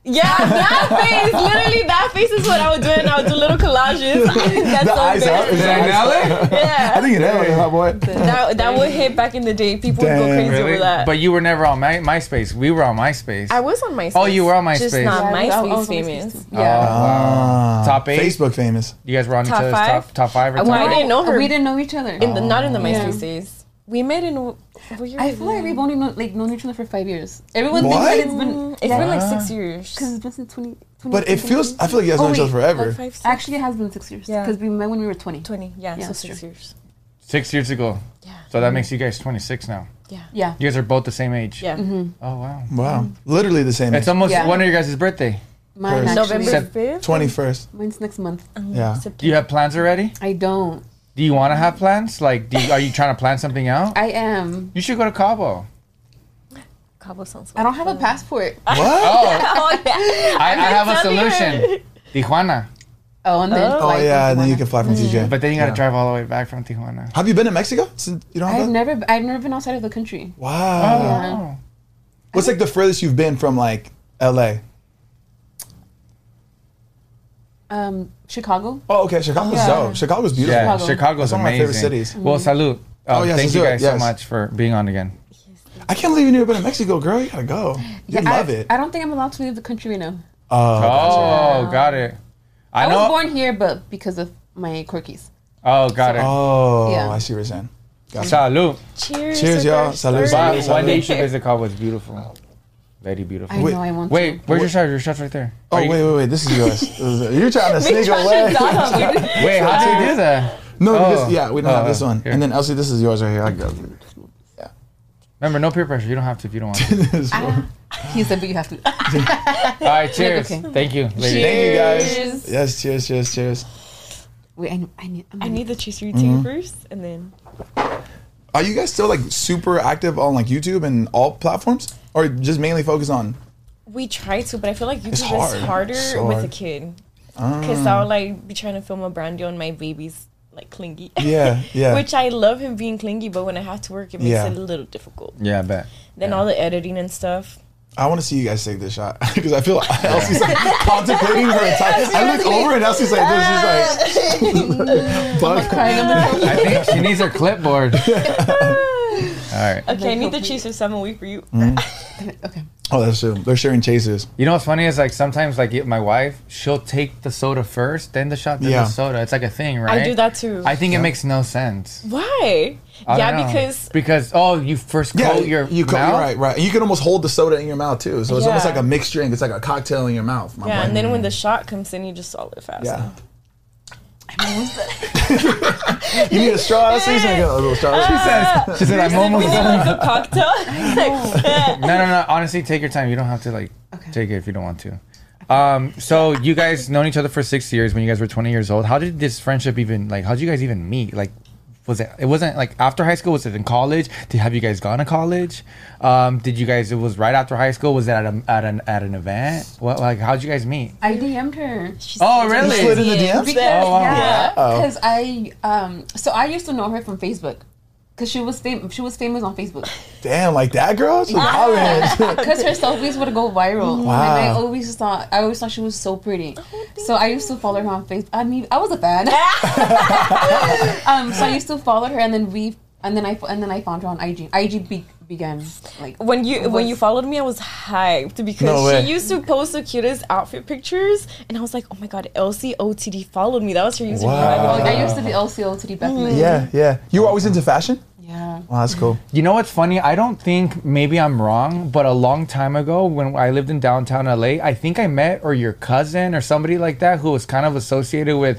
Speaker 4: Yeah, that face. Literally, that face is what I would do, and I would do little collages. That's
Speaker 3: the
Speaker 4: so
Speaker 3: eyes out.
Speaker 4: bad.
Speaker 1: Did
Speaker 3: Is that
Speaker 1: I
Speaker 3: eyes-
Speaker 1: nail it?
Speaker 3: I
Speaker 4: Yeah,
Speaker 3: think you nailed it, my boy.
Speaker 4: that, that would hit back in the day. People would go
Speaker 3: Damn.
Speaker 4: crazy over that.
Speaker 1: But you were never on my, MySpace. We were on MySpace.
Speaker 4: I was on MySpace.
Speaker 1: Oh, you were on
Speaker 4: Just
Speaker 1: MySpace.
Speaker 4: not
Speaker 5: Yeah, I was- I
Speaker 4: MySpace
Speaker 5: was on MySpace
Speaker 4: famous.
Speaker 5: too.
Speaker 1: Oh,
Speaker 3: Ah.
Speaker 1: wow. Top eight.
Speaker 3: Uh, Facebook famous.
Speaker 1: You guys were on
Speaker 4: Top
Speaker 1: each other's
Speaker 4: five?
Speaker 1: top top five or
Speaker 4: I
Speaker 1: top
Speaker 4: wanna-
Speaker 1: eight?
Speaker 4: didn't know her.
Speaker 5: We didn't know each other.
Speaker 4: In the, not in the
Speaker 5: Yeah.
Speaker 4: MySpace days. We met in. a weird
Speaker 5: I feel like we've only known, like known each other for five years. Everyone
Speaker 3: What?
Speaker 5: thinks that it's been
Speaker 4: It's been like six years.
Speaker 5: because it's been since 20, 20
Speaker 3: But it feels, I feel like you guys
Speaker 5: Oh,
Speaker 3: know each other
Speaker 5: wait.
Speaker 3: forever.
Speaker 4: Like five, six,
Speaker 5: actually it has been six years
Speaker 4: Yeah.
Speaker 5: because we met when we were twenty.
Speaker 4: 20. Yeah,
Speaker 5: Yeah,
Speaker 4: so
Speaker 5: that's
Speaker 4: six
Speaker 5: true.
Speaker 4: years.
Speaker 1: Six years ago.
Speaker 4: Yeah.
Speaker 1: So that makes you guys 26 now.
Speaker 5: Yeah.
Speaker 1: You guys are both the same age.
Speaker 4: Yeah.
Speaker 1: Oh wow.
Speaker 3: Wow. Literally the same
Speaker 1: It's
Speaker 3: age.
Speaker 1: almost
Speaker 5: Yeah.
Speaker 1: one of your guys' birthday.
Speaker 5: Mine
Speaker 3: First.
Speaker 5: actually.
Speaker 4: November
Speaker 1: Sep-
Speaker 4: 5th?
Speaker 3: 21st.
Speaker 5: Mine's next month.
Speaker 3: Yeah.
Speaker 1: Do you have plans already?
Speaker 5: I don't.
Speaker 1: Do you want to have plans? Like, do you, are you trying to plan something out?
Speaker 5: I am.
Speaker 1: You should go to
Speaker 5: Oh,
Speaker 1: Cabo.
Speaker 4: Cabo sounds
Speaker 5: I don't have a passport.
Speaker 3: What?
Speaker 1: Oh,
Speaker 4: Oh, yeah.
Speaker 1: I, I have a
Speaker 4: telling
Speaker 1: solution. Tijuana.
Speaker 5: Oh, and then
Speaker 3: Oh,
Speaker 5: flight
Speaker 3: yeah.
Speaker 5: from
Speaker 3: And then you
Speaker 5: Tijuana.
Speaker 3: can fly from TJ.
Speaker 1: But then you got to
Speaker 3: Yeah.
Speaker 1: drive all the way back from Tijuana.
Speaker 3: Have you been in Mexico? Since you don't have
Speaker 5: I've
Speaker 3: that?
Speaker 5: never. I've never been outside of the country.
Speaker 3: Wow.
Speaker 5: Uh-huh.
Speaker 1: Oh.
Speaker 3: What's like the furthest you've been from like LA?
Speaker 5: Um, Chicago.
Speaker 3: Oh, okay. Chicago's
Speaker 5: Yeah.
Speaker 3: dope. Chicago's beautiful.
Speaker 1: Yeah,
Speaker 5: Chicago. Mm-hmm.
Speaker 1: Chicago's
Speaker 3: That's one of my
Speaker 1: amazing.
Speaker 3: favorite cities.
Speaker 1: Well, salute. Um,
Speaker 3: Oh,
Speaker 1: thank
Speaker 3: yes, let's
Speaker 1: you
Speaker 3: do it.
Speaker 1: guys so
Speaker 3: Yes.
Speaker 1: much for being on again.
Speaker 3: I can't believe you never been to Mexico, girl. You gotta go. You love
Speaker 5: I,
Speaker 3: it. Uh,
Speaker 5: I don't think I'm allowed to leave the country right now.
Speaker 1: Oh, got it. I,
Speaker 5: I,
Speaker 1: know.
Speaker 5: was born here, but because of my quirkies.
Speaker 1: oh, got it.
Speaker 3: oh,
Speaker 5: Yeah.
Speaker 3: I see what you're saying.
Speaker 1: Salud.
Speaker 4: Cheers.
Speaker 3: Cheers,
Speaker 4: with
Speaker 3: y'all.
Speaker 4: our
Speaker 3: Salud,
Speaker 1: One,
Speaker 3: salud,
Speaker 4: third-
Speaker 3: salud.
Speaker 1: one day you should visit Cabo. It's beautiful. Very beautiful.
Speaker 5: I
Speaker 3: Wait,
Speaker 5: know I want
Speaker 1: Wait,
Speaker 5: to.
Speaker 1: where's your shot? Your shot's right there.
Speaker 3: Oh
Speaker 1: Are you-
Speaker 3: wait, wait, wait! This is yours. This is- You're trying to sneak
Speaker 5: Trying to
Speaker 3: away.
Speaker 5: die, dude.
Speaker 1: Wait, how do you do that?
Speaker 3: No,
Speaker 1: Oh.
Speaker 3: this, yeah, we don't have
Speaker 1: Oh,
Speaker 3: this one.
Speaker 1: here.
Speaker 3: And then Elsie, this is yours right here. I got
Speaker 1: Remember, no peer pressure. You don't have to if you don't want to.
Speaker 3: this
Speaker 5: Ah,
Speaker 3: one.
Speaker 5: He said, but you have to.
Speaker 1: All right, cheers.
Speaker 5: okay.
Speaker 1: Thank you. ladies.
Speaker 3: Thank you guys. Yes, cheers, cheers, cheers.
Speaker 5: Wait, I, I need. I'm
Speaker 4: I
Speaker 5: gonna-
Speaker 4: need the cheese routine first, and then
Speaker 3: Are you guys still like super active on like YouTube and all platforms, or just mainly focus on?
Speaker 4: we try to. But I feel like YouTube
Speaker 3: hard.
Speaker 4: is harder
Speaker 3: So
Speaker 4: with a
Speaker 3: hard.
Speaker 4: kid, because
Speaker 3: Mm.
Speaker 4: I'll like be trying to film a brand deal, and my baby's like clingy.
Speaker 3: Yeah, yeah.
Speaker 4: Which I love him being clingy, but when I have to work, it makes
Speaker 3: Yeah.
Speaker 4: it a little difficult.
Speaker 1: Yeah, I bet.
Speaker 4: Then all the editing and stuff.
Speaker 3: I want to see you guys take this shot because I feel like Elsie's like contemplating her entire. I look over and Elsie's like this. She's like, bug.
Speaker 1: I think she needs her clipboard. All right.
Speaker 4: Okay, I need the cheese for seven week for you.
Speaker 3: Mm.
Speaker 5: Okay.
Speaker 3: Oh, that's true. They're sharing chasers.
Speaker 1: You know what's funny is like sometimes like my wife, she'll take the soda first, then the shot, then
Speaker 3: Yeah.
Speaker 1: the soda. It's like a thing, right?
Speaker 4: I do that too.
Speaker 1: I think it makes no sense.
Speaker 4: Why?
Speaker 1: I don't
Speaker 4: Yeah,
Speaker 1: know.
Speaker 4: because
Speaker 1: because oh, you first
Speaker 3: Yeah,
Speaker 1: coat your
Speaker 3: you co-
Speaker 1: mouth.
Speaker 3: right, right. You can almost hold the soda in your mouth too, so it's almost
Speaker 4: Yeah.
Speaker 3: like a mixed drink. It's like a cocktail in your mouth. My
Speaker 4: yeah,
Speaker 3: boy.
Speaker 4: and then when the shot comes in, you just swallow it fast.
Speaker 3: Yeah. you need a straw. That's easy. I got a little straw.
Speaker 1: She says, she said, I'm almost
Speaker 4: Isn't it
Speaker 1: done.
Speaker 4: like a cocktail? It's like, eh.
Speaker 1: No, no, no. Honestly, take your time. You don't have to like take it if you don't want to. Um, so you guys known each other for six years when you guys were 20 years old. How did this friendship even like? How did you guys even meet? Like, was it? It wasn't like after high school. Was it in college? Did have you guys gone to college? Um, did you guys? It was right after high school. Was it at a, at an at an event? What like? How'd you guys meet?
Speaker 5: I DM'd her. She's
Speaker 1: Oh,
Speaker 3: You slid in
Speaker 1: really?
Speaker 3: the DMs.
Speaker 5: Because,
Speaker 1: Oh, wow.
Speaker 5: yeah, because I um, so I used to know her from Facebook, because she was fam- she was famous on Facebook.
Speaker 3: Damn, like that girl. She's hollering.
Speaker 5: Because her selfies would go viral,
Speaker 3: Wow.
Speaker 5: and I always thought I always thought she was so
Speaker 1: Oh,
Speaker 5: pretty. so I used to follow her on Facebook. I mean, I was a fan. um, so I used to follow her, and then we, and then I, and then I found her on IG. IG be- began like
Speaker 4: when you when you
Speaker 5: Was-
Speaker 4: followed me, I was hyped because
Speaker 3: No way.
Speaker 4: she used to post the cutest outfit pictures, and I was like, oh my god, LCOTD followed me. That was her username.
Speaker 3: Wow.
Speaker 5: I used to be LCO to the
Speaker 1: Mm.
Speaker 5: Beckman.
Speaker 3: Yeah, yeah. You were always into fashion.
Speaker 5: yeah.
Speaker 3: Wow, that's cool.
Speaker 1: You know what's funny? I don't think maybe I'm wrong, but a long time ago when I lived in downtown LA, I think I met or your cousin or somebody like that who was kind of associated with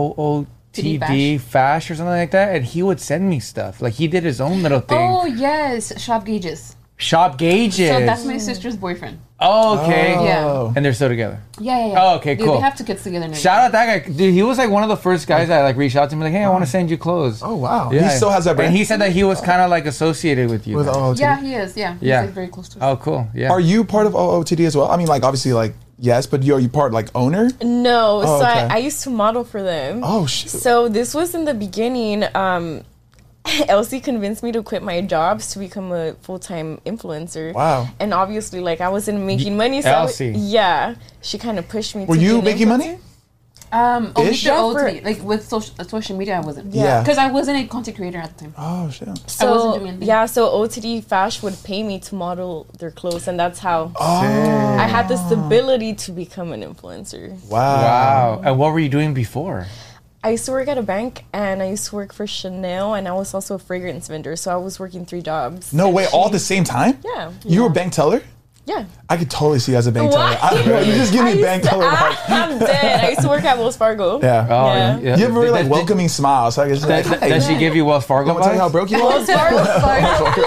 Speaker 1: OOTD Fash or something like that, and he would send me stuff. Like he did his own little thing.
Speaker 5: Oh yes, Shop Gauges.
Speaker 1: Shop gauges.
Speaker 5: So that's my sister's boyfriend.
Speaker 1: oh, okay.
Speaker 5: Yeah.
Speaker 3: Oh.
Speaker 1: And they're still together.
Speaker 5: Yeah, yeah. yeah.
Speaker 1: Oh, okay,
Speaker 5: They-
Speaker 1: cool.
Speaker 5: They have to get together now.
Speaker 1: Shout out that guy, dude. He was like one of the first guys that like reached out to me, like, "Hey, I want to send you clothes."
Speaker 3: Oh, wow. He still has that brand?
Speaker 1: And he said that he was kind of like associated with you.
Speaker 3: With oh,
Speaker 1: guys.
Speaker 3: OOTD.
Speaker 5: Yeah, he is. Yeah, he's
Speaker 1: Yeah.
Speaker 5: like very close to. us.
Speaker 1: Oh, cool. Yeah.
Speaker 3: Are you part of OOTD as well? I mean, like obviously, like yes, but you are you part like owner?
Speaker 4: No,
Speaker 3: Oh,
Speaker 4: so
Speaker 3: okay.
Speaker 4: I, I used to model for them.
Speaker 3: Oh shit.
Speaker 4: So this was in the beginning. Um, Elsie convinced me to quit my jobs to become a full time influencer.
Speaker 3: Wow.
Speaker 4: And obviously, like I wasn't making money. So I was-
Speaker 1: Elsie.
Speaker 4: yeah, she kind of pushed me.
Speaker 3: were
Speaker 4: to be
Speaker 3: you
Speaker 4: an
Speaker 3: making
Speaker 4: influencer.
Speaker 3: money?
Speaker 5: Um, only
Speaker 3: Ish?
Speaker 5: through
Speaker 4: Yeah, for-
Speaker 5: OOTD, like with social uh, social media, I wasn't.
Speaker 3: Yeah.
Speaker 5: because I wasn't a content creator at the time.
Speaker 3: Oh shit.
Speaker 4: So
Speaker 5: I wasn't doing anything.
Speaker 4: yeah, so OTD Fash would pay me to model their clothes, and that's how
Speaker 3: Oh
Speaker 4: I had the stability to become an influencer.
Speaker 3: wow.
Speaker 1: Wow. And what were you doing before?
Speaker 4: I used to work at a bank, and I used to work for Chanel, and I was also a fragrance vendor. So I was working three jobs.
Speaker 3: No way. All at the same time.
Speaker 4: Yeah,
Speaker 3: You were a bank teller.
Speaker 4: yeah.
Speaker 3: I could totally see you as a bank teller.
Speaker 4: Why?
Speaker 3: I, bro, you just give
Speaker 4: I
Speaker 3: me
Speaker 4: used
Speaker 3: bank
Speaker 4: to-
Speaker 3: teller. vibes.
Speaker 4: I, am dead. I used to work at Wells Fargo.
Speaker 3: Yeah.
Speaker 1: Oh,
Speaker 4: Yeah.
Speaker 3: You have a very
Speaker 1: Did-
Speaker 3: like
Speaker 1: did-
Speaker 3: welcoming smile. So I guess
Speaker 1: Did,
Speaker 3: like,
Speaker 1: did,
Speaker 3: hey,
Speaker 1: did she give you Wells Fargo
Speaker 3: I'm gonna tell you how
Speaker 1: vibes?
Speaker 3: broke you are.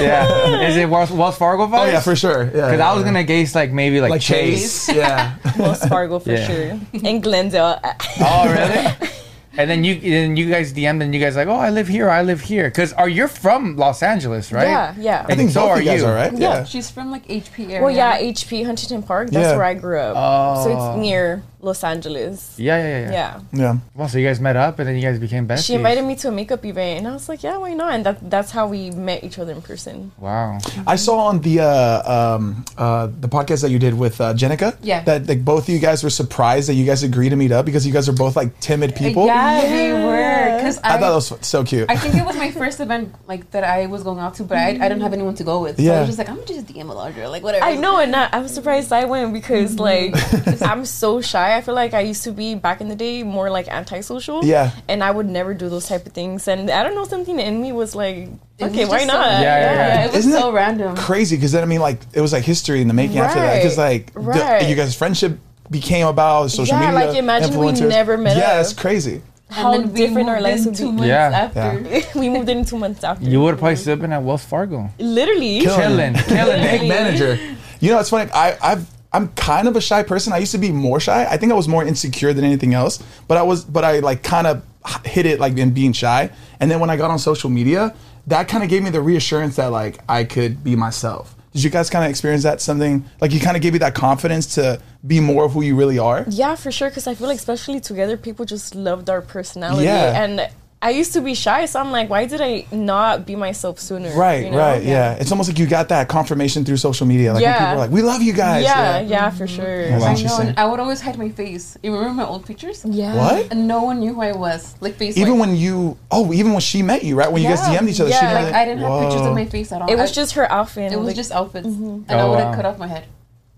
Speaker 1: yeah. Is it Wells, Wells Fargo vibes?
Speaker 3: Oh yeah, for sure. Yeah.
Speaker 1: Because
Speaker 3: yeah,
Speaker 1: I was
Speaker 3: yeah.
Speaker 1: gonna guess like maybe like,
Speaker 3: like
Speaker 1: Chase.
Speaker 3: Chase. yeah.
Speaker 4: Wells Fargo for
Speaker 1: Yeah.
Speaker 4: sure. And Glendale.
Speaker 1: Oh really? and then you then you guys DM'd and you guys like, oh, I live here, I live here. Because are you're from Los Angeles, right?
Speaker 4: Yeah, yeah.
Speaker 3: I think
Speaker 1: so
Speaker 3: both
Speaker 1: are
Speaker 3: of you guys
Speaker 1: you.
Speaker 3: are right. Yeah.
Speaker 5: she's from like HP area.
Speaker 4: Well, yeah, HP Huntington Park. That's
Speaker 3: Yeah.
Speaker 4: where I grew up.
Speaker 1: Oh.
Speaker 4: So it's near Los Angeles.
Speaker 1: Yeah, yeah, yeah.
Speaker 4: Yeah.
Speaker 3: Yeah.
Speaker 1: Well, so you guys met up and then you guys became besties.
Speaker 4: She invited me to a makeup event, and I was like, yeah, why not? And that, that's how we met each other in person.
Speaker 1: Wow.
Speaker 3: I saw on the uh, um, uh, the podcast that you did with uh, Jenica.
Speaker 5: Yeah.
Speaker 3: That
Speaker 4: Uh,
Speaker 3: like both of you guys were surprised that you guys agreed to meet up because you guys are both like timid people.
Speaker 5: Yeah, we were. because
Speaker 3: I thought that was so cute.
Speaker 5: I think it was my first event like that I was going out to, but I, I didn't have anyone to go with. So I
Speaker 3: Yeah.
Speaker 5: was just like, I'm gonna just DM Elijah, like whatever.
Speaker 4: I know, and not, I'm surprised I went because like I'm so shy. I feel like I used to be back in the day more like antisocial.
Speaker 3: Yeah.
Speaker 4: and I would never do those type of things. And I don't know, something in me was like,
Speaker 5: was
Speaker 4: okay, why
Speaker 5: just so-
Speaker 4: not?
Speaker 1: Yeah, yeah, yeah.
Speaker 5: it was
Speaker 3: Isn't
Speaker 5: so
Speaker 3: it
Speaker 5: random.
Speaker 3: crazy because then I mean, like it was like history in the making after that. Because like
Speaker 4: Right, right.
Speaker 3: the, you guys' friendship became about social
Speaker 4: Yeah,
Speaker 3: media.
Speaker 4: like, imagine we
Speaker 3: influencers.
Speaker 4: never met
Speaker 3: Yeah,
Speaker 4: up.
Speaker 3: that's crazy.
Speaker 5: How
Speaker 4: then we
Speaker 5: different our
Speaker 4: moved
Speaker 5: lives
Speaker 4: in
Speaker 5: would
Speaker 4: two
Speaker 5: be months
Speaker 1: Yeah.
Speaker 5: after.
Speaker 4: we moved in two months after.
Speaker 1: You would have probably still been at Wells Fargo,
Speaker 4: Literally,
Speaker 1: chilling, killing it.
Speaker 3: Bank manager. You know, it's funny. I, I've I'm kind of a shy person. I used to be more shy. I think I was more insecure than anything else. But I was, but I like kind of hit it like in being shy. And then when I got on social media, that kind of gave me the reassurance that like I could be myself. Did you guys kind of experience that something like you kind of gave you that confidence to be more of who you really are?
Speaker 4: Yeah, for sure. Because I feel like, especially together, people just loved our personality.
Speaker 3: Yeah.
Speaker 4: And I used to be shy, so I'm like, why did I not be myself sooner?
Speaker 3: Right,
Speaker 4: you know?
Speaker 3: right, yeah. It's almost like you got that confirmation through social media. Like when
Speaker 4: Yeah.
Speaker 3: people are like, "We love you
Speaker 4: Yeah,
Speaker 3: guys."
Speaker 4: yeah, for
Speaker 5: Mm-hmm.
Speaker 4: sure.
Speaker 3: Wow.
Speaker 5: I know,
Speaker 3: Interesting.
Speaker 5: and I would always hide my face. You remember my old pictures?
Speaker 4: Yeah.
Speaker 3: What?
Speaker 5: And no one knew who I was. Like face.
Speaker 3: Even
Speaker 5: like,
Speaker 3: when you, oh, even when she met you, right? When you guys
Speaker 4: Yeah,
Speaker 3: DM'd each other, she
Speaker 4: yeah.
Speaker 3: didn't
Speaker 4: Like,
Speaker 3: really-
Speaker 5: I didn't have pictures
Speaker 3: Whoa.
Speaker 5: of my face at all.
Speaker 4: It was
Speaker 5: I-
Speaker 4: just her outfit.
Speaker 5: it was
Speaker 4: like- mm-hmm.
Speaker 5: just outfits, and I
Speaker 1: Oh,
Speaker 5: would have
Speaker 1: wow.
Speaker 5: cut off my head.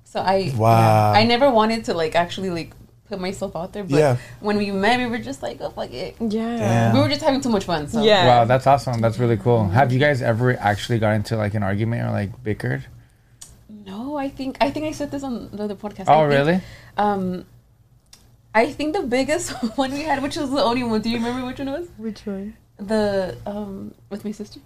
Speaker 5: So I
Speaker 3: Wow.
Speaker 5: yeah. I never wanted to like actually like put myself out there. But
Speaker 3: Yeah.
Speaker 5: when we met, we were just like, oh fuck it.
Speaker 4: yeah,
Speaker 3: Damn.
Speaker 5: We were just having too much fun. So
Speaker 4: yeah.
Speaker 1: Wow, that's awesome. That's really cool. Have you guys ever actually got into like an argument or like bickered? Oh,
Speaker 5: No, I think I think I said this on the other podcast.
Speaker 1: Oh,
Speaker 5: I think,
Speaker 1: really?
Speaker 5: Um, I think the biggest one we had, which was the only one. Do you remember which one it was?
Speaker 4: Which one?
Speaker 5: The um with my sister.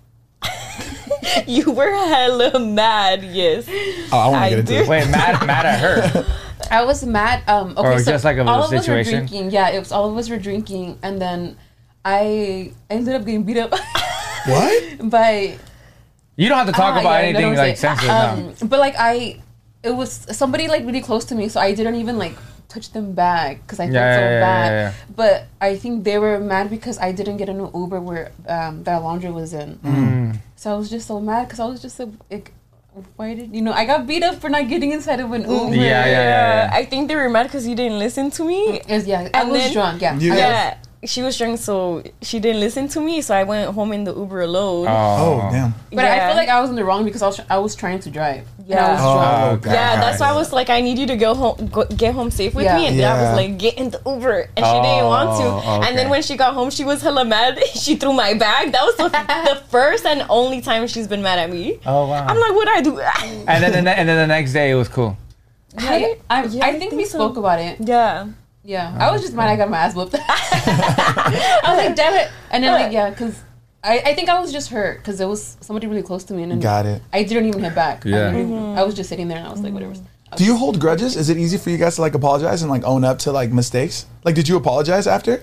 Speaker 4: You were hella mad. Yes.
Speaker 3: Oh, I want
Speaker 4: I
Speaker 3: to get into
Speaker 4: do.
Speaker 3: this.
Speaker 1: Wait, mad, mad at her.
Speaker 5: I was mad. Um, okay,
Speaker 1: Or
Speaker 5: so
Speaker 1: just like a
Speaker 5: all
Speaker 1: little
Speaker 5: of us were
Speaker 1: situation?
Speaker 5: drinking. Yeah, it was all of us were drinking, and then I ended up getting beat up.
Speaker 3: What?
Speaker 5: by
Speaker 1: You don't have to talk
Speaker 5: Ah,
Speaker 1: about
Speaker 5: yeah, I know
Speaker 1: anything
Speaker 5: what I'm
Speaker 1: like
Speaker 5: saying.
Speaker 1: sensitive. now.
Speaker 5: Um, but like I, it was somebody like really close to me, so I didn't even like touch them back because I felt
Speaker 1: Yeah,
Speaker 5: so
Speaker 1: yeah, yeah,
Speaker 5: bad.
Speaker 1: yeah, yeah.
Speaker 5: But I think they were mad because I didn't get an Uber where um, that laundry was in.
Speaker 1: Mm.
Speaker 5: So I was just so mad because I was just like, like, why did you know? I got beat up for not getting inside of an Uber.
Speaker 1: Yeah, yeah, yeah, yeah.
Speaker 4: I think they were mad because you didn't listen to me.
Speaker 5: It was- yeah, I
Speaker 4: And
Speaker 5: was
Speaker 4: then-
Speaker 5: drunk. Yeah,
Speaker 3: You
Speaker 5: I
Speaker 3: guys-
Speaker 5: was-
Speaker 4: Yeah. She was drunk, so she didn't listen to me. So I went home in the Uber alone.
Speaker 3: Oh, damn.
Speaker 5: but I
Speaker 4: Yeah.
Speaker 5: feel like I was in the wrong because I was I was trying to drive. Yeah, I
Speaker 4: Yeah.
Speaker 5: was
Speaker 4: Oh,
Speaker 5: drunk.
Speaker 3: Ah.
Speaker 1: Oh, God.
Speaker 4: Yeah, that's why I was like, I need you to go home, go, get home safe with
Speaker 5: Yeah.
Speaker 4: me. And then I
Speaker 3: Yeah.
Speaker 4: was like, get in the Uber, and she didn't
Speaker 1: Oh,
Speaker 4: want to. And
Speaker 1: okay.
Speaker 4: then when she got home, she was hella mad. she threw my bag. That was the, the first and only time she's been mad at me.
Speaker 1: Oh, wow.
Speaker 4: I'm like, what I do?
Speaker 1: and then the ne- and then the next day it was cool.
Speaker 5: Yeah, yeah. I,
Speaker 4: Yeah,
Speaker 5: I
Speaker 4: I
Speaker 5: think,
Speaker 4: think
Speaker 5: we
Speaker 4: so.
Speaker 5: spoke about it.
Speaker 4: yeah,
Speaker 5: Yeah,
Speaker 3: Ah.
Speaker 5: I was just mad I got my ass whooped. I was like, damn it. And then, like, yeah, because I, I think I was just hurt because it was somebody really close to me. And then
Speaker 3: Got it.
Speaker 5: I didn't even hit back. I
Speaker 1: Yeah.
Speaker 5: didn't- I,
Speaker 4: Mm-hmm.
Speaker 5: was just sitting there and I was like, whatever.
Speaker 3: Do you hold grudges? Is it easy for you guys to like apologize and like own up to like mistakes? Like, did you apologize after?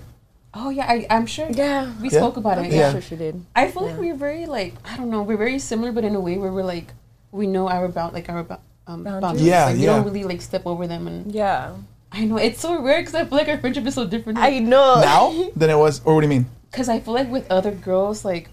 Speaker 5: Oh, yeah, I, I'm sure.
Speaker 4: yeah.
Speaker 5: We
Speaker 3: Yeah.
Speaker 5: spoke about it.
Speaker 4: I'm
Speaker 5: Yeah.
Speaker 4: sure she did.
Speaker 5: I feel like we're very, like, I don't know, we're very similar, but in a way where we're like, we know our about, like, our about. Um,
Speaker 4: Boundaries.
Speaker 5: boundaries.
Speaker 3: Yeah,
Speaker 5: like, We
Speaker 3: yeah.
Speaker 5: don't really like step over them, and
Speaker 4: Yeah,
Speaker 5: I know it's so weird because I feel like our friendship is so different.
Speaker 4: I know.
Speaker 3: Now than it was, or what do you mean?
Speaker 5: because I feel like with other girls, like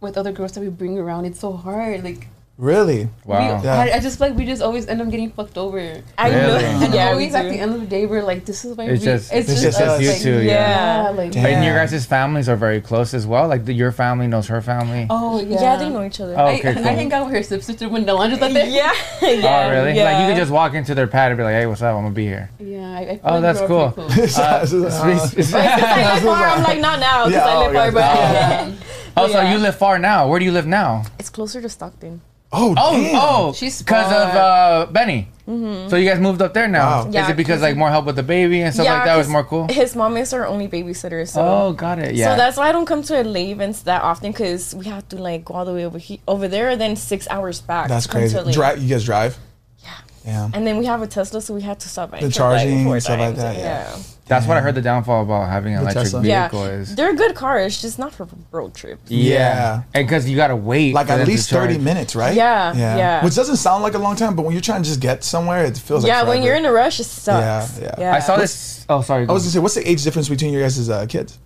Speaker 5: with other girls that we bring around, it's so hard. Like
Speaker 3: Really?
Speaker 1: Wow.
Speaker 5: we,
Speaker 3: Yeah.
Speaker 5: I, I just feel like we just always end up getting fucked over, and
Speaker 4: I
Speaker 1: Really?
Speaker 4: know. Yeah, we
Speaker 5: always at the
Speaker 4: do.
Speaker 5: end of the day we're like, this is why
Speaker 1: It's
Speaker 5: we.
Speaker 1: just- it's
Speaker 3: just us,
Speaker 1: you
Speaker 5: like,
Speaker 1: two,
Speaker 4: yeah.
Speaker 5: yeah, like
Speaker 3: Damn.
Speaker 1: And your guys' families are very close as well. Like the, your family knows her family.
Speaker 5: oh yeah,
Speaker 4: yeah. they know each other.
Speaker 1: Oh,
Speaker 5: I,
Speaker 1: okay, cool.
Speaker 5: I hang out with her stepsister when Delanja's out there.
Speaker 4: yeah,
Speaker 1: Oh,
Speaker 4: yeah.
Speaker 1: really?
Speaker 4: Yeah.
Speaker 1: Like you could just walk into their pad and be like, "Hey, what's up? I'm gonna be here."
Speaker 5: yeah. I, I feel
Speaker 1: Oh,
Speaker 5: like
Speaker 1: that's
Speaker 5: we're
Speaker 1: cool.
Speaker 5: all pretty
Speaker 3: Oh,
Speaker 1: It's- it's-
Speaker 4: I live far. I'm like not now because
Speaker 3: Yeah,
Speaker 4: I
Speaker 3: oh,
Speaker 4: live
Speaker 3: yeah.
Speaker 4: far, but
Speaker 5: Yeah.
Speaker 1: oh, so
Speaker 4: yeah.
Speaker 1: you live far now. Where do you live now?
Speaker 4: it's closer to Stockton.
Speaker 3: oh,
Speaker 1: Oh,
Speaker 3: damn.
Speaker 1: oh,
Speaker 5: She's
Speaker 1: because of uh, Benny. So you guys moved up there now.
Speaker 3: Wow.
Speaker 1: Is
Speaker 4: Mm-hmm. Yeah,
Speaker 1: it because like more help with the baby and stuff like that was
Speaker 4: 'cause
Speaker 1: more cool?
Speaker 4: His mom is our only babysitter, so.
Speaker 1: Oh, got it. Yeah.
Speaker 4: So that's why I don't come to LA events that often because we have to like go all the way over he- over there, and then six hours back.
Speaker 3: That's
Speaker 4: to come to
Speaker 3: crazy.
Speaker 4: LA.
Speaker 3: Drive? You guys drive? Yeah. Yeah.
Speaker 4: And then we have a Tesla, so we had to stop by
Speaker 3: The
Speaker 4: and check, like,
Speaker 3: charging
Speaker 4: four
Speaker 3: and stuff like
Speaker 4: times.
Speaker 3: that, yeah.
Speaker 1: That's what I heard the downfall about having an electric
Speaker 3: Tesla.
Speaker 4: yeah,
Speaker 1: vehicle is.
Speaker 4: They're good cars, just not for road trips.
Speaker 1: Yeah.
Speaker 3: Yeah.
Speaker 1: And because you gotta wait.
Speaker 3: Like
Speaker 1: for them
Speaker 3: at
Speaker 1: to
Speaker 3: least thirty
Speaker 1: charge.
Speaker 3: minutes, right?
Speaker 4: Yeah, yeah.
Speaker 3: Which doesn't sound like a long time, but when you're trying to just get somewhere, it feels like
Speaker 4: yeah, when
Speaker 3: forever.
Speaker 4: you're in a rush, it sucks.
Speaker 3: Yeah, yeah.
Speaker 1: I saw this. Oh, sorry.
Speaker 3: I was gonna say, what's the age difference between your guys' uh, kids?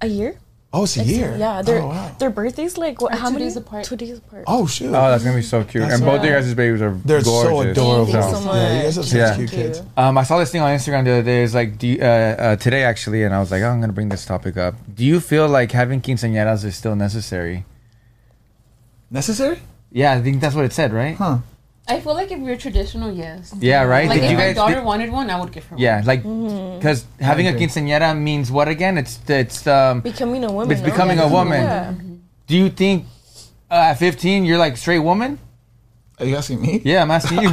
Speaker 4: a year.
Speaker 3: Oh, it's a year.
Speaker 4: Yeah, their
Speaker 3: Oh, wow.
Speaker 4: their birthdays like what,
Speaker 5: Are
Speaker 4: how
Speaker 5: two
Speaker 4: many
Speaker 5: days apart.
Speaker 4: Two days apart.
Speaker 3: Oh, shoot.
Speaker 1: Oh, that's gonna be so cute.
Speaker 3: That's
Speaker 1: and both of your guys' babies are
Speaker 3: They're so
Speaker 1: gorgeous.
Speaker 3: adorable.
Speaker 4: Thank you so
Speaker 3: Yeah, you guys have
Speaker 4: much.
Speaker 3: such
Speaker 1: Yeah.
Speaker 3: cute kids.
Speaker 1: Um, I saw this thing on Instagram the other day. It's like do you, uh, uh, today actually, and I was like, oh, I'm gonna bring this topic up. Do you feel like having quinceañeras is still necessary?
Speaker 3: Necessary?
Speaker 1: Yeah, I think that's what it said, right?
Speaker 3: Huh.
Speaker 5: I feel like if we are traditional, yes.
Speaker 1: Yeah, right.
Speaker 5: Like
Speaker 1: Did
Speaker 5: if
Speaker 1: you
Speaker 5: my
Speaker 1: guys?
Speaker 5: daughter
Speaker 1: did-
Speaker 5: wanted one, I would give her
Speaker 1: yeah, like
Speaker 4: Mm-hmm.
Speaker 1: because having a quinceañera means what again? It's it's um.
Speaker 4: Becoming a woman.
Speaker 1: It's
Speaker 4: no?
Speaker 1: becoming a woman.
Speaker 4: Yeah.
Speaker 1: Do you think uh, at 15 you're like straight woman?
Speaker 3: Are you asking me?
Speaker 1: Yeah, I'm asking you.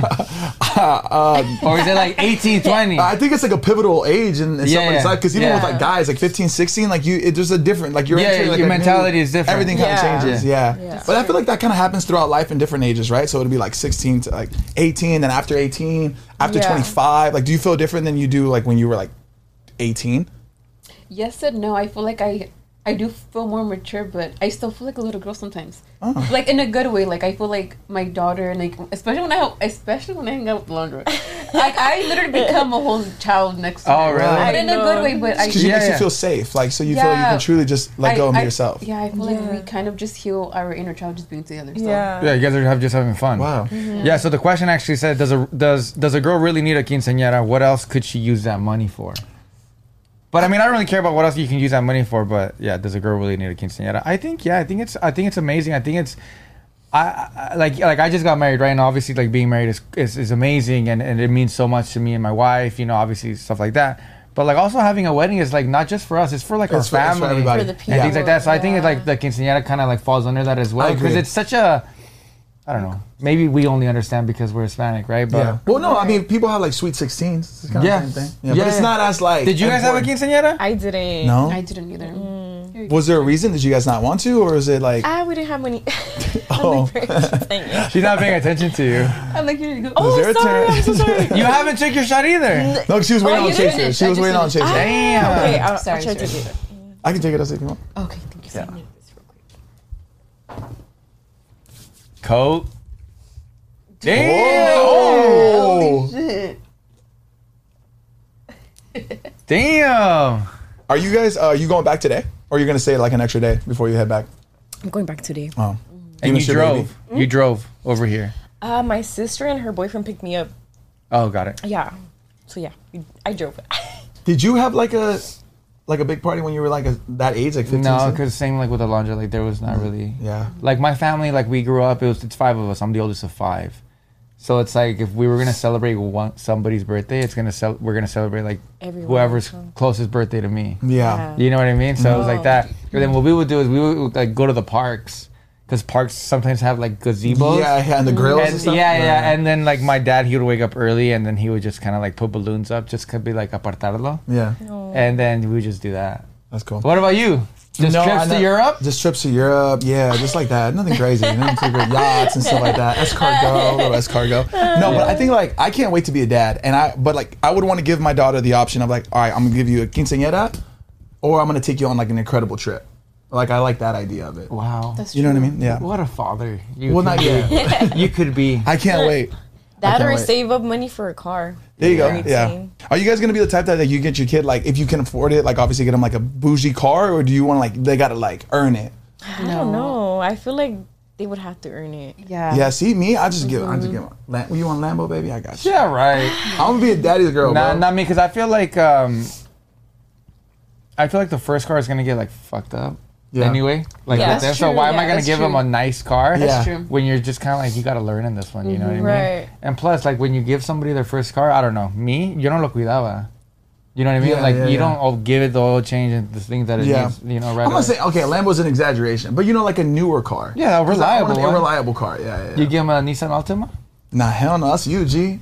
Speaker 1: or is it like 18, 20?
Speaker 3: Uh, um, I think it's like a pivotal age in, in
Speaker 1: Yeah, yeah.
Speaker 3: somebody's life because even
Speaker 1: Yeah.
Speaker 3: with like guys like 15, 16, like you, it, there's a different like your
Speaker 1: Yeah,
Speaker 3: entering, like,
Speaker 1: your
Speaker 3: a new-
Speaker 1: mentality is different.
Speaker 3: Everything kind
Speaker 4: Yeah.
Speaker 3: of changes, yeah. But I feel like that kind of happens throughout life in different ages, right? So it'll be like 16 to like 18, then after 18, after
Speaker 4: Yeah.
Speaker 3: 25. Like, do you feel different than you do like when you were like 18?
Speaker 5: one. Yes and no. I feel like I I do feel more mature, but I still feel like a little girl sometimes.
Speaker 3: Oh.
Speaker 5: Like in a good way. Like I feel like my daughter, like especially when I especially when I hang out with Londra, like I literally become a whole child next to
Speaker 1: Oh,
Speaker 5: her.
Speaker 1: really?
Speaker 5: But in a good way. But I
Speaker 3: Because it
Speaker 1: Yeah,
Speaker 3: makes
Speaker 1: yeah.
Speaker 3: you feel safe, like so you feel you
Speaker 5: Yeah.
Speaker 3: can truly just let
Speaker 5: I-
Speaker 3: go and
Speaker 5: I-
Speaker 3: be yourself.
Speaker 5: Yeah, I feel like we kind of just heal our inner child just being together. So.
Speaker 4: Yeah.
Speaker 1: yeah, you guys are have, just having fun.
Speaker 3: Wow.
Speaker 1: Yeah, so the question actually said does a does does a girl really need a quinceañera? What else could she use that money for? But I mean, I don't really care about what else you can use that money for, but yeah, does a girl really need a quinceañera? I think yeah, I think it's I think it's amazing. I think it's I, I like like I just got married, right? And obviously, like being married is is, is amazing, and, and it means so much to me and my wife. You know, obviously stuff like that. But like also having a wedding is like not just for us; it's for like
Speaker 3: It's for-
Speaker 1: our
Speaker 3: it's for
Speaker 1: family
Speaker 3: everybody. For the
Speaker 1: and things like that. So I think it's
Speaker 4: people,
Speaker 1: like the quinceañera kind of like falls under that as well
Speaker 3: agree.
Speaker 1: because it's such a I don't know. Maybe we only understand because we're Hispanic, right? But
Speaker 3: Yeah. Well, no, I mean, people have like sweet 16s. It's kind of
Speaker 1: Yeah.
Speaker 3: the same thing. Yeah,
Speaker 1: Yeah,
Speaker 3: but it's
Speaker 1: yeah.
Speaker 3: not as like.
Speaker 1: did you guys have a
Speaker 3: important.
Speaker 1: quinceañera?
Speaker 4: I didn't.
Speaker 3: No.
Speaker 5: I didn't either.
Speaker 3: Was there a reason? Did you guys not want to, or is it like?
Speaker 4: I wouldn't Ah, have any.
Speaker 3: Oh.
Speaker 4: oh. I'm
Speaker 1: She's not paying attention to you.
Speaker 5: I'm like, here you go.
Speaker 3: Was there
Speaker 4: oh,
Speaker 3: a
Speaker 4: sorry.
Speaker 3: time-
Speaker 4: I'm so sorry.
Speaker 1: You haven't took your shot either.
Speaker 3: No, she was waiting
Speaker 5: Oh,
Speaker 3: on
Speaker 5: you didn't
Speaker 3: Chaser.
Speaker 5: finish.
Speaker 3: She
Speaker 5: I
Speaker 3: was
Speaker 5: just
Speaker 3: waiting on Chaser.
Speaker 4: finished.
Speaker 1: Damn.
Speaker 4: Okay, I'll,
Speaker 5: Sorry,
Speaker 4: I'll try to
Speaker 5: sorry.
Speaker 4: do it.
Speaker 3: I can take it as if you want.
Speaker 5: Okay, thank you so much.
Speaker 1: Coat. Damn.
Speaker 3: Oh!
Speaker 1: Damn.
Speaker 3: Are you guys? Uh, you going back today, or you gonna stay like an extra day before you head back?
Speaker 4: I'm going back today.
Speaker 3: Oh,
Speaker 1: And
Speaker 3: miss
Speaker 1: you
Speaker 3: your
Speaker 1: drove.
Speaker 3: baby?
Speaker 1: You drove over here.
Speaker 4: Uh, my sister and her boyfriend picked me up.
Speaker 1: Oh, got it.
Speaker 4: Yeah. So yeah, we, I drove.
Speaker 3: Did you have like a like a big party when you were like a, that age, like fifteen?
Speaker 1: No,
Speaker 3: 16?
Speaker 1: because same like with Alondra, like there was not really.
Speaker 3: Mm-hmm. Yeah.
Speaker 1: Like my family, like we grew up. It was it's five of us. I'm the oldest of five, so it's like if we were gonna celebrate one somebody's birthday, it's gonna cel- we're gonna celebrate like
Speaker 4: Everyone.
Speaker 1: whoever's closest birthday to me.
Speaker 3: Yeah.
Speaker 1: You know what I mean? So it was like
Speaker 3: Oh.
Speaker 1: that. And then what we would do is we would like go to the parks because parks sometimes have like gazebos.
Speaker 3: Yeah, yeah, and the grills and,
Speaker 1: And, yeah,
Speaker 3: stuff.
Speaker 1: yeah, and then like my dad, he would wake up early, and then he would just kind of like put balloons up, just could be like apartarlo,
Speaker 3: yeah.
Speaker 1: and then we would just do that.
Speaker 3: That's cool.
Speaker 1: What about you? Just
Speaker 3: No, I
Speaker 1: trips to
Speaker 3: know-
Speaker 1: Europe?
Speaker 3: Just trips to Europe, yeah, just like that. Nothing crazy. Nothing too good. Yachts and stuff like that. Escargo, little escargo. No, but I think like I can't wait to be a dad, and I but like I would want to give my daughter the option of like, all right, I'm gonna give you a quinceañera, or I'm gonna take you on like an incredible trip. Like I like that idea of it.
Speaker 5: "Oh,
Speaker 1: Wow.
Speaker 3: You know what I mean? Yeah.
Speaker 1: What a father. You
Speaker 3: Well,
Speaker 1: could
Speaker 3: not
Speaker 1: be.
Speaker 3: yet.
Speaker 1: you could be.
Speaker 3: I can't wait.
Speaker 4: That
Speaker 3: can't
Speaker 4: or
Speaker 3: wait.
Speaker 4: save up money for a car.
Speaker 3: There you go.
Speaker 4: Very
Speaker 3: Yeah.
Speaker 4: exciting.
Speaker 3: Are you guys gonna be the type that like, you get your kid like if you can afford it, like obviously get them like a bougie car, or do you want to like they gotta like earn it?
Speaker 4: I don't know. I feel like they would have to earn it.
Speaker 5: Yeah.
Speaker 3: Yeah. See me, I just give. I just give. Lam- you want Lambo, baby? I got you.
Speaker 1: Yeah, right.
Speaker 3: I'm gonna be a daddy's girl,
Speaker 1: nah,
Speaker 3: bro.
Speaker 1: not me, because I feel like um, I feel like the first car is gonna get like fucked up.
Speaker 3: Yeah.
Speaker 1: Anyway, like
Speaker 4: Yeah.
Speaker 1: with
Speaker 4: That's
Speaker 1: them. so
Speaker 5: true.
Speaker 1: why am
Speaker 5: Yeah,
Speaker 1: I gonna
Speaker 5: that's
Speaker 1: give him
Speaker 5: true.
Speaker 1: a nice car?
Speaker 3: That's
Speaker 5: Yeah. true.
Speaker 1: When you're just kind of like you gotta learn in this one, you know
Speaker 5: Mm-hmm.
Speaker 1: what I mean?
Speaker 4: Right.
Speaker 1: And plus, like when you give somebody their first car, I don't know, me, yo no lo cuidaba. You know what I mean?
Speaker 3: Yeah,
Speaker 1: like
Speaker 3: yeah,
Speaker 1: you
Speaker 3: yeah.
Speaker 1: don't oh, give it the oil change and the things that it
Speaker 3: Yeah.
Speaker 1: needs, you know. Right.
Speaker 3: I'm gonna
Speaker 1: away.
Speaker 3: say okay, Lambo's an exaggeration, but you know, like a newer car.
Speaker 1: Yeah, a
Speaker 3: 'Cause I
Speaker 1: reliable
Speaker 3: want a
Speaker 1: one.
Speaker 3: reliable car. Yeah, yeah.
Speaker 1: you
Speaker 3: yeah.
Speaker 1: give him a Nissan Altima.
Speaker 3: Nah, hell no, that's you, G.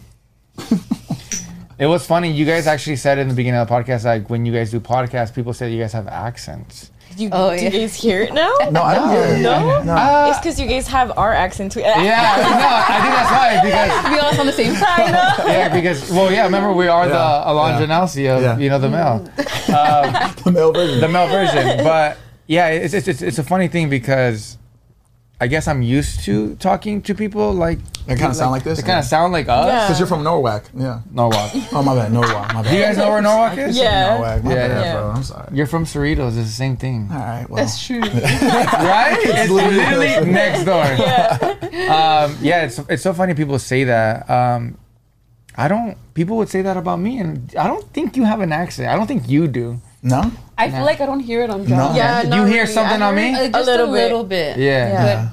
Speaker 1: It was funny. You guys actually said in the beginning of the podcast, like when you guys do podcasts, people say you guys have accents.
Speaker 4: You,
Speaker 5: Oh,
Speaker 4: do
Speaker 5: yeah.
Speaker 4: you guys hear it now?
Speaker 3: No, I don't hear it.
Speaker 4: No?
Speaker 3: No.
Speaker 4: It's because you guys have our accent too.
Speaker 1: Yeah, no, I think that's why because
Speaker 5: To be honest, on the same side.
Speaker 4: I know.
Speaker 1: yeah because well yeah remember we are
Speaker 3: Yeah,
Speaker 1: the Alondra
Speaker 3: yeah.
Speaker 1: and Elsie of
Speaker 3: Yeah.
Speaker 1: you know the male
Speaker 3: The male version.
Speaker 1: the male version but yeah it's, it's it's it's a funny thing because I guess I'm used to talking to people like
Speaker 3: I kind of sound like this.
Speaker 1: They kind of sound like us.
Speaker 4: Yeah.
Speaker 3: Because you're from Norwalk. Yeah.
Speaker 1: Norwalk. Do
Speaker 3: Oh my bad. Norwalk. My bad.
Speaker 1: you guys know where Norwalk is?
Speaker 4: Yeah.
Speaker 3: Norwalk. My
Speaker 1: Yeah,
Speaker 3: bad,
Speaker 4: yeah.
Speaker 3: bro. I'm sorry.
Speaker 1: You're from Cerritos. It's the same thing,
Speaker 3: All right. Well.
Speaker 5: That's true.
Speaker 1: right? It's
Speaker 3: literally
Speaker 1: literally next door. Yeah. Um, yeah. It's it's so funny people say that. Um, I don't. People would say that about me, and I don't think you have an accent. I don't think you do.
Speaker 3: No.
Speaker 5: I feel like I don't hear it on John.
Speaker 4: Yeah,
Speaker 1: Did
Speaker 4: not
Speaker 1: you hear
Speaker 4: really.
Speaker 1: something
Speaker 4: I
Speaker 1: on me?
Speaker 4: heard-
Speaker 5: Uh, just a
Speaker 4: little
Speaker 5: little,
Speaker 4: bit.
Speaker 5: bit.
Speaker 1: Yeah.
Speaker 5: But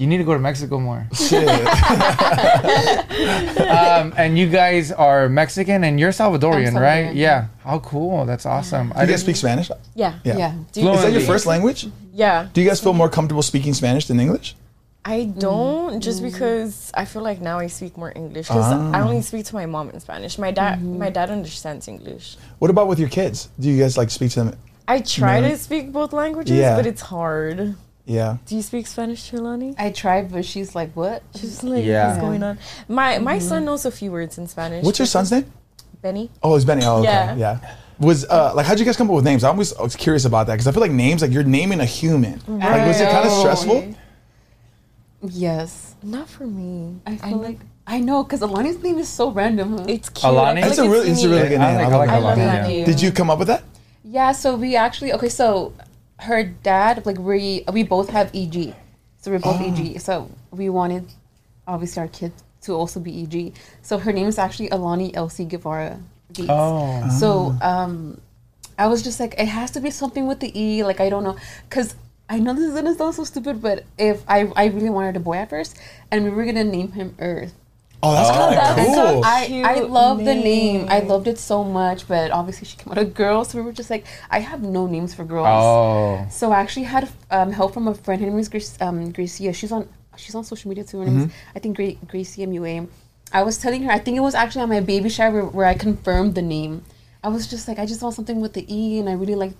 Speaker 1: You need to go to Mexico more.
Speaker 3: Shit.
Speaker 1: Um, and you guys are Mexican and you're Salvadorian,
Speaker 5: I'm
Speaker 1: right?
Speaker 5: Salvadorian.
Speaker 1: Yeah. How cool. That's awesome. I
Speaker 3: Do you guys
Speaker 1: didn't-
Speaker 3: speak Spanish? Is
Speaker 4: Yeah.
Speaker 3: Yeah.
Speaker 5: yeah.
Speaker 4: Do you-
Speaker 1: Fluent.
Speaker 3: that your
Speaker 1: Fluently.
Speaker 3: first language?
Speaker 4: Yeah. Mm.
Speaker 3: Do you guys feel more comfortable speaking Spanish than English?
Speaker 4: I don't just because I feel like now I speak more English because I only speak to my mom in Spanish. My dad, my dad understands English.
Speaker 3: What about with your kids? Do you guys like speak to them?
Speaker 4: I try
Speaker 3: No.
Speaker 4: to speak both languages,
Speaker 3: Yeah.
Speaker 4: but it's hard.
Speaker 3: Yeah.
Speaker 4: Do you speak Spanish, Trelawney?
Speaker 5: I tried, but she's like, what?
Speaker 4: She's like,
Speaker 1: Yeah.
Speaker 4: what's going on? My my
Speaker 5: Mm-hmm.
Speaker 4: son knows a few words in Spanish.
Speaker 3: What's your son's name?
Speaker 4: Benny?
Speaker 3: Oh, it's Benny. Oh, okay.
Speaker 4: Yeah.
Speaker 3: Yeah. Was uh, like, how'd you guys come up with names? I always I was curious about that because I feel like names, like you're naming a human. Like, was it kind of
Speaker 5: know.
Speaker 3: stressful?
Speaker 5: Yes.
Speaker 4: Not for me.
Speaker 5: I feel like I know because Alani's name is so random. huh?
Speaker 4: It's cute.
Speaker 1: Alani?
Speaker 4: I feel
Speaker 3: It's
Speaker 4: like
Speaker 3: a really, it's a really
Speaker 4: unique.
Speaker 3: good
Speaker 1: I
Speaker 3: name.
Speaker 1: like- I
Speaker 3: I love
Speaker 1: like
Speaker 3: that.
Speaker 4: I love
Speaker 1: Alani,
Speaker 4: that
Speaker 1: yeah.
Speaker 4: name.
Speaker 3: Did you come up with that?
Speaker 5: Yeah, so we actually okay, so her dad, like we we both have EG. So we're both EG. So we wanted obviously our kid to also be EG. So her name is actually Alani Elsie Guevara Gates.
Speaker 1: Oh.
Speaker 5: So um I was just like it has to be something with the E, like I don't know cuz I know this is gonna sound so stupid, but if I I really wanted a boy at first, and we were gonna name him Earth.
Speaker 3: Oh, that's kind of
Speaker 5: And
Speaker 3: cool.
Speaker 5: so I,
Speaker 4: Cute
Speaker 5: I love the
Speaker 4: name.
Speaker 5: name. I loved it so much, but obviously she came out a girl, so we were just like, I have no names for girls.
Speaker 1: Oh.
Speaker 5: So I actually had um, help from a friend. Her name is Grace, um, Gracia. She's on she's on social media too. Her name is,
Speaker 3: Mm-hmm.
Speaker 5: I think Gra- Gracia MUA. I was telling her. I think it was actually on my baby shower where, where I confirmed the name. I was just like, I just want something with the E, and I really like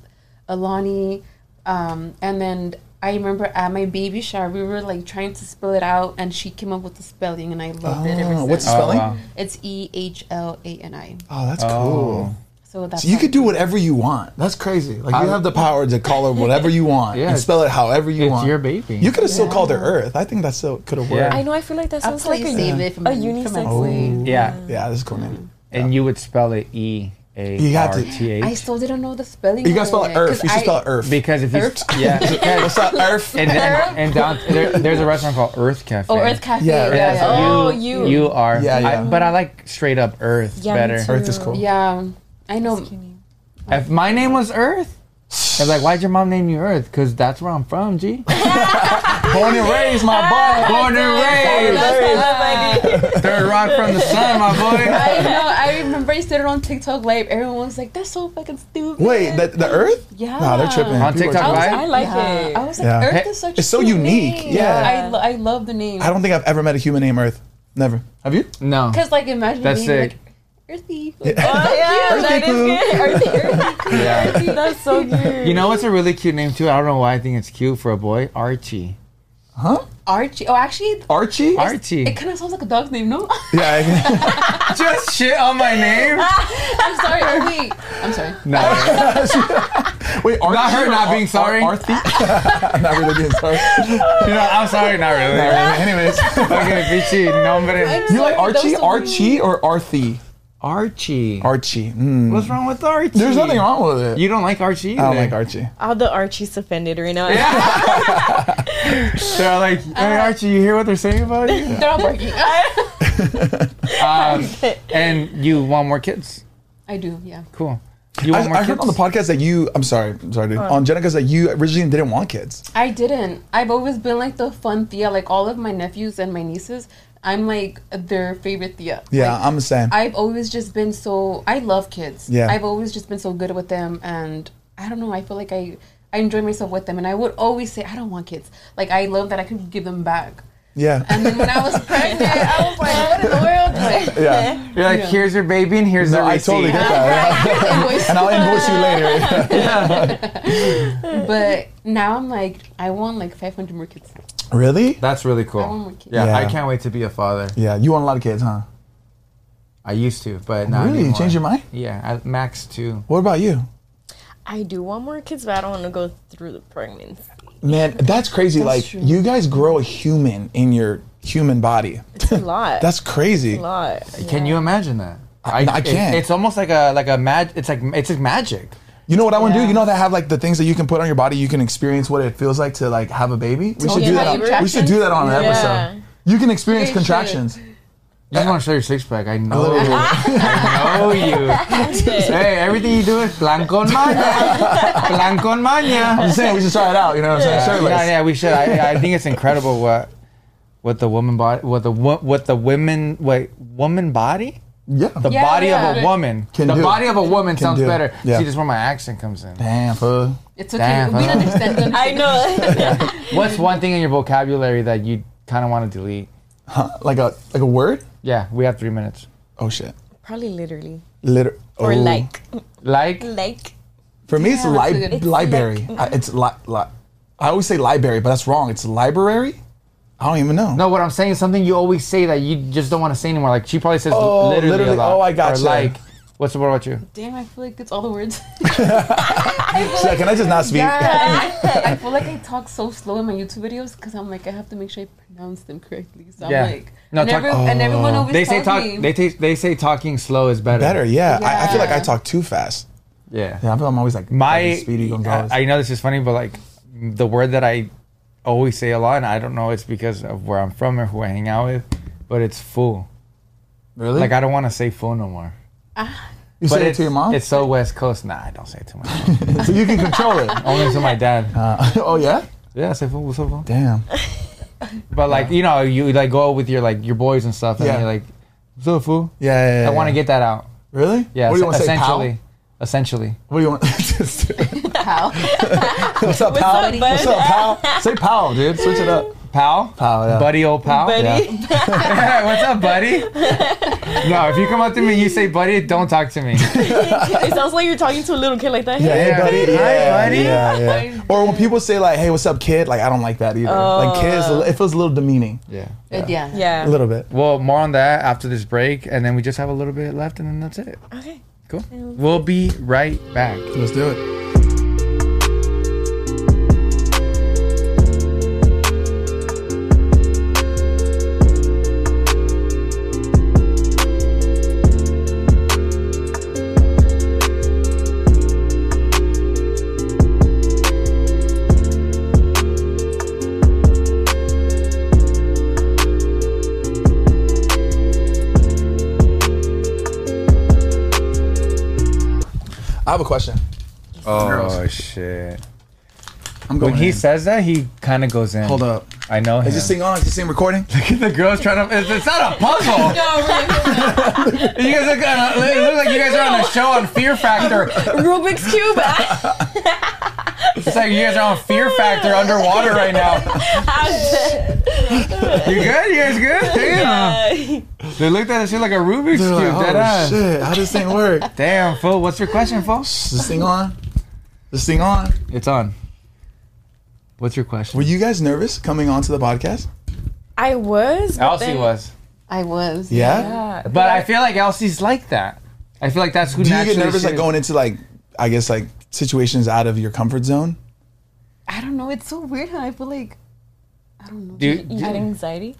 Speaker 5: Alani. Um, and then I remember at my baby shower, we were like trying to spell it out, and she came up with the spelling, and I loved it. Ever
Speaker 3: Oh,
Speaker 5: since.
Speaker 3: what's the spelling?
Speaker 1: wow.
Speaker 5: It's E H L A N I.
Speaker 3: Oh, that's cool.
Speaker 5: So that's
Speaker 3: So you
Speaker 5: how-
Speaker 3: could do whatever you want. That's crazy. Like you
Speaker 1: I-
Speaker 3: have the power to call her whatever you want
Speaker 1: Yeah,
Speaker 3: and spell it however you
Speaker 1: it's
Speaker 3: want.
Speaker 1: your baby.
Speaker 3: You could have still called her Earth. I think that still could have worked.
Speaker 1: Yeah.
Speaker 4: I know. I feel like that
Speaker 5: I'll
Speaker 4: sounds like
Speaker 5: probably
Speaker 4: a,
Speaker 5: save it from
Speaker 4: a
Speaker 5: my- from my
Speaker 4: unisex
Speaker 5: phone.
Speaker 4: name.
Speaker 1: Yeah.
Speaker 3: Oh. Yeah, this is a cool name.
Speaker 1: And you would spell it E A
Speaker 3: You got
Speaker 1: R
Speaker 3: to-
Speaker 1: T
Speaker 5: I
Speaker 1: H.
Speaker 5: still didn't know the spelling.
Speaker 3: You gotta spell
Speaker 5: of
Speaker 3: it Earth.
Speaker 5: 'cause
Speaker 3: You should
Speaker 5: I-
Speaker 3: spell it Earth.
Speaker 1: Because if you
Speaker 5: Earth?
Speaker 1: yeah because
Speaker 3: What's up, Earth?
Speaker 1: and, and, and down there, there's a restaurant called Earth Cafe.
Speaker 5: Oh, Earth Cafe.
Speaker 3: Yeah,
Speaker 5: Yeah,
Speaker 3: Earth
Speaker 5: yeah.
Speaker 1: Yeah, so
Speaker 5: yeah.
Speaker 4: Oh,
Speaker 1: you,
Speaker 4: you.
Speaker 1: you are.
Speaker 3: Yeah,
Speaker 1: I,
Speaker 3: yeah.
Speaker 1: but I like straight up Earth
Speaker 4: Yeah, me
Speaker 1: better.
Speaker 4: too.
Speaker 3: Earth is cool.
Speaker 5: Yeah, I know.
Speaker 1: If my name was Earth, they're like, why'd your mom name you Earth? Because that's where I'm from, G.
Speaker 3: Born and raised, my boy.
Speaker 1: Born and raised. Third rock from the sun, my boy.
Speaker 5: I know. I remember I said it on TikTok Live. Everyone was like, "That's so fucking stupid."
Speaker 3: Wait, the, the Earth?
Speaker 5: Yeah.
Speaker 3: Nah, they're tripping.
Speaker 1: On
Speaker 3: People are
Speaker 1: TikTok
Speaker 3: tripping.
Speaker 1: Live?
Speaker 4: I like it.
Speaker 5: I was like,
Speaker 3: Yeah.
Speaker 5: "Earth is such."
Speaker 3: It's so
Speaker 5: a cute
Speaker 3: unique.
Speaker 5: name."
Speaker 3: Yeah.
Speaker 5: I, lo- I love the name.
Speaker 3: I don't think I've ever met a human named Earth. Never. Have you?
Speaker 1: No.
Speaker 5: because like imagine
Speaker 1: That's
Speaker 5: being like
Speaker 1: sick.
Speaker 5: earthy.
Speaker 4: Oh, yeah,
Speaker 3: Earthy
Speaker 4: that is
Speaker 3: poo.
Speaker 4: good.
Speaker 5: earthy, earthy.
Speaker 1: Yeah.
Speaker 4: That's so good.
Speaker 1: You know what's a really cute name too? I don't know why I think it's cute for a boy. Archie.
Speaker 3: Huh?
Speaker 5: Archie. Oh, actually,
Speaker 3: Archie?
Speaker 5: it
Speaker 1: Archie.
Speaker 5: kind of sounds like a dog's name. No,
Speaker 3: Yeah.
Speaker 1: Just shit on my name.
Speaker 5: I'm sorry. Oh, wait, I'm sorry.
Speaker 1: No.
Speaker 3: I- Wait, Archie?
Speaker 1: Not her not being sorry.
Speaker 3: Ar- Arthy? not really being sorry.
Speaker 1: You know, I'm sorry, not really.
Speaker 3: Not really. Anyways.
Speaker 1: Fucking bitchy, nombre.
Speaker 3: You like
Speaker 5: Sorry, that
Speaker 3: Archie?
Speaker 5: was so weird.
Speaker 3: Archie or Arthy?
Speaker 1: Archie.
Speaker 3: Archie. Mm.
Speaker 1: What's wrong with Archie?
Speaker 3: There's nothing wrong with it.
Speaker 1: You don't like Archie?
Speaker 3: I don't
Speaker 1: either.
Speaker 3: like Archie.
Speaker 4: All the Archie's offended right now.
Speaker 1: They're like, hey,
Speaker 5: Uh-huh.
Speaker 1: Archie, you hear what they're saying about you?
Speaker 5: They're all barking.
Speaker 1: Um, and you want more kids?
Speaker 5: I do. Yeah.
Speaker 1: Cool. You
Speaker 3: I,
Speaker 1: want more
Speaker 3: I
Speaker 1: kids?
Speaker 3: heard on the podcast that you, I'm sorry, I'm sorry, dude. on Jenica's that you originally didn't want kids.
Speaker 5: I didn't. I've always been like the fun Thea. Like all of my nephews and my nieces, I'm like their favorite Thea.
Speaker 3: Yeah,
Speaker 5: Like,
Speaker 3: I'm the same.
Speaker 5: I've always just been so. I love kids.
Speaker 3: Yeah.
Speaker 5: I've always just been so good with them, and I don't know. I feel like I I enjoy myself with them, and I would always say I don't want kids. Like I love that I could give them back.
Speaker 3: yeah.
Speaker 5: And then when I was pregnant, I was like, what in the world? Like,
Speaker 3: yeah.
Speaker 1: You're like, here's your baby and here's
Speaker 3: No,
Speaker 1: the
Speaker 3: I
Speaker 1: receipt.
Speaker 3: totally get that. yeah. and I'll invoice you later.
Speaker 5: but now I'm like, I want like 500 more kids.
Speaker 3: really?
Speaker 1: That's really
Speaker 5: I want more
Speaker 1: cool.
Speaker 5: kids.
Speaker 1: Yeah,
Speaker 3: Yeah.
Speaker 1: I can't wait to be a father.
Speaker 3: Yeah, you want a lot of kids, huh?
Speaker 1: I used to, but not
Speaker 3: really? You
Speaker 1: anymore.
Speaker 3: changed your mind?
Speaker 1: Yeah, I, max two.
Speaker 3: What about you?
Speaker 4: I do want more kids, but I don't want to go through the pregnancy.
Speaker 3: Man, that's crazy. like you guys grow a human in your human body.
Speaker 4: It's a lot.
Speaker 3: That's crazy.
Speaker 4: a lot.
Speaker 1: Can you imagine that? I,
Speaker 3: I
Speaker 1: it-
Speaker 3: can't.
Speaker 1: it's almost like a like a mag. It's like it's like magic.
Speaker 3: You know what I want to
Speaker 5: Yeah.
Speaker 3: do? You know that have like the things that you can put on your body. You can experience what it feels like to like have a baby. We should
Speaker 4: yeah,
Speaker 3: do that. On, we
Speaker 5: contractions?
Speaker 3: should do that on an
Speaker 4: Yeah.
Speaker 3: episode. You can experience
Speaker 5: We should.
Speaker 3: contractions.
Speaker 1: You
Speaker 3: Uh,
Speaker 1: just want to show your six pack. I know.
Speaker 3: Literally.
Speaker 1: I know you. hey, everything you do is plan con maña. Plan con maña.
Speaker 3: I'm just saying we should try it out. You know what I'm saying?
Speaker 1: Yeah,
Speaker 3: Shirtless.
Speaker 1: yeah, yeah, we should. I, I think it's incredible what what the woman body, what the wo- what the women wait woman body,
Speaker 3: Yeah.
Speaker 1: the
Speaker 5: Yeah,
Speaker 1: body of a
Speaker 5: yeah.
Speaker 1: woman,
Speaker 3: Can
Speaker 1: the
Speaker 3: do.
Speaker 1: body of a woman sounds
Speaker 3: do.
Speaker 1: better.
Speaker 3: Yeah.
Speaker 1: See, this is where my accent comes in.
Speaker 3: Damn, fool.
Speaker 5: It's okay.
Speaker 1: Damn,
Speaker 5: we
Speaker 1: huh?
Speaker 5: understand. we
Speaker 4: I
Speaker 5: understand.
Speaker 4: know.
Speaker 1: What's one thing in your vocabulary that you kind of want to delete?
Speaker 3: Huh, Like a like a word?
Speaker 1: Yeah, we have three minutes.
Speaker 3: Oh shit.
Speaker 4: Probably literally.
Speaker 3: Liter-
Speaker 4: Or
Speaker 3: oh.
Speaker 4: like.
Speaker 1: Like,
Speaker 4: Like.
Speaker 3: For me, it's,
Speaker 5: Yeah, that's a
Speaker 3: li-
Speaker 5: good- It's
Speaker 3: library. I, it's li- li- I always say library, but that's wrong. It's library. I don't even know.
Speaker 1: no, what I'm saying is something you always say that you just don't want to say anymore. Like she probably says
Speaker 3: Oh,
Speaker 1: literally, a
Speaker 3: literally.
Speaker 1: lot.
Speaker 3: Oh, I gotcha.
Speaker 1: Or like, what's the word about you?
Speaker 5: Damn, I feel like it's all the words.
Speaker 3: She's like, can I just not speak?
Speaker 5: Yeah. I feel like I talk so slow in my YouTube videos because I'm like I have to make sure I pronounce them correctly. So
Speaker 1: Yeah.
Speaker 5: I'm like,
Speaker 1: No,
Speaker 5: and,
Speaker 1: talk-
Speaker 5: every- and
Speaker 4: Oh.
Speaker 5: everyone always
Speaker 1: They say
Speaker 5: tells
Speaker 1: talk.
Speaker 5: me,
Speaker 1: They, ta- they say talking slow is better.
Speaker 3: Better, yeah. I, I feel like I
Speaker 5: Yeah.
Speaker 3: talk too fast.
Speaker 1: Yeah.
Speaker 3: Yeah, I feel I'm always like
Speaker 1: My
Speaker 3: fucking Speedy Gonzalez.
Speaker 1: I, I know this is funny, but like the word that I always say a lot, and I don't know it's because of where I'm from or who I hang out with, but it's fool.
Speaker 3: really?
Speaker 1: Like I don't want to say fool no more. but
Speaker 3: you say it
Speaker 1: it's,
Speaker 3: to your mom,
Speaker 1: It's so West Coast. Nah, I don't say it to my mom.
Speaker 3: so you can control it.
Speaker 1: Only to my dad.
Speaker 3: Uh, oh yeah.
Speaker 1: yeah, I say fool. What's up, fool?
Speaker 3: Damn.
Speaker 1: But like you know, you like go with your like your boys and stuff, and
Speaker 3: Yeah.
Speaker 1: you're like, "What's up, fool?"
Speaker 3: Yeah. yeah, yeah
Speaker 1: I want to
Speaker 3: yeah.
Speaker 1: get that out.
Speaker 3: Really?
Speaker 1: Yeah.
Speaker 3: What do you
Speaker 1: es-
Speaker 3: want to say, pal?
Speaker 1: essentially. Essentially.
Speaker 3: What do you want? Just-
Speaker 5: "Pal."
Speaker 3: What's up, pal?
Speaker 4: up, bud?
Speaker 3: What's up, pal? say pal, dude. Switch it up.
Speaker 1: Pal.
Speaker 3: Pal, yeah.
Speaker 1: Buddy, old pal.
Speaker 4: Buddy.
Speaker 1: What's up, buddy? no, if you come up to me, and you say buddy, don't talk to me.
Speaker 4: it sounds like you're talking to a little kid like that.
Speaker 3: Yeah, hey,
Speaker 1: Yeah.
Speaker 3: buddy.
Speaker 1: Hi,
Speaker 3: Yeah,
Speaker 1: buddy.
Speaker 3: Yeah, yeah. Or when people say like, "Hey, what's up, kid?" Like, I don't like that either. like, kids, it feels a little demeaning.
Speaker 1: Yeah.
Speaker 5: But yeah.
Speaker 4: Yeah.
Speaker 3: A little bit.
Speaker 1: Well, more on that after this break, and then we just have a little bit left, and then that's it.
Speaker 4: Okay.
Speaker 1: Cool. We'll be right back.
Speaker 3: Let's do it. I have a question.
Speaker 1: Oh
Speaker 3: Girls.
Speaker 1: shit!
Speaker 3: I'm going.
Speaker 1: When he
Speaker 3: in.
Speaker 1: says that, he kind of goes in.
Speaker 3: Hold up.
Speaker 1: I know.
Speaker 3: Is this
Speaker 1: him.
Speaker 3: thing on? Is this thing recording?
Speaker 1: the girl's trying to. It's, it's not a puzzle.
Speaker 4: Oh,
Speaker 1: You guys look, on a, it looks like you guys are on a show on Fear Factor.
Speaker 4: Rubik's Cube. I
Speaker 1: It's like you guys are on Fear Factor underwater right now.
Speaker 4: have
Speaker 1: You good? You guys good? Damn. They looked at this shit like a Rubik's
Speaker 3: They're
Speaker 1: cube.
Speaker 3: like,
Speaker 1: dead
Speaker 3: oh
Speaker 1: ass.
Speaker 3: shit! How does this thing work?
Speaker 1: Damn, fool. What's your question, fool?
Speaker 3: Is this thing on? This thing on?
Speaker 1: It's on. What's your
Speaker 3: Were
Speaker 1: question?
Speaker 3: you guys nervous coming onto the podcast?
Speaker 4: I was. but
Speaker 1: Elsie
Speaker 4: then-
Speaker 1: was,
Speaker 5: I was.
Speaker 3: Yeah.
Speaker 4: Yeah.
Speaker 1: but I feel like Elsie's like that. I feel like that's who.
Speaker 3: Do you
Speaker 1: naturally
Speaker 3: get nervous
Speaker 1: she
Speaker 3: like
Speaker 1: is.
Speaker 3: going into like, I guess like situations out of your comfort zone?
Speaker 5: I don't know. It's so weird how I feel like I don't know.
Speaker 1: Do,
Speaker 4: You
Speaker 1: do,
Speaker 4: had anxiety?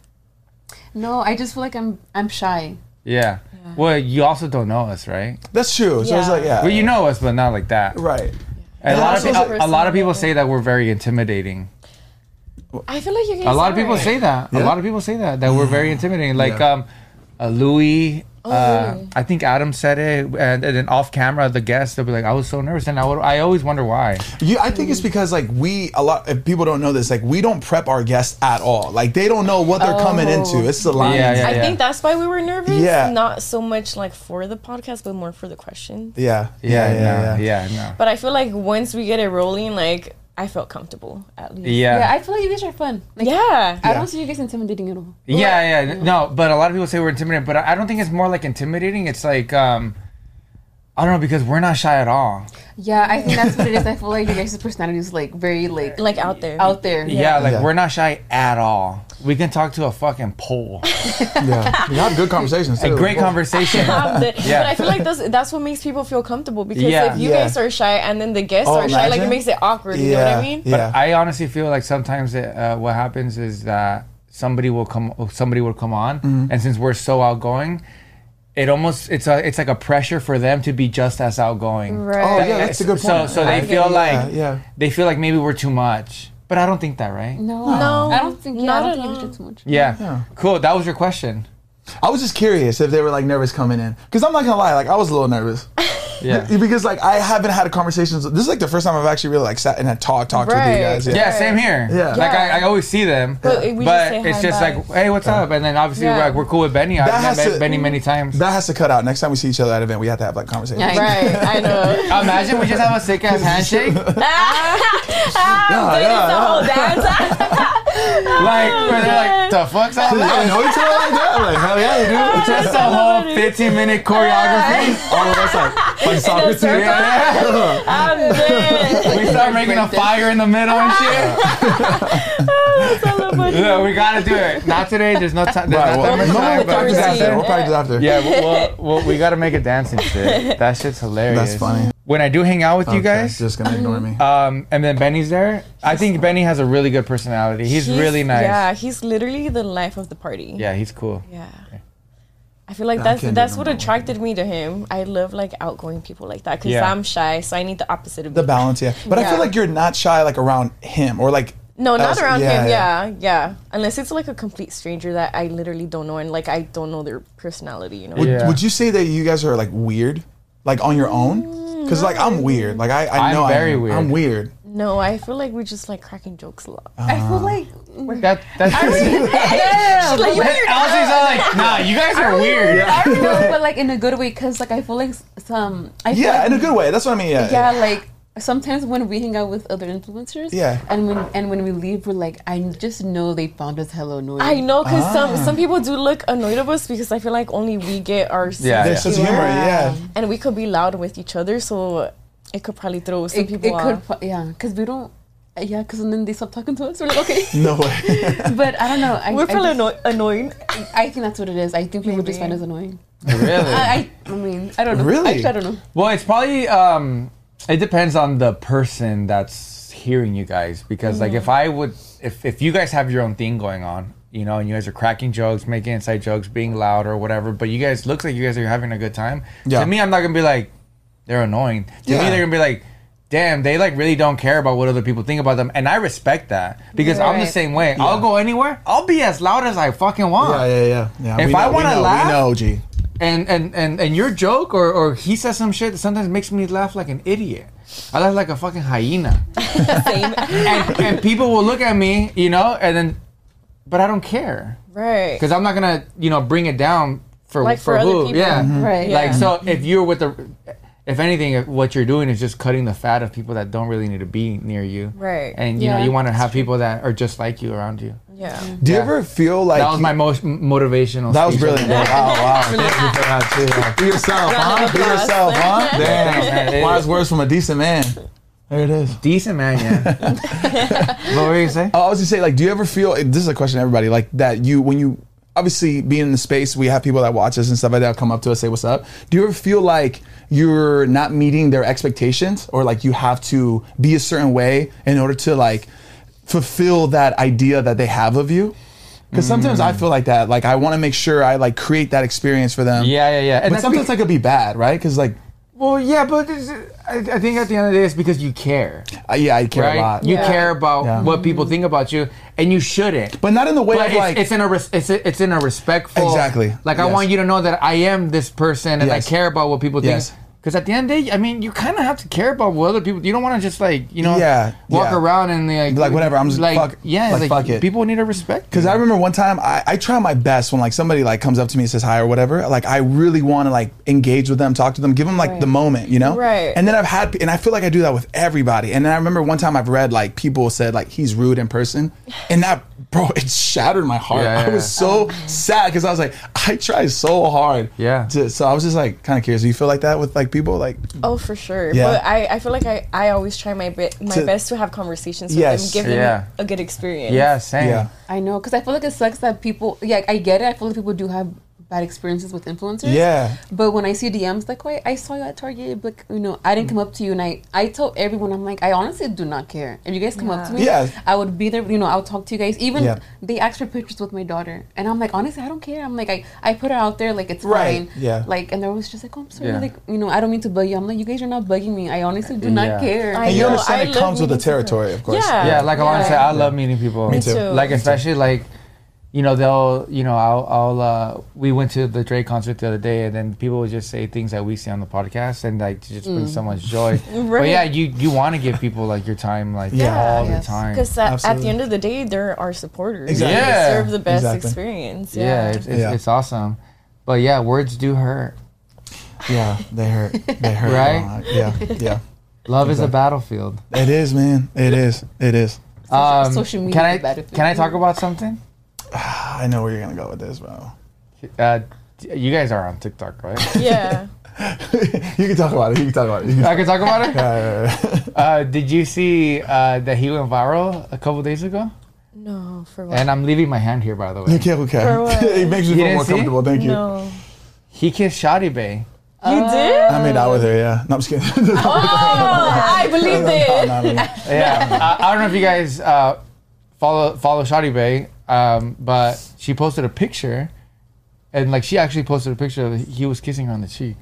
Speaker 5: No, I just feel like I'm I'm shy.
Speaker 1: yeah. Well, you also don't know us, right?
Speaker 3: That's true. So it's like, yeah.
Speaker 1: Well, you know us, but not like that.
Speaker 3: Right.
Speaker 1: And a lot of
Speaker 3: Yeah.
Speaker 1: pe- a, a lot of people say that we're very intimidating.
Speaker 4: I feel like you guys
Speaker 1: A lot of
Speaker 4: are.
Speaker 1: people say that. A
Speaker 3: Yeah. Mm.
Speaker 1: lot of people say that that we're very intimidating. Like
Speaker 3: Yeah.
Speaker 1: um, uh, Louis. Uh, I think Adam said it, and, and then off camera, the guest they'll be like, "I was so nervous," and I would, I always wonder why.
Speaker 3: You, I think it's because like we a lot if people don't know this like we don't prep our guests at all like they don't know what they're coming into it's the line
Speaker 1: Yeah, yeah.
Speaker 4: I think that's why we were nervous.
Speaker 3: Yeah.
Speaker 4: Not so much like for the podcast, but more for the questions.
Speaker 3: yeah yeah yeah, yeah,
Speaker 1: no, yeah, no.
Speaker 4: But I feel like once we get it rolling, like I felt comfortable at least.
Speaker 1: yeah,
Speaker 5: Yeah, I feel like you guys are fun. Like
Speaker 4: Yeah.
Speaker 5: I don't see you guys intimidating at all.
Speaker 1: Yeah, yeah, no, but a lot of people say we're intimidating, but I I don't think it's more like intimidating. It's like um, I don't know because we're not shy at all.
Speaker 5: Yeah, I think that's what it is. I feel like you guys' personality is like very like
Speaker 4: Like out there.
Speaker 5: out there.
Speaker 1: Yeah, like
Speaker 3: Yeah.
Speaker 1: we're not shy at all. We can talk to a fucking pole.
Speaker 3: yeah. we have good conversations
Speaker 1: A
Speaker 3: too.
Speaker 1: great conversation.
Speaker 4: Out there.
Speaker 1: Yeah.
Speaker 4: But I feel like that's that's what makes people feel comfortable because
Speaker 1: Yeah.
Speaker 4: if you
Speaker 3: Yeah.
Speaker 4: guys are shy and then the guests
Speaker 3: Oh,
Speaker 4: are shy, like
Speaker 3: imagine.
Speaker 4: it makes it awkward.
Speaker 3: yeah
Speaker 4: You know what I mean?
Speaker 3: yeah
Speaker 1: I honestly feel like sometimes it, uh, what happens is that somebody will come somebody will come on
Speaker 3: Mm-hmm.
Speaker 1: and since we're so outgoing it almost it's a it's like a pressure for them to be just as outgoing
Speaker 4: Right.
Speaker 3: Oh, yeah, that's a good
Speaker 1: so
Speaker 3: point.
Speaker 1: so they
Speaker 3: Yeah,
Speaker 1: feel
Speaker 3: yeah,
Speaker 1: like
Speaker 3: yeah.
Speaker 1: they feel like maybe we're too much but i don't think that right
Speaker 5: No,
Speaker 4: No,
Speaker 5: I don't think. Yeah,
Speaker 4: not at
Speaker 5: I don't think
Speaker 4: all.
Speaker 5: it's just too much.
Speaker 1: yeah. cool that was your question
Speaker 3: I was just curious if they were like nervous coming in, because I'm not gonna lie, like I was a little nervous
Speaker 1: yeah
Speaker 3: because like I haven't had conversations. This is like the first time I've actually really like sat and had talked talked with
Speaker 4: Right.
Speaker 3: you guys.
Speaker 1: yeah, same here.
Speaker 3: Yeah.
Speaker 1: Like I, I always see them,
Speaker 4: But we just say hi
Speaker 1: it's
Speaker 4: and
Speaker 1: just
Speaker 4: bye.
Speaker 1: like, hey, what's up? And then obviously
Speaker 4: Yeah.
Speaker 1: we're like, we're cool with Benny.
Speaker 3: That
Speaker 1: I've
Speaker 3: has
Speaker 1: met Ben-
Speaker 3: to-
Speaker 1: Benny many times.
Speaker 3: That has to cut out. Next time we see each other at an event, we have to have like conversations.
Speaker 5: Yeah,
Speaker 4: Right, I know.
Speaker 1: Imagine we just have a sick ass handshake.
Speaker 3: Yeah, yeah, yeah.
Speaker 1: Like, where they're like, the fuck's up?
Speaker 3: Yeah, I know each other like that. Like hell yeah, you do.
Speaker 1: Just a whole 15 minute choreography.
Speaker 3: All of us like like soccer team.
Speaker 1: Yeah.
Speaker 4: I'm dead.
Speaker 1: We start making a fire in the middle and shit. Yeah, we gotta do it. Not today. There's no time. There's
Speaker 3: Right,
Speaker 1: not
Speaker 3: well,
Speaker 1: that much
Speaker 3: no,
Speaker 1: time.
Speaker 3: we'll
Speaker 1: but-
Speaker 3: practice after. We'll practice after.
Speaker 1: Yeah, well, well, well, we gotta make a dancing shit. That shit's hilarious.
Speaker 3: that's funny.
Speaker 1: When I do hang out with you
Speaker 3: Okay,
Speaker 1: guys,
Speaker 3: just
Speaker 4: Mm-hmm.
Speaker 3: gonna ignore me.
Speaker 1: um, and then Benny's there. I think Benny has a really good personality. He's, really nice. Yeah.
Speaker 4: Yeah, he's literally the life of the party.
Speaker 1: he's cool.
Speaker 4: Yeah. I feel like
Speaker 3: I
Speaker 4: that's
Speaker 3: can't
Speaker 4: that's
Speaker 3: do
Speaker 4: what
Speaker 3: number
Speaker 4: attracted me to him. I love like outgoing people like that because
Speaker 1: Yeah.
Speaker 4: I'm shy, so I need the opposite of
Speaker 3: The
Speaker 4: me.
Speaker 3: balance, yeah. But I
Speaker 4: Yeah.
Speaker 3: feel like you're not shy like around him or like
Speaker 4: no, not
Speaker 3: us-
Speaker 4: around
Speaker 3: yeah,
Speaker 4: him.
Speaker 3: yeah.
Speaker 4: Yeah. yeah, Unless it's like a complete stranger that I literally don't know and like I don't know their personality. You know.
Speaker 3: Would,
Speaker 1: Yeah.
Speaker 3: would you say that you guys are like weird, like on your
Speaker 5: Mm,
Speaker 3: own? Because like I'm weird. Like I, I
Speaker 1: I'm
Speaker 3: know
Speaker 1: very
Speaker 3: I'm,
Speaker 1: weird.
Speaker 3: I'm weird.
Speaker 4: No, I feel like we just like cracking jokes a lot.
Speaker 3: Oh,
Speaker 5: I feel
Speaker 4: Ah.
Speaker 5: like
Speaker 1: That that's.
Speaker 4: She's like, "You're weird."
Speaker 1: Elsie's all like, nah, you guys are weird.
Speaker 5: I don't know, but like in a good way, because like I feel like s- some. I feel
Speaker 3: Yeah,
Speaker 5: like,
Speaker 3: in a good way. That's what I mean. Yeah.
Speaker 5: Yeah, like sometimes when we hang out with other influencers,
Speaker 3: Yeah.
Speaker 5: and when and when we leave, we're like, I just know they found us hello annoying.
Speaker 4: I know because
Speaker 3: ah.
Speaker 4: some some people do look annoyed of us because I feel like only we get our
Speaker 1: Yeah,
Speaker 3: There's
Speaker 1: yeah.
Speaker 3: sense of humor. Yeah.
Speaker 4: and we could be loud with each other, so it could probably throw some
Speaker 5: it,
Speaker 4: people
Speaker 5: it
Speaker 4: off.
Speaker 5: could, fu- yeah, because we don't, yeah, because then they stop talking to us. We're like, okay,
Speaker 3: No way.
Speaker 5: but I don't know. I,
Speaker 4: We're
Speaker 5: I,
Speaker 4: probably
Speaker 5: just-
Speaker 4: anno- annoying.
Speaker 5: I think that's what it is. I think people just find us annoying.
Speaker 1: Really?
Speaker 5: I, I, I mean, I don't know.
Speaker 3: Really?
Speaker 5: Actually, I don't know.
Speaker 1: Well, it's probably um, it depends on the person that's hearing you guys because like if I would if if you guys have your own thing going on, you know, and you guys are cracking jokes, making inside jokes, being loud or whatever, but you guys looks like you guys are having a good time.
Speaker 3: Yeah.
Speaker 1: To me, I'm not gonna be like they're annoying. To me,
Speaker 3: Yeah.
Speaker 1: they're gonna be like. Damn, they like really don't care about what other people think about them, and I respect that because I'm the
Speaker 5: Right.
Speaker 1: same way. I'll go anywhere. I'll be as loud as I fucking want
Speaker 3: Yeah, yeah, yeah. yeah
Speaker 1: If
Speaker 3: we know-
Speaker 1: I
Speaker 3: we
Speaker 1: wanna
Speaker 3: know,
Speaker 1: laugh-
Speaker 3: we know, G.
Speaker 1: and and and and your joke or or he says some shit that sometimes makes me laugh like an idiot. I laugh like a fucking hyena,
Speaker 4: Same.
Speaker 1: and, and people will look at me, you know, and then, but I don't care
Speaker 4: Right.
Speaker 1: because I'm not gonna, you know, bring it down for
Speaker 4: Like
Speaker 1: for,
Speaker 4: for other
Speaker 1: who,
Speaker 4: people.
Speaker 1: yeah,
Speaker 3: Mm.
Speaker 5: Right.
Speaker 1: Like so, if you're with the, if anything, if what you're doing is just cutting the fat of people that don't really need to be near you,
Speaker 4: Right.
Speaker 1: And you know,
Speaker 5: Yeah.
Speaker 1: you want to have people that are just like you around you.
Speaker 4: Yeah.
Speaker 5: Mm-hmm.
Speaker 3: Do you
Speaker 1: Yeah.
Speaker 3: ever feel like
Speaker 1: That was my most m- motivational.
Speaker 3: That was
Speaker 1: speech.
Speaker 3: brilliant. Bro. Wow, wow. Thank you for that too. Be yourself, huh? Be yourself, huh? Damn.
Speaker 1: Damn.
Speaker 3: Wise words from a decent man. There it is.
Speaker 1: Decent man, yeah. what were you saying?
Speaker 3: I was gonna say, like, do you ever feel this is a question to everybody, like that you when you obviously being in the space, we have people that watch us and stuff like that come up to us, say what's up. Do you ever feel like you're not meeting their expectations or like you have to be a certain way in order to like fulfill that idea that they have of you? Because sometimes
Speaker 1: Mm.
Speaker 3: I feel like that. Like I want to make sure I like create that experience for them.
Speaker 1: Yeah, yeah, yeah. And
Speaker 3: but
Speaker 1: that's
Speaker 3: sometimes that could be bad, right? Because like,
Speaker 1: Well, yeah, but it's, I, I think at the end of the day, it's because you care,
Speaker 3: I- yeah, I care
Speaker 1: right?
Speaker 3: a lot,
Speaker 1: You
Speaker 4: Yeah.
Speaker 1: care about
Speaker 3: Yeah.
Speaker 1: what people think about you, and you shouldn't.
Speaker 3: but not in the way
Speaker 1: But
Speaker 3: of
Speaker 1: it's,
Speaker 3: like
Speaker 1: it's in a res- it's a, it's in a respectful
Speaker 3: Exactly.
Speaker 1: Like I
Speaker 3: Yes.
Speaker 1: want you to know that I am this person, and
Speaker 3: Yes.
Speaker 1: I care about what people think.
Speaker 3: Yes.
Speaker 1: Because at the end of the day, I mean, you kind of have to care about what other people. You don't want to just like you know,
Speaker 3: Yeah,
Speaker 1: walk
Speaker 3: yeah.
Speaker 1: around and like,
Speaker 3: Be like, whatever, I'm just
Speaker 1: like
Speaker 3: fuck-
Speaker 1: yeah,
Speaker 3: like,
Speaker 1: like,
Speaker 3: fuck it.
Speaker 1: People need to respect
Speaker 3: Because I remember one time I, I try my best when like somebody like comes up to me and says hi or whatever. Like I really want to like engage with them, talk to them, give them like the moment, you know?
Speaker 4: Right.
Speaker 3: And then I've had and I feel like I do that with everybody. And then I remember one time I've read like people said like he's rude in person, and that bro it shattered my heart.
Speaker 1: Yeah,
Speaker 3: I was
Speaker 4: Oh,
Speaker 3: so sad because I was like I tried so hard.
Speaker 1: Yeah.
Speaker 3: to- so I was just like kind of curious. Do you feel like that with like people like?
Speaker 4: Oh, for sure.
Speaker 3: Yeah.
Speaker 4: But I, I feel like I, I always try my bit, my
Speaker 3: To-
Speaker 4: best to have conversations with
Speaker 3: Yes.
Speaker 4: them, give them
Speaker 1: Yeah.
Speaker 4: a good experience.
Speaker 1: yeah, same.
Speaker 3: Yeah.
Speaker 5: I know, because I feel like it sucks that people. Yeah, I get it. I feel like people do have bad experiences with influencers.
Speaker 3: Yeah.
Speaker 5: But when I see DMs like, wait, I saw you at Target, like, you know, I didn't come up to you, and I, I told everyone, I'm like, I honestly do not care. If you guys come up to me,
Speaker 3: Yeah.
Speaker 5: I would be there. You know, I would talk to you guys. Even
Speaker 3: Yeah.
Speaker 5: they asked for pictures with my daughter, and I'm like, honestly, I don't care. I'm like, I, I put her out there, like it's
Speaker 3: Right,
Speaker 5: fine.
Speaker 3: yeah.
Speaker 5: Like, and they're always just like, oh, I'm sorry,
Speaker 1: Yeah.
Speaker 5: like, you know, I don't mean to bug you. I'm like, you guys are not bugging me. I honestly do not
Speaker 1: Yeah.
Speaker 5: care.
Speaker 4: I
Speaker 3: And you
Speaker 4: know,
Speaker 3: understand
Speaker 4: I
Speaker 3: it
Speaker 4: love
Speaker 3: comes with the
Speaker 4: meeting people.
Speaker 3: territory, of course.
Speaker 4: Yeah.
Speaker 1: yeah, like Alana
Speaker 4: Yeah.
Speaker 1: said, I love meeting people.
Speaker 3: Me too.
Speaker 4: too.
Speaker 1: Like especially like, you know, they'll you know I'll I'll uh, we went to the Drake concert the other day, and then people would just say things that we see on the podcast, and like just bring so much joy. But
Speaker 4: Right.
Speaker 1: yeah, you you want to give people like your time, like
Speaker 3: Yeah.
Speaker 1: all the
Speaker 5: Yes.
Speaker 1: time.
Speaker 4: Because uh, at, at
Speaker 3: Absolutely.
Speaker 4: the end of the day, they're our supporters.
Speaker 3: Exactly.
Speaker 4: They
Speaker 1: Yeah.
Speaker 4: serve the best
Speaker 3: Exactly.
Speaker 4: experience.
Speaker 1: Yeah, it's, it's,
Speaker 3: Yeah.
Speaker 1: it's awesome. But yeah, words do hurt.
Speaker 3: Yeah, they hurt. They hurt. a
Speaker 1: Right?
Speaker 3: lot. Yeah, yeah.
Speaker 1: Love is a battlefield.
Speaker 3: It is, man. It is. It is.
Speaker 1: Um,
Speaker 5: social media
Speaker 1: Can I
Speaker 5: is a battlefield.
Speaker 1: can I talk about something?
Speaker 3: Ah, I know where you're gonna go with this, bro.
Speaker 1: Uh, you guys are on TikTok, right?
Speaker 4: Yeah.
Speaker 3: you can talk about it. You can talk about it. You can
Speaker 1: I can talk about it.
Speaker 3: talk about it.
Speaker 1: Uh, did you see uh, that he went viral a couple days ago?
Speaker 4: No, for what?
Speaker 1: And I'm leaving my hand here, by the way.
Speaker 3: okay,
Speaker 4: For what?
Speaker 3: okay. it makes
Speaker 1: You
Speaker 3: me feel
Speaker 1: didn't
Speaker 3: more
Speaker 1: see?
Speaker 3: comfortable. Thank you.
Speaker 4: no. Uh,
Speaker 1: He kissed Shadi Bay.
Speaker 4: You did?
Speaker 3: I made out with her. Yeah. No, I'm just kidding.
Speaker 4: Oh, I believed
Speaker 3: No,
Speaker 4: it.
Speaker 3: no, no.
Speaker 1: Yeah, I, I don't know if you guys uh, follow follow Shadi Bay, um, but she posted a picture, and like she actually posted a picture of he was kissing her on the cheek,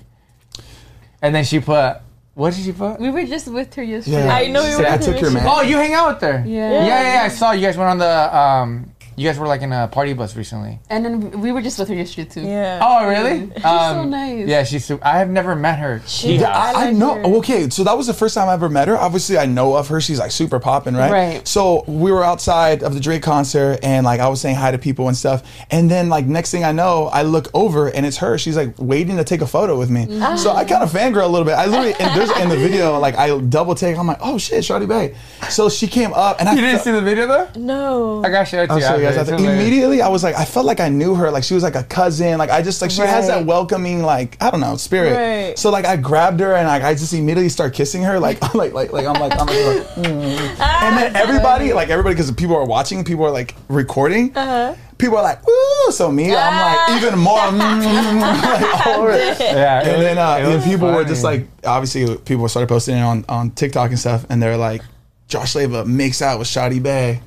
Speaker 1: and then she put what did she put?
Speaker 5: we were just with her yesterday.
Speaker 3: Yeah.
Speaker 4: I know you
Speaker 3: Say,
Speaker 4: were.
Speaker 3: I took your
Speaker 4: convinced.
Speaker 3: man.
Speaker 1: Oh, you hang out with her?
Speaker 5: Yeah.
Speaker 1: yeah, yeah. yeah, I saw you guys went on the um, you guys were like in a party bus recently.
Speaker 5: And then we were just with her yesterday too.
Speaker 4: Yeah.
Speaker 1: Oh, really?
Speaker 5: She's so nice.
Speaker 1: Yeah, she's. Super, I have never met her. She.
Speaker 4: Yeah.
Speaker 1: has.
Speaker 4: I
Speaker 3: I
Speaker 4: like
Speaker 3: know.
Speaker 4: her.
Speaker 3: Okay, so that was the first time I ever met her. Obviously, I know of her. She's like super popping, right?
Speaker 5: Right.
Speaker 3: So we were outside of the Drake concert, and like I was saying hi to people and stuff. And then like next thing I know, I look over and it's her. She's like waiting to take a photo with me. So I kind of fangirl a little bit. I literally and there's in the video like I double take. I'm like, oh shit, Shawty Bay. So she came up and I.
Speaker 1: You didn't
Speaker 3: felt-
Speaker 1: see the video though?
Speaker 4: No.
Speaker 1: I got shit to
Speaker 3: I'll
Speaker 1: you.
Speaker 3: show Oh, you guys
Speaker 1: after.
Speaker 3: after.
Speaker 1: It's hilarious.
Speaker 3: Immediately, I was like, I felt like I knew her. Like she was like a cousin. Like I just like she has that
Speaker 4: Right.
Speaker 3: welcoming, like I don't know, spirit.
Speaker 4: Right.
Speaker 3: So like I grabbed her and like I just immediately start kissing her. Like like like like I'm like I'm like, like, mm.
Speaker 4: Ah,
Speaker 3: and then everybody like everybody because people are watching, people are like recording.
Speaker 4: Uh-huh.
Speaker 3: People are like, ooh, so me,
Speaker 4: Ah.
Speaker 3: I'm like even more, mm, mm, mm, like, all over it.
Speaker 1: Yeah,
Speaker 3: And
Speaker 1: it
Speaker 3: then uh,
Speaker 1: was- it
Speaker 3: and
Speaker 1: was
Speaker 3: people were just
Speaker 1: funny.
Speaker 3: like, obviously, people started posting it on on TikTok and stuff, and they're like, Josh Leva makes out with Shadi Bay.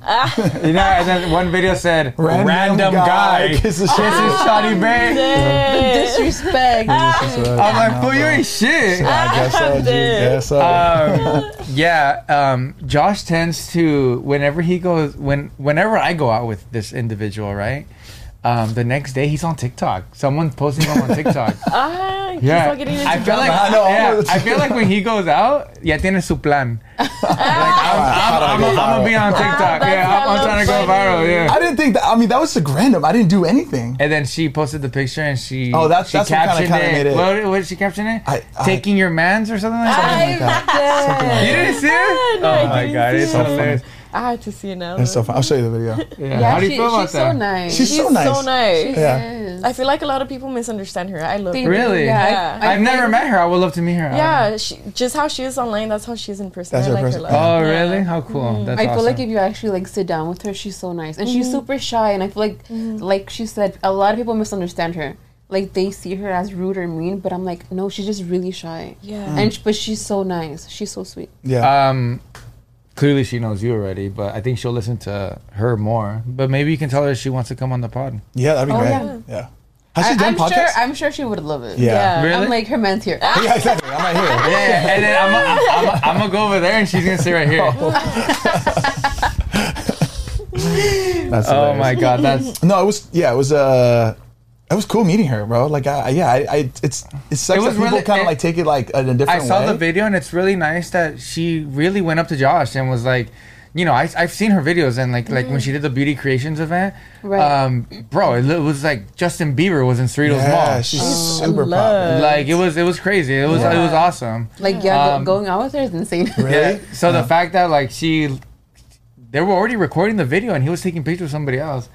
Speaker 1: you know. And then one video said,
Speaker 3: Random
Speaker 1: "Random,
Speaker 3: guy
Speaker 1: guy,
Speaker 3: kisses
Speaker 1: kisses Shawty
Speaker 3: Shawty
Speaker 1: Bay."
Speaker 5: Disrespect.
Speaker 1: I'm like, "Fool, you ain't shit."
Speaker 3: I guess so. G. Guess so.
Speaker 1: Um, yeah, um, Josh tends to whenever he goes when whenever I go out with this individual, right? Um, the next day he's on TikTok. Someone's posting him on TikTok.
Speaker 4: Ah, you
Speaker 1: Yeah,
Speaker 4: keep getting into
Speaker 1: I feel like
Speaker 3: I know, I'm
Speaker 1: yeah,
Speaker 3: with
Speaker 1: I
Speaker 3: you.
Speaker 1: feel like when he goes out, ya tiene su plan. like, I'm,
Speaker 3: how do I
Speaker 1: I'm, I'm,
Speaker 3: go
Speaker 1: I'm,
Speaker 3: viral?
Speaker 1: gonna be on TikTok.
Speaker 4: that's
Speaker 1: yeah, I'm, I'm
Speaker 4: hella
Speaker 1: trying to go
Speaker 4: funny.
Speaker 1: viral. Yeah.
Speaker 3: I didn't think that. I mean, that was like random. I didn't do anything.
Speaker 1: And then she posted the picture and she
Speaker 3: Oh, that's-
Speaker 1: she
Speaker 3: that's what kinda- kinda made it.
Speaker 1: What, what did she caption it?
Speaker 3: I- I-
Speaker 1: Taking your man's or something like that.
Speaker 3: Something like that. Something like
Speaker 1: You
Speaker 3: that.
Speaker 1: didn't see it?
Speaker 4: Ah, no, I
Speaker 1: oh my
Speaker 4: didn't
Speaker 1: god,
Speaker 4: see
Speaker 1: it's
Speaker 3: it.
Speaker 1: so
Speaker 3: So funny.
Speaker 1: funny.
Speaker 4: I have to see it now.
Speaker 3: It's so fun. I'll show you the video.
Speaker 1: Yeah.
Speaker 5: Yeah,
Speaker 1: How do you
Speaker 5: she-
Speaker 1: feel about
Speaker 5: she's so
Speaker 1: that?
Speaker 5: nice.
Speaker 3: She's,
Speaker 4: She's
Speaker 3: so nice.
Speaker 4: so nice.
Speaker 3: Yeah.
Speaker 4: I feel like a lot of people misunderstand her. I love
Speaker 5: They-
Speaker 4: her.
Speaker 1: Really?
Speaker 5: Yeah.
Speaker 4: I-
Speaker 1: I've never met her. I would love to meet her.
Speaker 4: Yeah, she, just how she is online, that's how she is in person.
Speaker 3: That's
Speaker 4: I
Speaker 3: her
Speaker 4: like
Speaker 3: person.
Speaker 4: her a lot.
Speaker 1: Oh,
Speaker 4: Yeah.
Speaker 1: really? How cool. That's
Speaker 5: I
Speaker 1: awesome.
Speaker 5: feel like if you actually like sit down with her, she's so nice, and she's super shy. And I feel like, like she said, a lot of people misunderstand her. Like they see her as rude or mean, but I'm like, no, she's just really shy.
Speaker 4: Yeah.
Speaker 5: And sh- but she's so nice. She's so sweet.
Speaker 3: Yeah.
Speaker 1: um, clearly she knows you already, but I think she'll listen to her more. But maybe you can tell her she wants to come on the pod.
Speaker 3: yeah, that'd be great. oh, Yeah.
Speaker 5: yeah.
Speaker 3: Has she
Speaker 5: I-
Speaker 3: done
Speaker 5: I'm sure.
Speaker 3: podcasts?
Speaker 5: I'm sure she would love it.
Speaker 3: yeah.
Speaker 4: Yeah.
Speaker 1: Really?
Speaker 5: I'm like her man's here.
Speaker 3: yeah. exactly. I'm right here.
Speaker 1: Yeah, and then I'm I'm, I'm, I'm gonna go over there, and she's gonna sit right here. Oh,
Speaker 3: That's
Speaker 1: Oh my god, that's
Speaker 3: No, it was. Yeah, it was. Uh, it was cool meeting her, bro. Like, I, I- yeah, I, I, it's, it sucks
Speaker 1: It was
Speaker 3: that people
Speaker 1: really-
Speaker 3: kind of
Speaker 1: it-
Speaker 3: like take it like in a different
Speaker 1: I saw
Speaker 3: way.
Speaker 1: the video, and it's really nice that she really went up to Josh and was like, you know, I, I've seen her videos, and like like when she did
Speaker 3: Mm-hmm.
Speaker 1: the beauty creations event,
Speaker 5: Right.
Speaker 1: um, bro, it, lo- it was like Justin Bieber was in Cerritos
Speaker 3: Yeah,
Speaker 1: Mall.
Speaker 3: she's super
Speaker 4: love.
Speaker 3: popping.
Speaker 1: like it was it was crazy. It was it was awesome.
Speaker 5: Like yeah, go-
Speaker 1: Um,
Speaker 5: going out with her is insane.
Speaker 3: Really?
Speaker 1: Yeah. So the fact that like she, they were already recording the video and he was taking pictures with somebody else,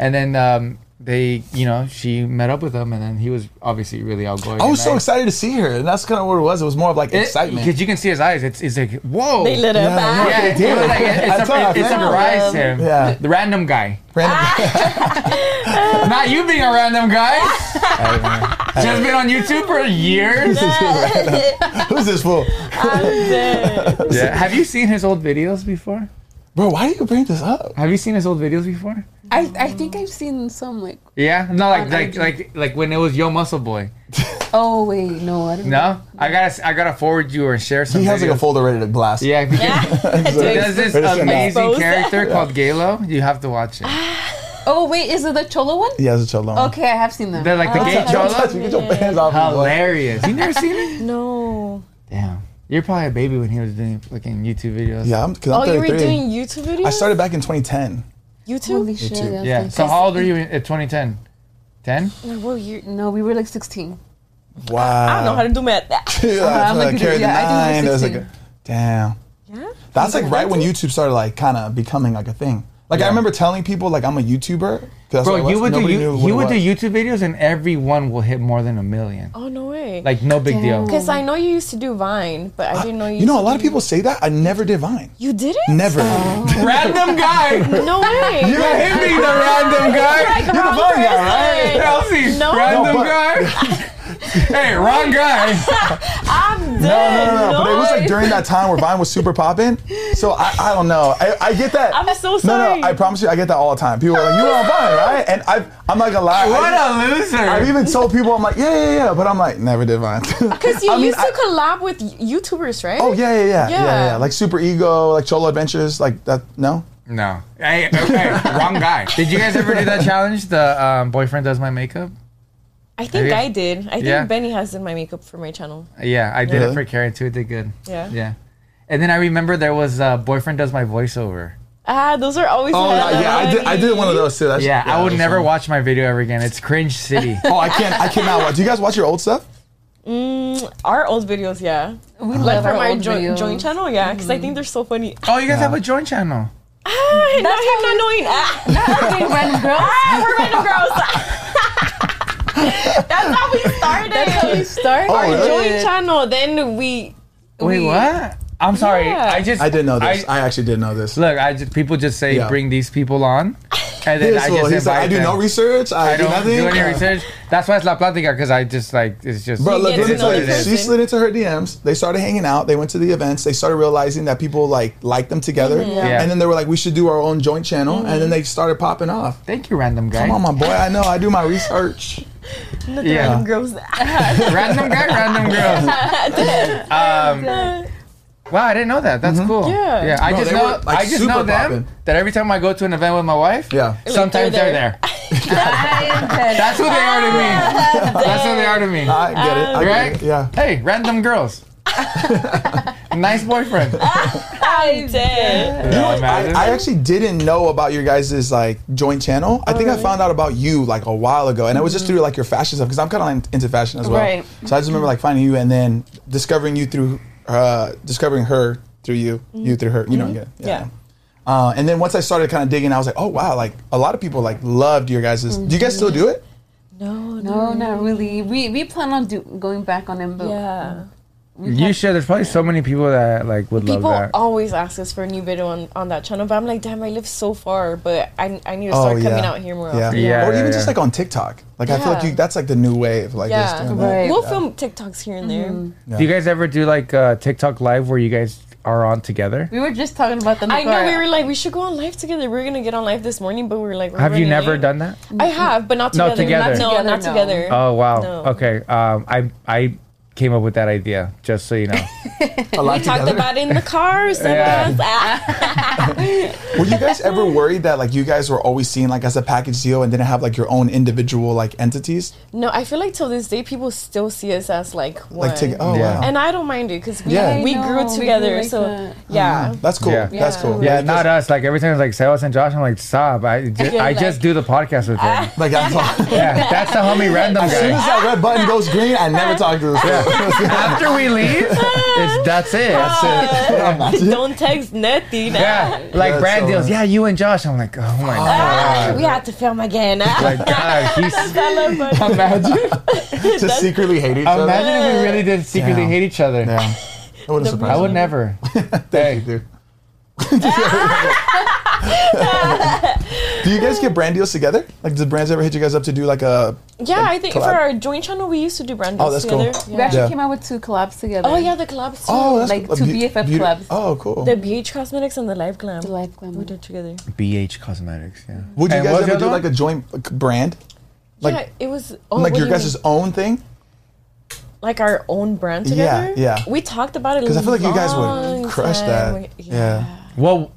Speaker 1: and then um, they, you know, she met up with him, and then he was obviously really outgoing.
Speaker 3: I was so excited to see her, and that's kind of what it was. It was more of like excitement.
Speaker 1: because you can see his eyes. It's, it's like whoa.
Speaker 4: They lit up.
Speaker 3: Yeah,
Speaker 4: Ah.
Speaker 3: no,
Speaker 1: Yeah, it,
Speaker 3: They
Speaker 1: it,
Speaker 3: did.
Speaker 1: was like, it,
Speaker 3: I
Speaker 1: it,
Speaker 3: thought I
Speaker 1: sur- it, it
Speaker 3: remember.
Speaker 1: surprised him.
Speaker 3: Yeah.
Speaker 1: the random guy.
Speaker 3: Random-
Speaker 1: Not you being a random guy. Just been on YouTube for years.
Speaker 3: Who's this fool?
Speaker 1: Yeah. Have you seen his old videos before?
Speaker 3: Bro, why do you bring this up?
Speaker 1: Have you seen his old videos before?
Speaker 5: I, I think I've seen some like.
Speaker 1: Yeah, no, like
Speaker 5: On
Speaker 1: like
Speaker 5: IG.
Speaker 1: like like when it was Yo Muscle Boy.
Speaker 5: Oh wait, no, I don't. know.
Speaker 1: No, I gotta I gotta forward you or share some.
Speaker 3: He has like a
Speaker 1: videos.
Speaker 3: folder ready to blast.
Speaker 1: Yeah, because there's this
Speaker 3: Wait a second.
Speaker 1: amazing
Speaker 4: Expose that.
Speaker 1: character called Galo. You have to watch it.
Speaker 5: Oh wait, is it the Cholo one?
Speaker 3: He has a cholo. on.
Speaker 5: Okay, I have seen them.
Speaker 1: They're like Uh-huh. the gay
Speaker 3: Oh, Don't touch
Speaker 1: Cholo.
Speaker 3: me. Get your hands off me, boy.
Speaker 1: Hilarious. You never seen it?
Speaker 4: no.
Speaker 1: Damn. You're probably a baby when he was doing fucking YouTube videos.
Speaker 3: Yeah, I'm, cause I'm
Speaker 4: Oh, you
Speaker 3: 33.
Speaker 4: were doing YouTube videos?
Speaker 3: I started back in 2010.
Speaker 4: YouTube?
Speaker 5: Holy shit!
Speaker 3: too.
Speaker 5: yeah,
Speaker 1: Yeah.
Speaker 5: like-
Speaker 1: So how old were you in, at 2010? 10?
Speaker 4: No, well, you,
Speaker 5: No, we were like 16.
Speaker 3: Wow.
Speaker 4: I don't know how to do math.
Speaker 3: yeah,
Speaker 5: I'm
Speaker 3: like,
Speaker 5: like,
Speaker 3: carried
Speaker 5: yeah,
Speaker 3: the
Speaker 5: I
Speaker 3: nine.
Speaker 5: think we're
Speaker 3: It was
Speaker 5: 16.
Speaker 3: like a- damn.
Speaker 4: Yeah?
Speaker 3: That's like right when YouTube started like kind of becoming like a thing. Like I remember telling people like I'm a YouTuber. 'cause that's what I
Speaker 1: Bro,
Speaker 3: was.
Speaker 1: you would do
Speaker 3: Nobody
Speaker 1: you,
Speaker 3: knew what
Speaker 1: you
Speaker 3: it
Speaker 1: would do
Speaker 3: was.
Speaker 1: YouTube videos and every one will hit more than a million.
Speaker 4: Oh, no way.
Speaker 1: Like no big deal.
Speaker 4: Because I know you used to do Vine, but I didn't know you
Speaker 3: You know,
Speaker 4: used
Speaker 3: a
Speaker 4: to
Speaker 3: lot of
Speaker 4: do-
Speaker 3: people say that. I never did Vine.
Speaker 4: You didn't?
Speaker 3: Never.
Speaker 1: Oh. Random guy.
Speaker 4: No way.
Speaker 1: You hit me, the random guy.
Speaker 4: You're the wrong
Speaker 3: Vine guy,
Speaker 4: person.
Speaker 1: Kelsey,
Speaker 4: No.
Speaker 1: random
Speaker 3: No, but-
Speaker 1: guy. hey, wrong guy.
Speaker 4: I'm
Speaker 3: No,
Speaker 4: dead.
Speaker 3: no, no, no. But it was like
Speaker 4: Lord.
Speaker 3: during that time where Vine was super popping. So I, I don't know. I, I get that.
Speaker 4: I'm so
Speaker 3: No,
Speaker 4: sorry.
Speaker 3: no. I promise you, I get that all the time. People are like, "You were on Vine, right?" And I, I'm not gonna lie.
Speaker 1: What
Speaker 3: I,
Speaker 1: a
Speaker 3: I've
Speaker 1: loser.
Speaker 3: even told people, I'm like, "Yeah, yeah, yeah," but I'm like, never did Vine.
Speaker 1: Oh,
Speaker 4: Because you
Speaker 3: I mean,
Speaker 4: used to
Speaker 3: I-
Speaker 4: collab with YouTubers, right?
Speaker 3: Oh yeah, yeah, yeah, yeah,
Speaker 4: Yeah.
Speaker 3: yeah. Like Super Ego, like Cholo Adventures, like that. No.
Speaker 1: No. Hey, okay, wrong guy. Did you guys ever do that challenge? The um, boyfriend does my makeup.
Speaker 4: I think
Speaker 1: Yeah.
Speaker 4: I did. I think
Speaker 1: Yeah.
Speaker 4: Benny has done my makeup for my channel.
Speaker 1: Yeah, I did
Speaker 3: Really?
Speaker 1: it for Karen too. It did good.
Speaker 4: Yeah.
Speaker 1: Yeah. And then I remember there was uh, boyfriend does my voiceover.
Speaker 4: Ah, those are always.
Speaker 3: Oh
Speaker 4: hella
Speaker 3: yeah, yeah. I did. I did one of those too. That's,
Speaker 1: Yeah, I would
Speaker 3: that's
Speaker 1: never
Speaker 3: fun.
Speaker 1: watch my video ever again. It's cringe city.
Speaker 3: Oh, I can't. I cannot watch. Do you guys watch your old stuff?
Speaker 4: Mm, our old videos, yeah.
Speaker 5: We
Speaker 4: Like
Speaker 5: love
Speaker 4: from
Speaker 5: our
Speaker 4: our
Speaker 5: Uh-huh. old
Speaker 4: jo-
Speaker 5: videos.
Speaker 4: joint channel, Mm. yeah, because I think they're so funny.
Speaker 1: oh, you guys have a joint channel.
Speaker 4: Ah, not him not knowing. Ah,
Speaker 5: Okay, random girls.
Speaker 4: ah, we're random girls. That's how we started.
Speaker 5: That's how we started.
Speaker 3: Oh, really?
Speaker 4: joint channel. Then we.
Speaker 1: Wait,
Speaker 4: we-
Speaker 1: what? I'm sorry.
Speaker 4: Yeah.
Speaker 1: I just
Speaker 3: I didn't know this.
Speaker 1: I-
Speaker 3: I, actually didn't know this.
Speaker 1: look, I just people just say
Speaker 3: Yeah.
Speaker 1: bring these people on, and then
Speaker 3: This
Speaker 1: I
Speaker 3: fool,
Speaker 1: just
Speaker 3: he's
Speaker 1: invite
Speaker 3: like, I do
Speaker 1: them.
Speaker 3: no research. I,
Speaker 1: I don't
Speaker 3: nothing.
Speaker 1: do any
Speaker 3: Uh,
Speaker 1: research. That's why it's La Platica because I just like it's just.
Speaker 3: Bro, look,
Speaker 4: gets
Speaker 3: let me
Speaker 4: to know
Speaker 3: tell
Speaker 4: the
Speaker 3: you, she
Speaker 4: person.
Speaker 3: slid into her DMs. They started hanging out. They went to the events. They started realizing that people like liked them together.
Speaker 1: Mm-hmm. Yeah. Mm-hmm.
Speaker 3: And then they were like, we should do our own joint channel. And then they started popping off.
Speaker 1: Thank you, random guy.
Speaker 3: Come on, my boy. I know. I do my research.
Speaker 4: Not
Speaker 1: Yeah.
Speaker 4: the random girls.
Speaker 1: random guy, random girl. Um, wow, I didn't know that. That's cool.
Speaker 4: Yeah.
Speaker 1: yeah. I
Speaker 3: Bro,
Speaker 1: just
Speaker 3: Mm-hmm. they
Speaker 1: know,
Speaker 3: were, like,
Speaker 1: I just
Speaker 3: super
Speaker 1: know them
Speaker 3: poppin'.
Speaker 1: that every time I go to an event with my wife,
Speaker 3: Yeah.
Speaker 1: sometimes
Speaker 4: they're
Speaker 1: they're
Speaker 4: there.
Speaker 1: there. That's who they are to me. That's who they are to me.
Speaker 3: I get it. I get
Speaker 1: Right?
Speaker 3: it. Yeah.
Speaker 1: Hey, random girls. nice boyfriend.
Speaker 4: I did.
Speaker 1: Yeah,
Speaker 3: I,
Speaker 1: imagine.
Speaker 3: I actually didn't know about your guys' like joint channel. I think I found out about you like a while ago, and it was just
Speaker 4: Mm-hmm.
Speaker 3: through like your fashion stuff because I'm kind of into fashion as well.
Speaker 5: Right.
Speaker 3: So I just remember like finding you and then discovering you through uh, discovering her through you, you through her. You know, yeah, yeah.
Speaker 4: Mm-hmm. Yeah.
Speaker 3: Uh, and then once I started kind of digging, I was like, oh wow, like a lot of people like loved your guys'. Do you guys
Speaker 4: Mm-hmm.
Speaker 3: still do it?
Speaker 4: No, no.
Speaker 5: No, not really. We we plan on do, going back on them, but
Speaker 4: Yeah.
Speaker 1: you should. There's probably so many people that like would
Speaker 4: People
Speaker 1: love that.
Speaker 4: always ask us for a new video on, on that channel, but I'm like, damn, I live so far, but I, I need to
Speaker 3: Oh,
Speaker 4: start
Speaker 3: yeah.
Speaker 4: coming out here more
Speaker 3: Yeah.
Speaker 4: often.
Speaker 1: Yeah,
Speaker 3: Or
Speaker 1: yeah,
Speaker 3: even just
Speaker 1: yeah.
Speaker 3: like on TikTok. Like I feel like
Speaker 4: Yeah.
Speaker 3: you, that's like the new wave. Like just
Speaker 4: Yeah. Mm-hmm.
Speaker 3: doing that.
Speaker 5: Right.
Speaker 4: We'll film TikToks here and there.
Speaker 1: Do you guys ever do like uh, TikTok live where you guys are on together?
Speaker 5: we were just talking about them.
Speaker 4: I
Speaker 5: before.
Speaker 4: know we were like, we should go on live together. We are gonna get on live this morning, but we were like, we're
Speaker 1: Have you
Speaker 4: running
Speaker 1: never
Speaker 4: late.
Speaker 1: done that?
Speaker 4: I have, but not together.
Speaker 1: Not together.
Speaker 4: No, not
Speaker 5: Together,
Speaker 4: together.
Speaker 5: no.
Speaker 1: Oh wow.
Speaker 4: No.
Speaker 1: Okay. Um, I I came up with that idea. Just so you know.
Speaker 3: A lot
Speaker 4: Talked
Speaker 3: together.
Speaker 4: about it in the car, so
Speaker 1: Yeah.
Speaker 4: that's- ah.
Speaker 3: Were you guys ever worried that like you guys were always seen like as a package deal and didn't have like your own individual like entities?
Speaker 4: No, I feel like till this day people still see us as like one.
Speaker 3: Like take oh
Speaker 1: Yeah.
Speaker 3: wow.
Speaker 4: and I don't mind it because we,
Speaker 3: Yeah. Uh-huh.
Speaker 4: we
Speaker 5: I know,
Speaker 4: grew
Speaker 5: we grew
Speaker 4: together.
Speaker 5: like
Speaker 4: so
Speaker 5: that.
Speaker 4: yeah,
Speaker 3: that's cool.
Speaker 1: Yeah.
Speaker 3: That's cool.
Speaker 1: Yeah,
Speaker 3: Like,
Speaker 1: not
Speaker 3: just-
Speaker 1: us. Like every time it's like Sales and Josh, I'm like, sob. I ju-
Speaker 4: Yeah,
Speaker 1: I just
Speaker 4: like-
Speaker 1: do the podcast with him.
Speaker 3: like that's all.
Speaker 1: yeah, that's the homie random
Speaker 3: As soon
Speaker 1: guy.
Speaker 3: as that red button goes green, I never talk to this. guy.
Speaker 1: After we leave, it's that's it. That's it.
Speaker 4: Don't text nothing.
Speaker 1: Yeah, like
Speaker 3: That's
Speaker 1: Brad
Speaker 3: so
Speaker 1: deals.
Speaker 3: nice.
Speaker 1: Yeah, you and Josh. I'm like, oh my
Speaker 4: Ah,
Speaker 1: god.
Speaker 4: we have to film again.
Speaker 1: Like, God, he's.
Speaker 4: That's
Speaker 1: Imagine,
Speaker 3: to secretly hate each other.
Speaker 1: imagine if we really did secretly
Speaker 3: Yeah.
Speaker 1: hate each other.
Speaker 3: Yeah. That would have surprised
Speaker 1: I
Speaker 3: me.
Speaker 1: would never.
Speaker 3: Thank you, dude. do you guys get brand deals together? Like, do brands ever hit you guys up to do like a?
Speaker 4: yeah, I think
Speaker 3: Collab.
Speaker 4: for our joint channel we used to do brand
Speaker 3: Oh,
Speaker 4: deals
Speaker 3: that's cool.
Speaker 4: together.
Speaker 5: We actually
Speaker 3: Yeah.
Speaker 5: came out with two collabs together.
Speaker 4: Oh yeah, the collabs too.
Speaker 3: Oh, that's
Speaker 5: Like
Speaker 3: a
Speaker 5: two
Speaker 3: beau-
Speaker 5: BFF
Speaker 3: beauty-
Speaker 5: clubs.
Speaker 3: Oh, cool.
Speaker 4: the beach cosmetics and the live glam.
Speaker 5: The Life Glam.
Speaker 4: we did together.
Speaker 1: BH Cosmetics. Yeah.
Speaker 3: Would you
Speaker 1: And
Speaker 3: guys
Speaker 1: what was the
Speaker 3: ever
Speaker 1: other
Speaker 3: do
Speaker 1: one?
Speaker 3: like a joint like, brand? Like,
Speaker 4: yeah, it was oh,
Speaker 3: like
Speaker 4: what
Speaker 3: your
Speaker 4: do you mean?
Speaker 3: guys' own thing?
Speaker 4: like our own brand
Speaker 3: Yeah,
Speaker 4: together.
Speaker 3: yeah.
Speaker 4: We talked about it
Speaker 3: Because I feel like you guys
Speaker 4: long
Speaker 3: would crush
Speaker 4: time.
Speaker 3: that.
Speaker 4: We-
Speaker 3: Yeah.
Speaker 1: Well,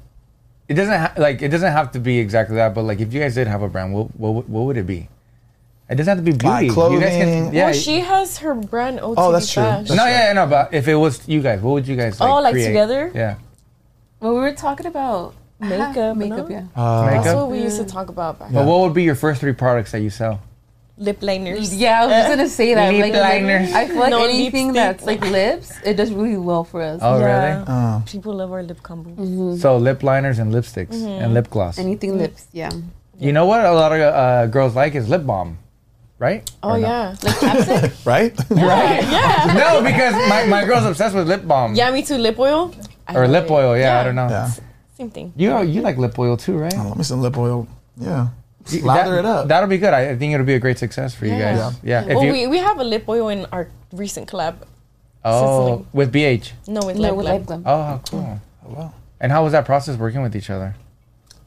Speaker 1: it doesn't ha- like it doesn't have to be exactly that, but like if you guys did have a brand, what what, would- what would it be? It doesn't have to be beauty.
Speaker 3: Like
Speaker 1: You guys
Speaker 3: clothing.
Speaker 1: can, yeah.
Speaker 4: Well, she has her brand OTD
Speaker 3: Oh, that's true.
Speaker 4: Bash.
Speaker 3: That's
Speaker 1: no, yeah, no. But if it was you guys, what would you guys? Like,
Speaker 4: Oh, like
Speaker 1: create?
Speaker 4: together?
Speaker 1: Yeah.
Speaker 5: Well, we were talking about
Speaker 4: Makeup,
Speaker 5: Ah,
Speaker 4: you
Speaker 5: makeup,
Speaker 4: know?
Speaker 5: yeah.
Speaker 3: Uh,
Speaker 1: Makeup.
Speaker 4: That's what we used to talk about back.
Speaker 1: But what would be your first three products that you sell?
Speaker 4: Lip liners.
Speaker 5: Yeah, I was just gonna say that.
Speaker 1: Lip
Speaker 5: like, like,
Speaker 1: liners.
Speaker 5: I feel like
Speaker 4: No
Speaker 5: anything
Speaker 4: lipstick.
Speaker 5: that's like lips, it does really well for us.
Speaker 1: Oh,
Speaker 4: Yeah.
Speaker 1: really?
Speaker 4: People love our lip combo.
Speaker 5: Mm-hmm.
Speaker 1: So lip liners and lipsticks and lip gloss.
Speaker 5: Anything
Speaker 4: Mm.
Speaker 5: lips, yeah.
Speaker 1: you know what a lot of uh, girls like is lip balm, right?
Speaker 4: Oh
Speaker 1: Or no?
Speaker 4: yeah.
Speaker 3: Right?
Speaker 1: Right? Yeah. no, because my, my girl's obsessed with lip balm
Speaker 4: yeah, me too. Lip oil. I
Speaker 1: or
Speaker 4: love
Speaker 1: lip
Speaker 4: it.
Speaker 1: oil. Yeah, I
Speaker 4: Yeah.
Speaker 1: don't know.
Speaker 3: yeah.
Speaker 4: Same thing.
Speaker 1: You you like lip oil too, right?
Speaker 3: Oh, Let me some lip oil. Yeah.
Speaker 1: You-
Speaker 3: Lather
Speaker 1: that-
Speaker 3: it up.
Speaker 1: That'll be good. I I think it'll be a great success for you
Speaker 4: Yeah.
Speaker 1: guys. Yeah. If
Speaker 4: well,
Speaker 1: you,
Speaker 4: we, we have a lip oil in our recent collab.
Speaker 1: oh, with BH.
Speaker 4: No, with
Speaker 5: No,
Speaker 4: lip
Speaker 5: with
Speaker 4: lab.
Speaker 5: lip glam.
Speaker 1: Oh, how cool.
Speaker 3: Oh, wow.
Speaker 1: And how was that process working with each other?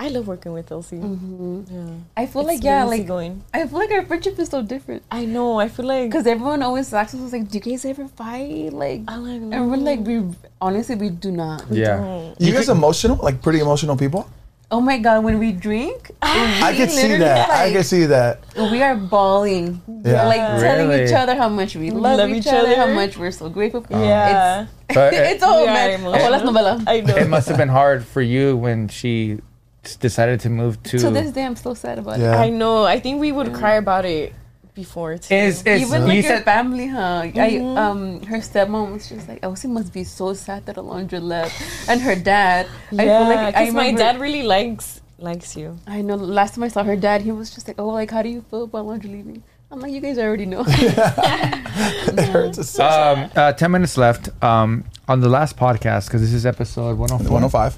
Speaker 4: I love working with Elsie.
Speaker 5: Mm-hmm. I feel
Speaker 4: It's
Speaker 5: like yeah,
Speaker 4: really
Speaker 5: like
Speaker 4: going.
Speaker 5: I feel like our friendship is so different
Speaker 4: I know. I feel like
Speaker 5: because everyone always asks us like, "Do you guys ever fight?" Like,
Speaker 4: I like
Speaker 1: Oh.
Speaker 5: and we're like, we honestly we do not.
Speaker 1: Yeah.
Speaker 3: You guys emotional? Like pretty emotional people?
Speaker 5: Oh my god, when we drink,
Speaker 3: I can see
Speaker 5: literally,
Speaker 3: that. I
Speaker 5: like-
Speaker 3: can see that.
Speaker 5: we are bawling.
Speaker 3: Yeah.
Speaker 5: Like telling
Speaker 1: Really?
Speaker 5: each other how much we love,
Speaker 4: love
Speaker 5: each,
Speaker 4: each
Speaker 5: other, how
Speaker 4: other.
Speaker 5: much we're so grateful. for
Speaker 4: yeah.
Speaker 1: So
Speaker 5: It's,
Speaker 1: it,
Speaker 5: it's a whole
Speaker 4: We are
Speaker 5: mess.
Speaker 4: emotional.
Speaker 5: Oh, las novelas.
Speaker 4: I know.
Speaker 1: it must have been hard for you when she s- decided to move to.
Speaker 5: To this day, I'm still sad about it.
Speaker 3: Yeah.
Speaker 4: I know. I think we would cry about it before. Too.
Speaker 1: is is
Speaker 5: Even
Speaker 1: you
Speaker 5: like her
Speaker 1: said
Speaker 5: family, huh?
Speaker 3: Mm-hmm.
Speaker 5: I, um, her stepmom was just like, Elsie must be so sad that Alondra left, and her dad. I
Speaker 4: yeah,
Speaker 5: feel like I
Speaker 4: because my
Speaker 5: remember-
Speaker 4: dad really likes likes you.
Speaker 5: I know. Last time I saw her dad, he was just like, "Oh, like, how do you feel about Alondra leaving?" I'm like, "You guys already know."
Speaker 3: It hurts. It's so
Speaker 1: um, uh, ten minutes left um, on the last podcast because this is episode one oh hundred four.
Speaker 3: 105.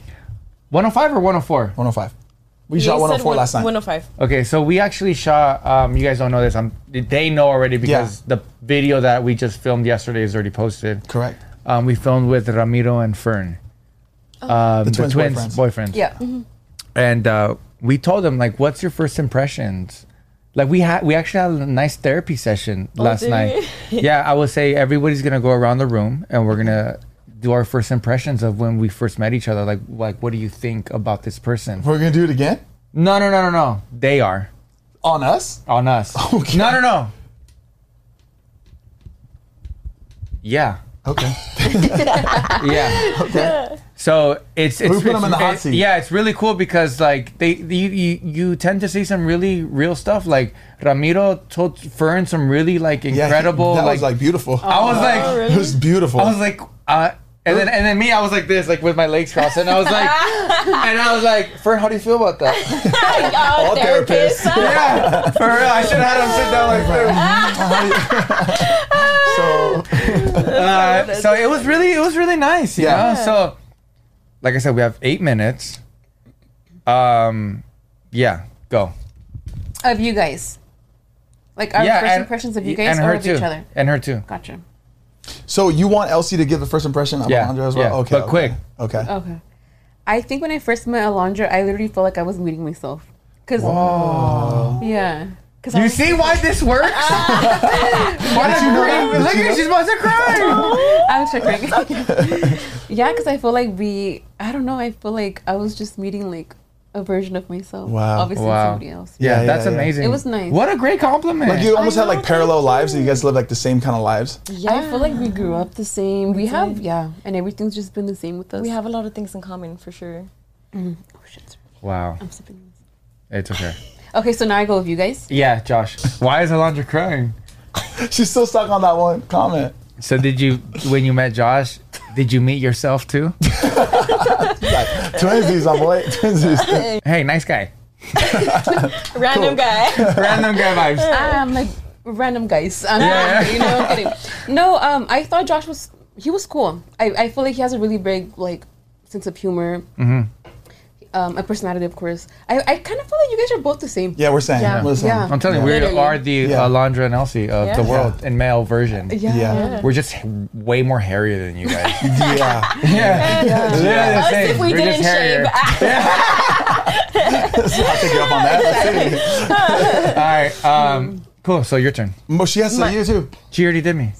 Speaker 1: 105 or 104?
Speaker 3: 105. We
Speaker 4: You
Speaker 3: shot
Speaker 4: said
Speaker 3: 104
Speaker 4: one-
Speaker 3: last time.
Speaker 4: 105.
Speaker 1: Okay, so we actually shot. Um, you guys don't know this. Um, they know already because the video that we just filmed yesterday is already posted.
Speaker 3: Correct.
Speaker 1: Um, we filmed with Ramiro and Fern, um, the,
Speaker 3: twins'
Speaker 1: twins, boyfriends.
Speaker 5: yeah,
Speaker 1: and uh, we told them like, "What's your first impressions?" Like we had, we actually had a nice therapy session last
Speaker 4: did
Speaker 1: night. yeah, I would say everybody's gonna go around the room and we're gonna do our first impressions of when we first met each other. Like, like what do you think about this person?
Speaker 3: We're going to do it again?
Speaker 1: No, no, no, no, no. They are
Speaker 3: On us?
Speaker 1: on us.
Speaker 3: Okay.
Speaker 1: No, no, no. Yeah.
Speaker 3: Okay.
Speaker 1: Yeah.
Speaker 3: Okay.
Speaker 1: So it's it's,
Speaker 3: We put
Speaker 1: it's-
Speaker 3: them in the hot
Speaker 1: it-
Speaker 3: seat.
Speaker 1: Yeah, it's really cool because like they you, you you tend to see some really real stuff. Like Ramiro told Fern some really like
Speaker 3: Yeah,
Speaker 1: incredible.
Speaker 3: That
Speaker 1: like,
Speaker 3: was like beautiful.
Speaker 1: I
Speaker 4: Oh.
Speaker 1: was like
Speaker 3: It was beautiful.
Speaker 1: I was like uh, and then and then me I was like this like with my legs crossed and I was like and I was like Fern how do you feel about that?
Speaker 4: All
Speaker 3: therapists.
Speaker 1: yeah, for real I should have had him sit down like this.
Speaker 3: so
Speaker 1: Uh, so it was really it was really nice you
Speaker 3: Yeah.
Speaker 1: know so like i said we have eight minutes um yeah go
Speaker 5: of you guys, like our
Speaker 1: yeah
Speaker 5: first
Speaker 1: and-
Speaker 5: impressions of you
Speaker 1: y-
Speaker 5: guys
Speaker 1: and
Speaker 5: or
Speaker 1: her
Speaker 5: of
Speaker 1: too
Speaker 5: each other.
Speaker 1: and her too
Speaker 5: Gotcha.
Speaker 3: so you want Elsie to give the first impression of
Speaker 1: Yeah,
Speaker 3: Alondra as well?
Speaker 1: yeah,
Speaker 3: Okay.
Speaker 1: but
Speaker 3: okay.
Speaker 1: quick.
Speaker 3: Okay.
Speaker 4: Uh,
Speaker 5: Okay. I think when I first met Alondra, I literally felt like I was meeting myself. Cause Oh. yeah, cause I
Speaker 1: you
Speaker 5: was,
Speaker 1: see why this works why did you know look at her she's about to cry
Speaker 5: I'm tripping. yeah, cause I feel like we. I don't know. I feel like I was just meeting like a version of myself.
Speaker 3: Wow.
Speaker 5: Obviously,
Speaker 1: Wow.
Speaker 5: somebody else.
Speaker 1: yeah,
Speaker 3: yeah,
Speaker 1: that's
Speaker 3: yeah.
Speaker 1: amazing
Speaker 5: It was nice.
Speaker 1: what a great compliment
Speaker 3: Like you almost
Speaker 4: I
Speaker 3: had like
Speaker 4: know,
Speaker 3: parallel lives, and you guys live like the same kind of lives.
Speaker 4: Yeah.
Speaker 5: I feel like we grew up the same. We have yeah, and everything's just been the same with us.
Speaker 4: we have a lot of things in common for sure.
Speaker 5: Oh, shit, sorry.
Speaker 1: wow
Speaker 5: I'm sipping. on this.
Speaker 1: it's okay
Speaker 5: Okay, so now I go with you guys.
Speaker 1: yeah josh why is alondra crying
Speaker 3: She's still stuck on that one comment.
Speaker 1: So did you when you met Josh? Did you meet yourself too?
Speaker 3: Twinsies, my boy. Twinsies.
Speaker 1: Hey, nice guy.
Speaker 4: Random guy.
Speaker 1: Random guy vibes.
Speaker 5: um, like random guys. Um,
Speaker 1: Yeah, yeah.
Speaker 5: You know, I'm kidding. No, um, I thought Josh was he was cool. I, I feel like he has a really big like sense of humor. Um, a personality, of course. I, I kind of feel like you guys are both the same.
Speaker 3: Yeah, we're saying.
Speaker 4: Yeah.
Speaker 3: We're saying.
Speaker 5: Yeah.
Speaker 1: I'm telling you, we
Speaker 5: Literally.
Speaker 1: are the
Speaker 3: Yeah.
Speaker 1: Alondra and Elsie of the
Speaker 4: Yeah.
Speaker 1: world in male version.
Speaker 5: Yeah.
Speaker 3: Yeah.
Speaker 1: We're just way more hairier than you guys. yeah.
Speaker 3: Yeah.
Speaker 1: Literally the
Speaker 4: Us
Speaker 1: same.
Speaker 4: if we
Speaker 1: We're just
Speaker 4: didn't
Speaker 1: hairier.
Speaker 4: shave.
Speaker 3: I'll take you up on that.
Speaker 1: All right. Um, cool. So your turn.
Speaker 3: Well, she has to you too.
Speaker 1: She already did me.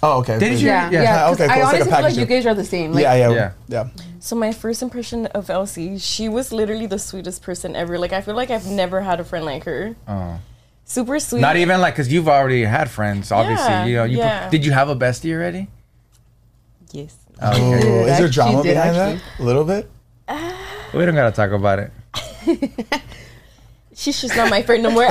Speaker 3: Oh, okay.
Speaker 1: Did you?
Speaker 5: Yeah,
Speaker 1: Yeah.
Speaker 5: yeah.
Speaker 3: Yeah,
Speaker 5: 'cause
Speaker 3: okay, cool.
Speaker 5: I
Speaker 3: It's like a
Speaker 5: honestly feel like
Speaker 3: package
Speaker 5: you
Speaker 3: deal.
Speaker 5: guys are the same. Like,
Speaker 3: yeah, yeah,
Speaker 1: Yeah.
Speaker 3: yeah.
Speaker 4: So my first impression of Elsie, she was literally the sweetest person ever. Like I feel like I've never had a friend like her.
Speaker 1: Oh.
Speaker 4: Super sweet.
Speaker 1: Not even like because you've already had friends. Obviously,
Speaker 4: Yeah,
Speaker 1: you know. You
Speaker 4: yeah.
Speaker 1: did you have a bestie already?
Speaker 4: Yes.
Speaker 1: Oh,
Speaker 3: Ooh,
Speaker 5: did,
Speaker 3: is there
Speaker 5: actually
Speaker 3: drama
Speaker 5: did,
Speaker 3: behind
Speaker 5: actually.
Speaker 3: that? A little bit?
Speaker 1: We don't gotta talk about it.
Speaker 4: She's just not my friend no more.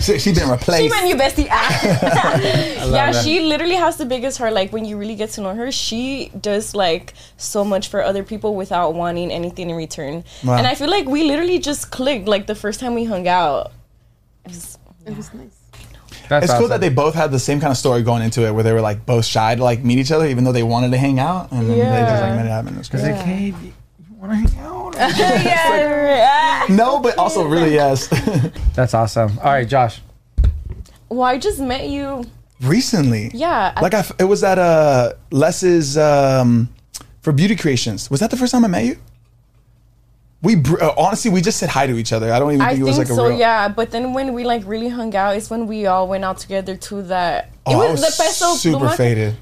Speaker 3: She, she been
Speaker 4: she
Speaker 3: replaced.
Speaker 4: my new bestie. Ah. yeah,
Speaker 1: that.
Speaker 4: she literally has the biggest heart. Like when you really get to know her, she does like so much for other people without wanting anything in return.
Speaker 3: Wow.
Speaker 4: And I feel like we literally just clicked like the first time we hung out. It was
Speaker 5: It was nice.
Speaker 1: That's
Speaker 3: it's cool
Speaker 1: awesome.
Speaker 3: that they both had the same kind of story going into it, where they were like both shy to like meet each other, even though they wanted to hang out, and then they just like
Speaker 4: Yeah.
Speaker 3: made it happen. It was
Speaker 1: It's
Speaker 3: crazy.
Speaker 1: like, hey, do you want to hang out?
Speaker 4: yeah.
Speaker 3: No, but also really yes.
Speaker 1: That's awesome. All right, Josh.
Speaker 4: Well, I just met you.
Speaker 3: Recently,
Speaker 4: Yeah. I-
Speaker 3: like I, f- it was at uh Les's um for beauty creations. Was that the first time I met you? We br- uh, honestly we just said hi to each other. I don't even
Speaker 4: I
Speaker 3: think it
Speaker 4: think
Speaker 3: was like
Speaker 4: so,
Speaker 3: a real.
Speaker 4: yeah. But then when we like really hung out, it's when we all went out together to that. it was, the peso
Speaker 3: oh, super
Speaker 4: Pluma-
Speaker 3: faded.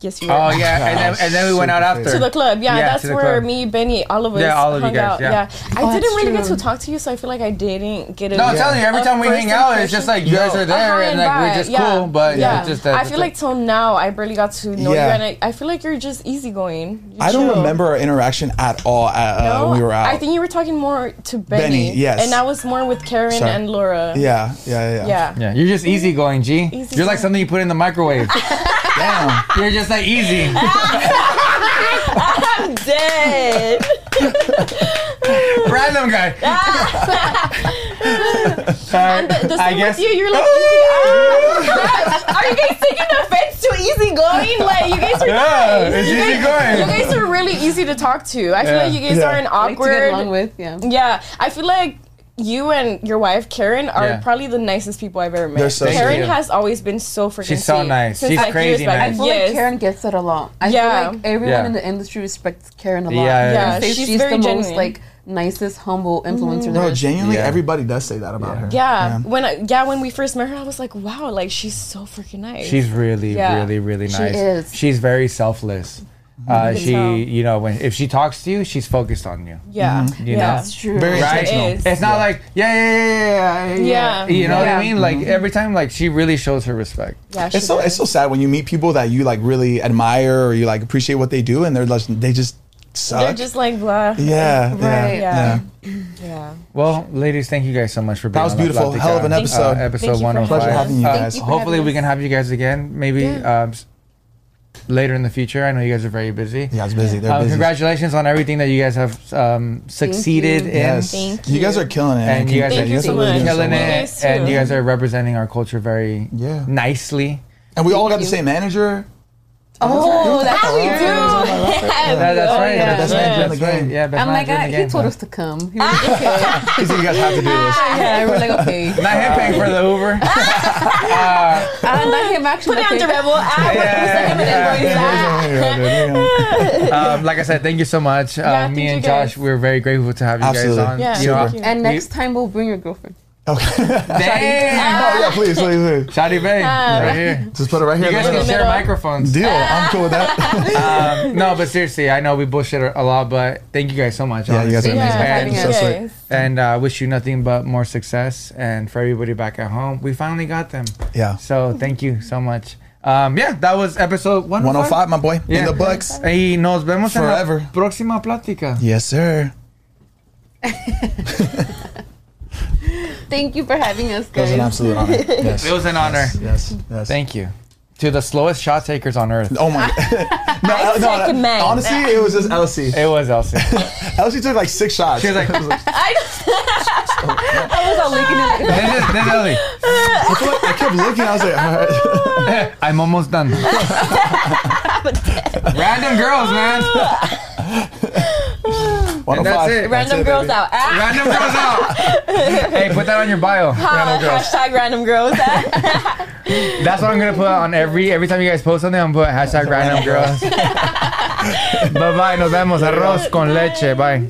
Speaker 4: Yes, you were.
Speaker 1: Oh yeah, and then, and then we went out
Speaker 3: Super
Speaker 1: after.
Speaker 4: To the club, yeah.
Speaker 1: Yeah,
Speaker 4: that's
Speaker 1: to the
Speaker 4: where
Speaker 1: club.
Speaker 4: me, Benny, all of us
Speaker 1: Yeah, all of you
Speaker 4: hung
Speaker 1: guys,
Speaker 4: out.
Speaker 1: yeah.
Speaker 4: Yeah,
Speaker 5: Oh,
Speaker 4: I didn't
Speaker 5: that's
Speaker 4: really get
Speaker 5: true.
Speaker 4: to talk to you, so I feel like I didn't get it.
Speaker 1: No, I'm telling you, every time we hang out, it's just like you guys are there, and like we're just cool. But yeah, it's just that.
Speaker 4: I feel like till now I barely got to know
Speaker 3: Yeah.
Speaker 4: you, and I, I feel like you're just easygoing. You're
Speaker 3: I don't
Speaker 4: chill.
Speaker 3: remember our interaction at all at, uh,
Speaker 4: No,
Speaker 3: when we were out.
Speaker 4: I think you were talking more to Benny.
Speaker 3: Benny, yes.
Speaker 4: and I was more with Karen
Speaker 3: Sorry.
Speaker 4: and Laura.
Speaker 3: yeah, yeah, yeah.
Speaker 4: yeah.
Speaker 1: yeah, you're just easygoing, G. You're
Speaker 4: Easygoing.
Speaker 1: like something you put in the microwave.
Speaker 3: Damn.
Speaker 1: you're just like easy.
Speaker 4: I'm dead.
Speaker 1: Random guy. Sorry.
Speaker 4: The
Speaker 1: I
Speaker 4: same
Speaker 1: guess.
Speaker 4: with you. You're like, easy. are you guys taking offense to easygoing? Like, you guys are
Speaker 1: Yeah,
Speaker 4: nice.
Speaker 1: it's
Speaker 4: you, guys,
Speaker 1: easygoing.
Speaker 4: you guys are really easy to talk to. I feel
Speaker 1: Yeah.
Speaker 4: like you guys
Speaker 3: Yeah.
Speaker 4: aren't
Speaker 5: Like, to get
Speaker 4: awkward.
Speaker 5: along with, yeah.
Speaker 4: yeah, I feel like you and your wife Karen are
Speaker 1: Yeah.
Speaker 4: probably the nicest people I've ever met.
Speaker 3: They're so
Speaker 4: Karen
Speaker 1: sweet.
Speaker 4: has always been so freaking.
Speaker 1: She's so
Speaker 4: sweet
Speaker 1: nice.
Speaker 4: since,
Speaker 1: She's
Speaker 4: like, years
Speaker 1: crazy
Speaker 4: back.
Speaker 1: nice.
Speaker 5: I feel
Speaker 4: Yes.
Speaker 5: like Karen gets it a lot. I
Speaker 4: Yeah.
Speaker 5: feel like everyone
Speaker 1: Yeah.
Speaker 5: in the industry respects Karen a lot.
Speaker 1: Yeah, yeah,
Speaker 4: yeah.
Speaker 5: They say
Speaker 4: She's
Speaker 5: she's,
Speaker 4: very
Speaker 5: the most
Speaker 4: genuine.
Speaker 5: like nicest, humble influencer. there
Speaker 3: No,
Speaker 5: is.
Speaker 3: genuinely,
Speaker 1: Yeah.
Speaker 3: everybody does say that about her.
Speaker 4: Yeah, when I, yeah when we first met her, I was like, wow, like she's so freaking nice.
Speaker 1: She's really,
Speaker 4: Yeah.
Speaker 1: really, really
Speaker 5: She
Speaker 1: nice.
Speaker 5: is.
Speaker 1: She's very selfless. Uh,
Speaker 4: can
Speaker 1: she,
Speaker 4: tell.
Speaker 1: you know, when if she talks to you, she's focused on you.
Speaker 4: yeah,
Speaker 1: Mm-hmm. You
Speaker 4: yeah.
Speaker 1: know?
Speaker 5: It's true.
Speaker 3: Very
Speaker 1: Right?
Speaker 3: intentional.
Speaker 4: It is.
Speaker 1: It's not like yeah, yeah, yeah, yeah, yeah, yeah.
Speaker 4: Yeah.
Speaker 1: You know
Speaker 5: Yeah.
Speaker 1: what I mean? Like every time, like she really shows her respect.
Speaker 4: Yeah, she
Speaker 3: It's so
Speaker 4: does.
Speaker 3: it's so sad when you meet people that you like really admire or you like appreciate what they do, and they're like, they just suck.
Speaker 4: They're just like blah.
Speaker 3: yeah, yeah,
Speaker 5: Right.
Speaker 4: Yeah.
Speaker 3: yeah.
Speaker 4: Yeah.
Speaker 1: Well, ladies, thank you guys so much for being.
Speaker 3: was
Speaker 1: on
Speaker 3: beautiful.
Speaker 1: Atlantica.
Speaker 3: Hell of an
Speaker 1: Uh,
Speaker 3: episode.
Speaker 1: episode
Speaker 4: Thank you for
Speaker 1: one hundred five.
Speaker 3: Pleasure having you
Speaker 1: Uh,
Speaker 3: guys.
Speaker 5: you for
Speaker 1: hopefully,
Speaker 5: having
Speaker 1: we can
Speaker 5: us.
Speaker 1: have you guys again, maybe
Speaker 4: Yeah.
Speaker 1: um, s- later in the future. I know you guys are very busy.
Speaker 3: yeah, it's busy. They're
Speaker 1: Um,
Speaker 3: busy.
Speaker 1: congratulations on everything that you guys have um, succeeded in.
Speaker 3: Yes.
Speaker 4: Thank
Speaker 3: you. guys
Speaker 4: you.
Speaker 3: are killing it.
Speaker 1: And you guys
Speaker 4: Thank
Speaker 1: are
Speaker 4: you
Speaker 3: guys
Speaker 4: so
Speaker 3: really
Speaker 4: much.
Speaker 3: doing
Speaker 1: killing
Speaker 3: well.
Speaker 4: Thank you
Speaker 1: it,
Speaker 4: so
Speaker 1: and you
Speaker 4: much.
Speaker 1: guys are representing our culture very
Speaker 3: Yeah.
Speaker 1: nicely.
Speaker 3: And we all got the same manager. Oh,
Speaker 5: Oh, that's weird.
Speaker 1: That- that's right.
Speaker 5: yeah.
Speaker 1: That's
Speaker 4: Yeah.
Speaker 1: right.
Speaker 3: Best
Speaker 1: That's
Speaker 3: manager in the
Speaker 1: right.
Speaker 3: game.
Speaker 1: Yeah, best
Speaker 5: I'm like,
Speaker 1: manager in
Speaker 5: I,
Speaker 1: the game.
Speaker 5: he told us to come. He was like, okay.
Speaker 3: You see, you guys have to do this.
Speaker 5: yeah, we're like, okay.
Speaker 1: Not him paying for the Uber.
Speaker 5: And let him actually
Speaker 4: Put it on
Speaker 5: okay.
Speaker 4: the rebel. Ah,
Speaker 1: Yeah,
Speaker 4: yeah,
Speaker 1: yeah.
Speaker 3: Yeah.
Speaker 1: um, like I said, thank you so much.
Speaker 4: Yeah,
Speaker 1: uh, me
Speaker 4: thank you
Speaker 1: and
Speaker 4: guys.
Speaker 1: Josh, we're very grateful to have you
Speaker 3: Absolutely.
Speaker 1: guys on.
Speaker 4: Yeah,
Speaker 1: you know,
Speaker 3: Super.
Speaker 5: And
Speaker 1: We-
Speaker 5: next time we'll bring your girlfriend.
Speaker 3: Okay.
Speaker 1: Damn!
Speaker 3: Oh yeah, please, please, please.
Speaker 1: Shawty Bay, right here.
Speaker 3: Just put it Uh, right here.
Speaker 1: You
Speaker 3: in
Speaker 1: guys
Speaker 3: the
Speaker 1: can
Speaker 3: middle.
Speaker 1: share
Speaker 4: middle.
Speaker 1: microphones.
Speaker 3: Deal. I'm cool with that.
Speaker 1: Um, no, but seriously, I know we bullshit a lot, but thank you guys so much.
Speaker 3: Yeah, you guys are
Speaker 1: honestly.
Speaker 3: amazing.
Speaker 1: And-
Speaker 4: Yeah.
Speaker 3: So
Speaker 4: Yeah.
Speaker 3: sweet.
Speaker 1: And uh, wish you nothing but more success. And for everybody back at home, we finally got them.
Speaker 3: Yeah.
Speaker 1: So thank you so much. Um, yeah, that was episode 105.
Speaker 3: 105, my boy.
Speaker 1: Yeah.
Speaker 3: In the books.
Speaker 1: Y nos vemos en
Speaker 3: Forever.
Speaker 1: la próxima plática.
Speaker 3: Yes, sir.
Speaker 5: Thank you for having us,
Speaker 3: It was an
Speaker 5: guys.
Speaker 3: absolute honor. Yes.
Speaker 1: It was an honor.
Speaker 3: Yes. Yes.
Speaker 1: Thank you. to the slowest shot takers on earth.
Speaker 3: Oh my! no, El- no,
Speaker 4: second man.
Speaker 3: no. Honestly, it was just Elsie.
Speaker 1: It was Elsie.
Speaker 3: Elsie took like six shots.
Speaker 1: She was like, this is,
Speaker 5: I was all leaking
Speaker 1: Ah.
Speaker 5: it. Like,
Speaker 1: this is Elsie.
Speaker 3: I, feel like I kept looking. I was like, all right.
Speaker 1: I'm almost done. Random girls, man.
Speaker 3: oh
Speaker 1: And that's it.
Speaker 4: Random girls out. Ah,
Speaker 1: Random girls out. hey, put that on your bio. Random girls.
Speaker 4: hashtag random girls. Ah.
Speaker 1: That's what I'm gonna put on every every time you guys post something. I'm gonna put hashtag random girls. bye bye. Nos vemos. Arroz con leche. Bye.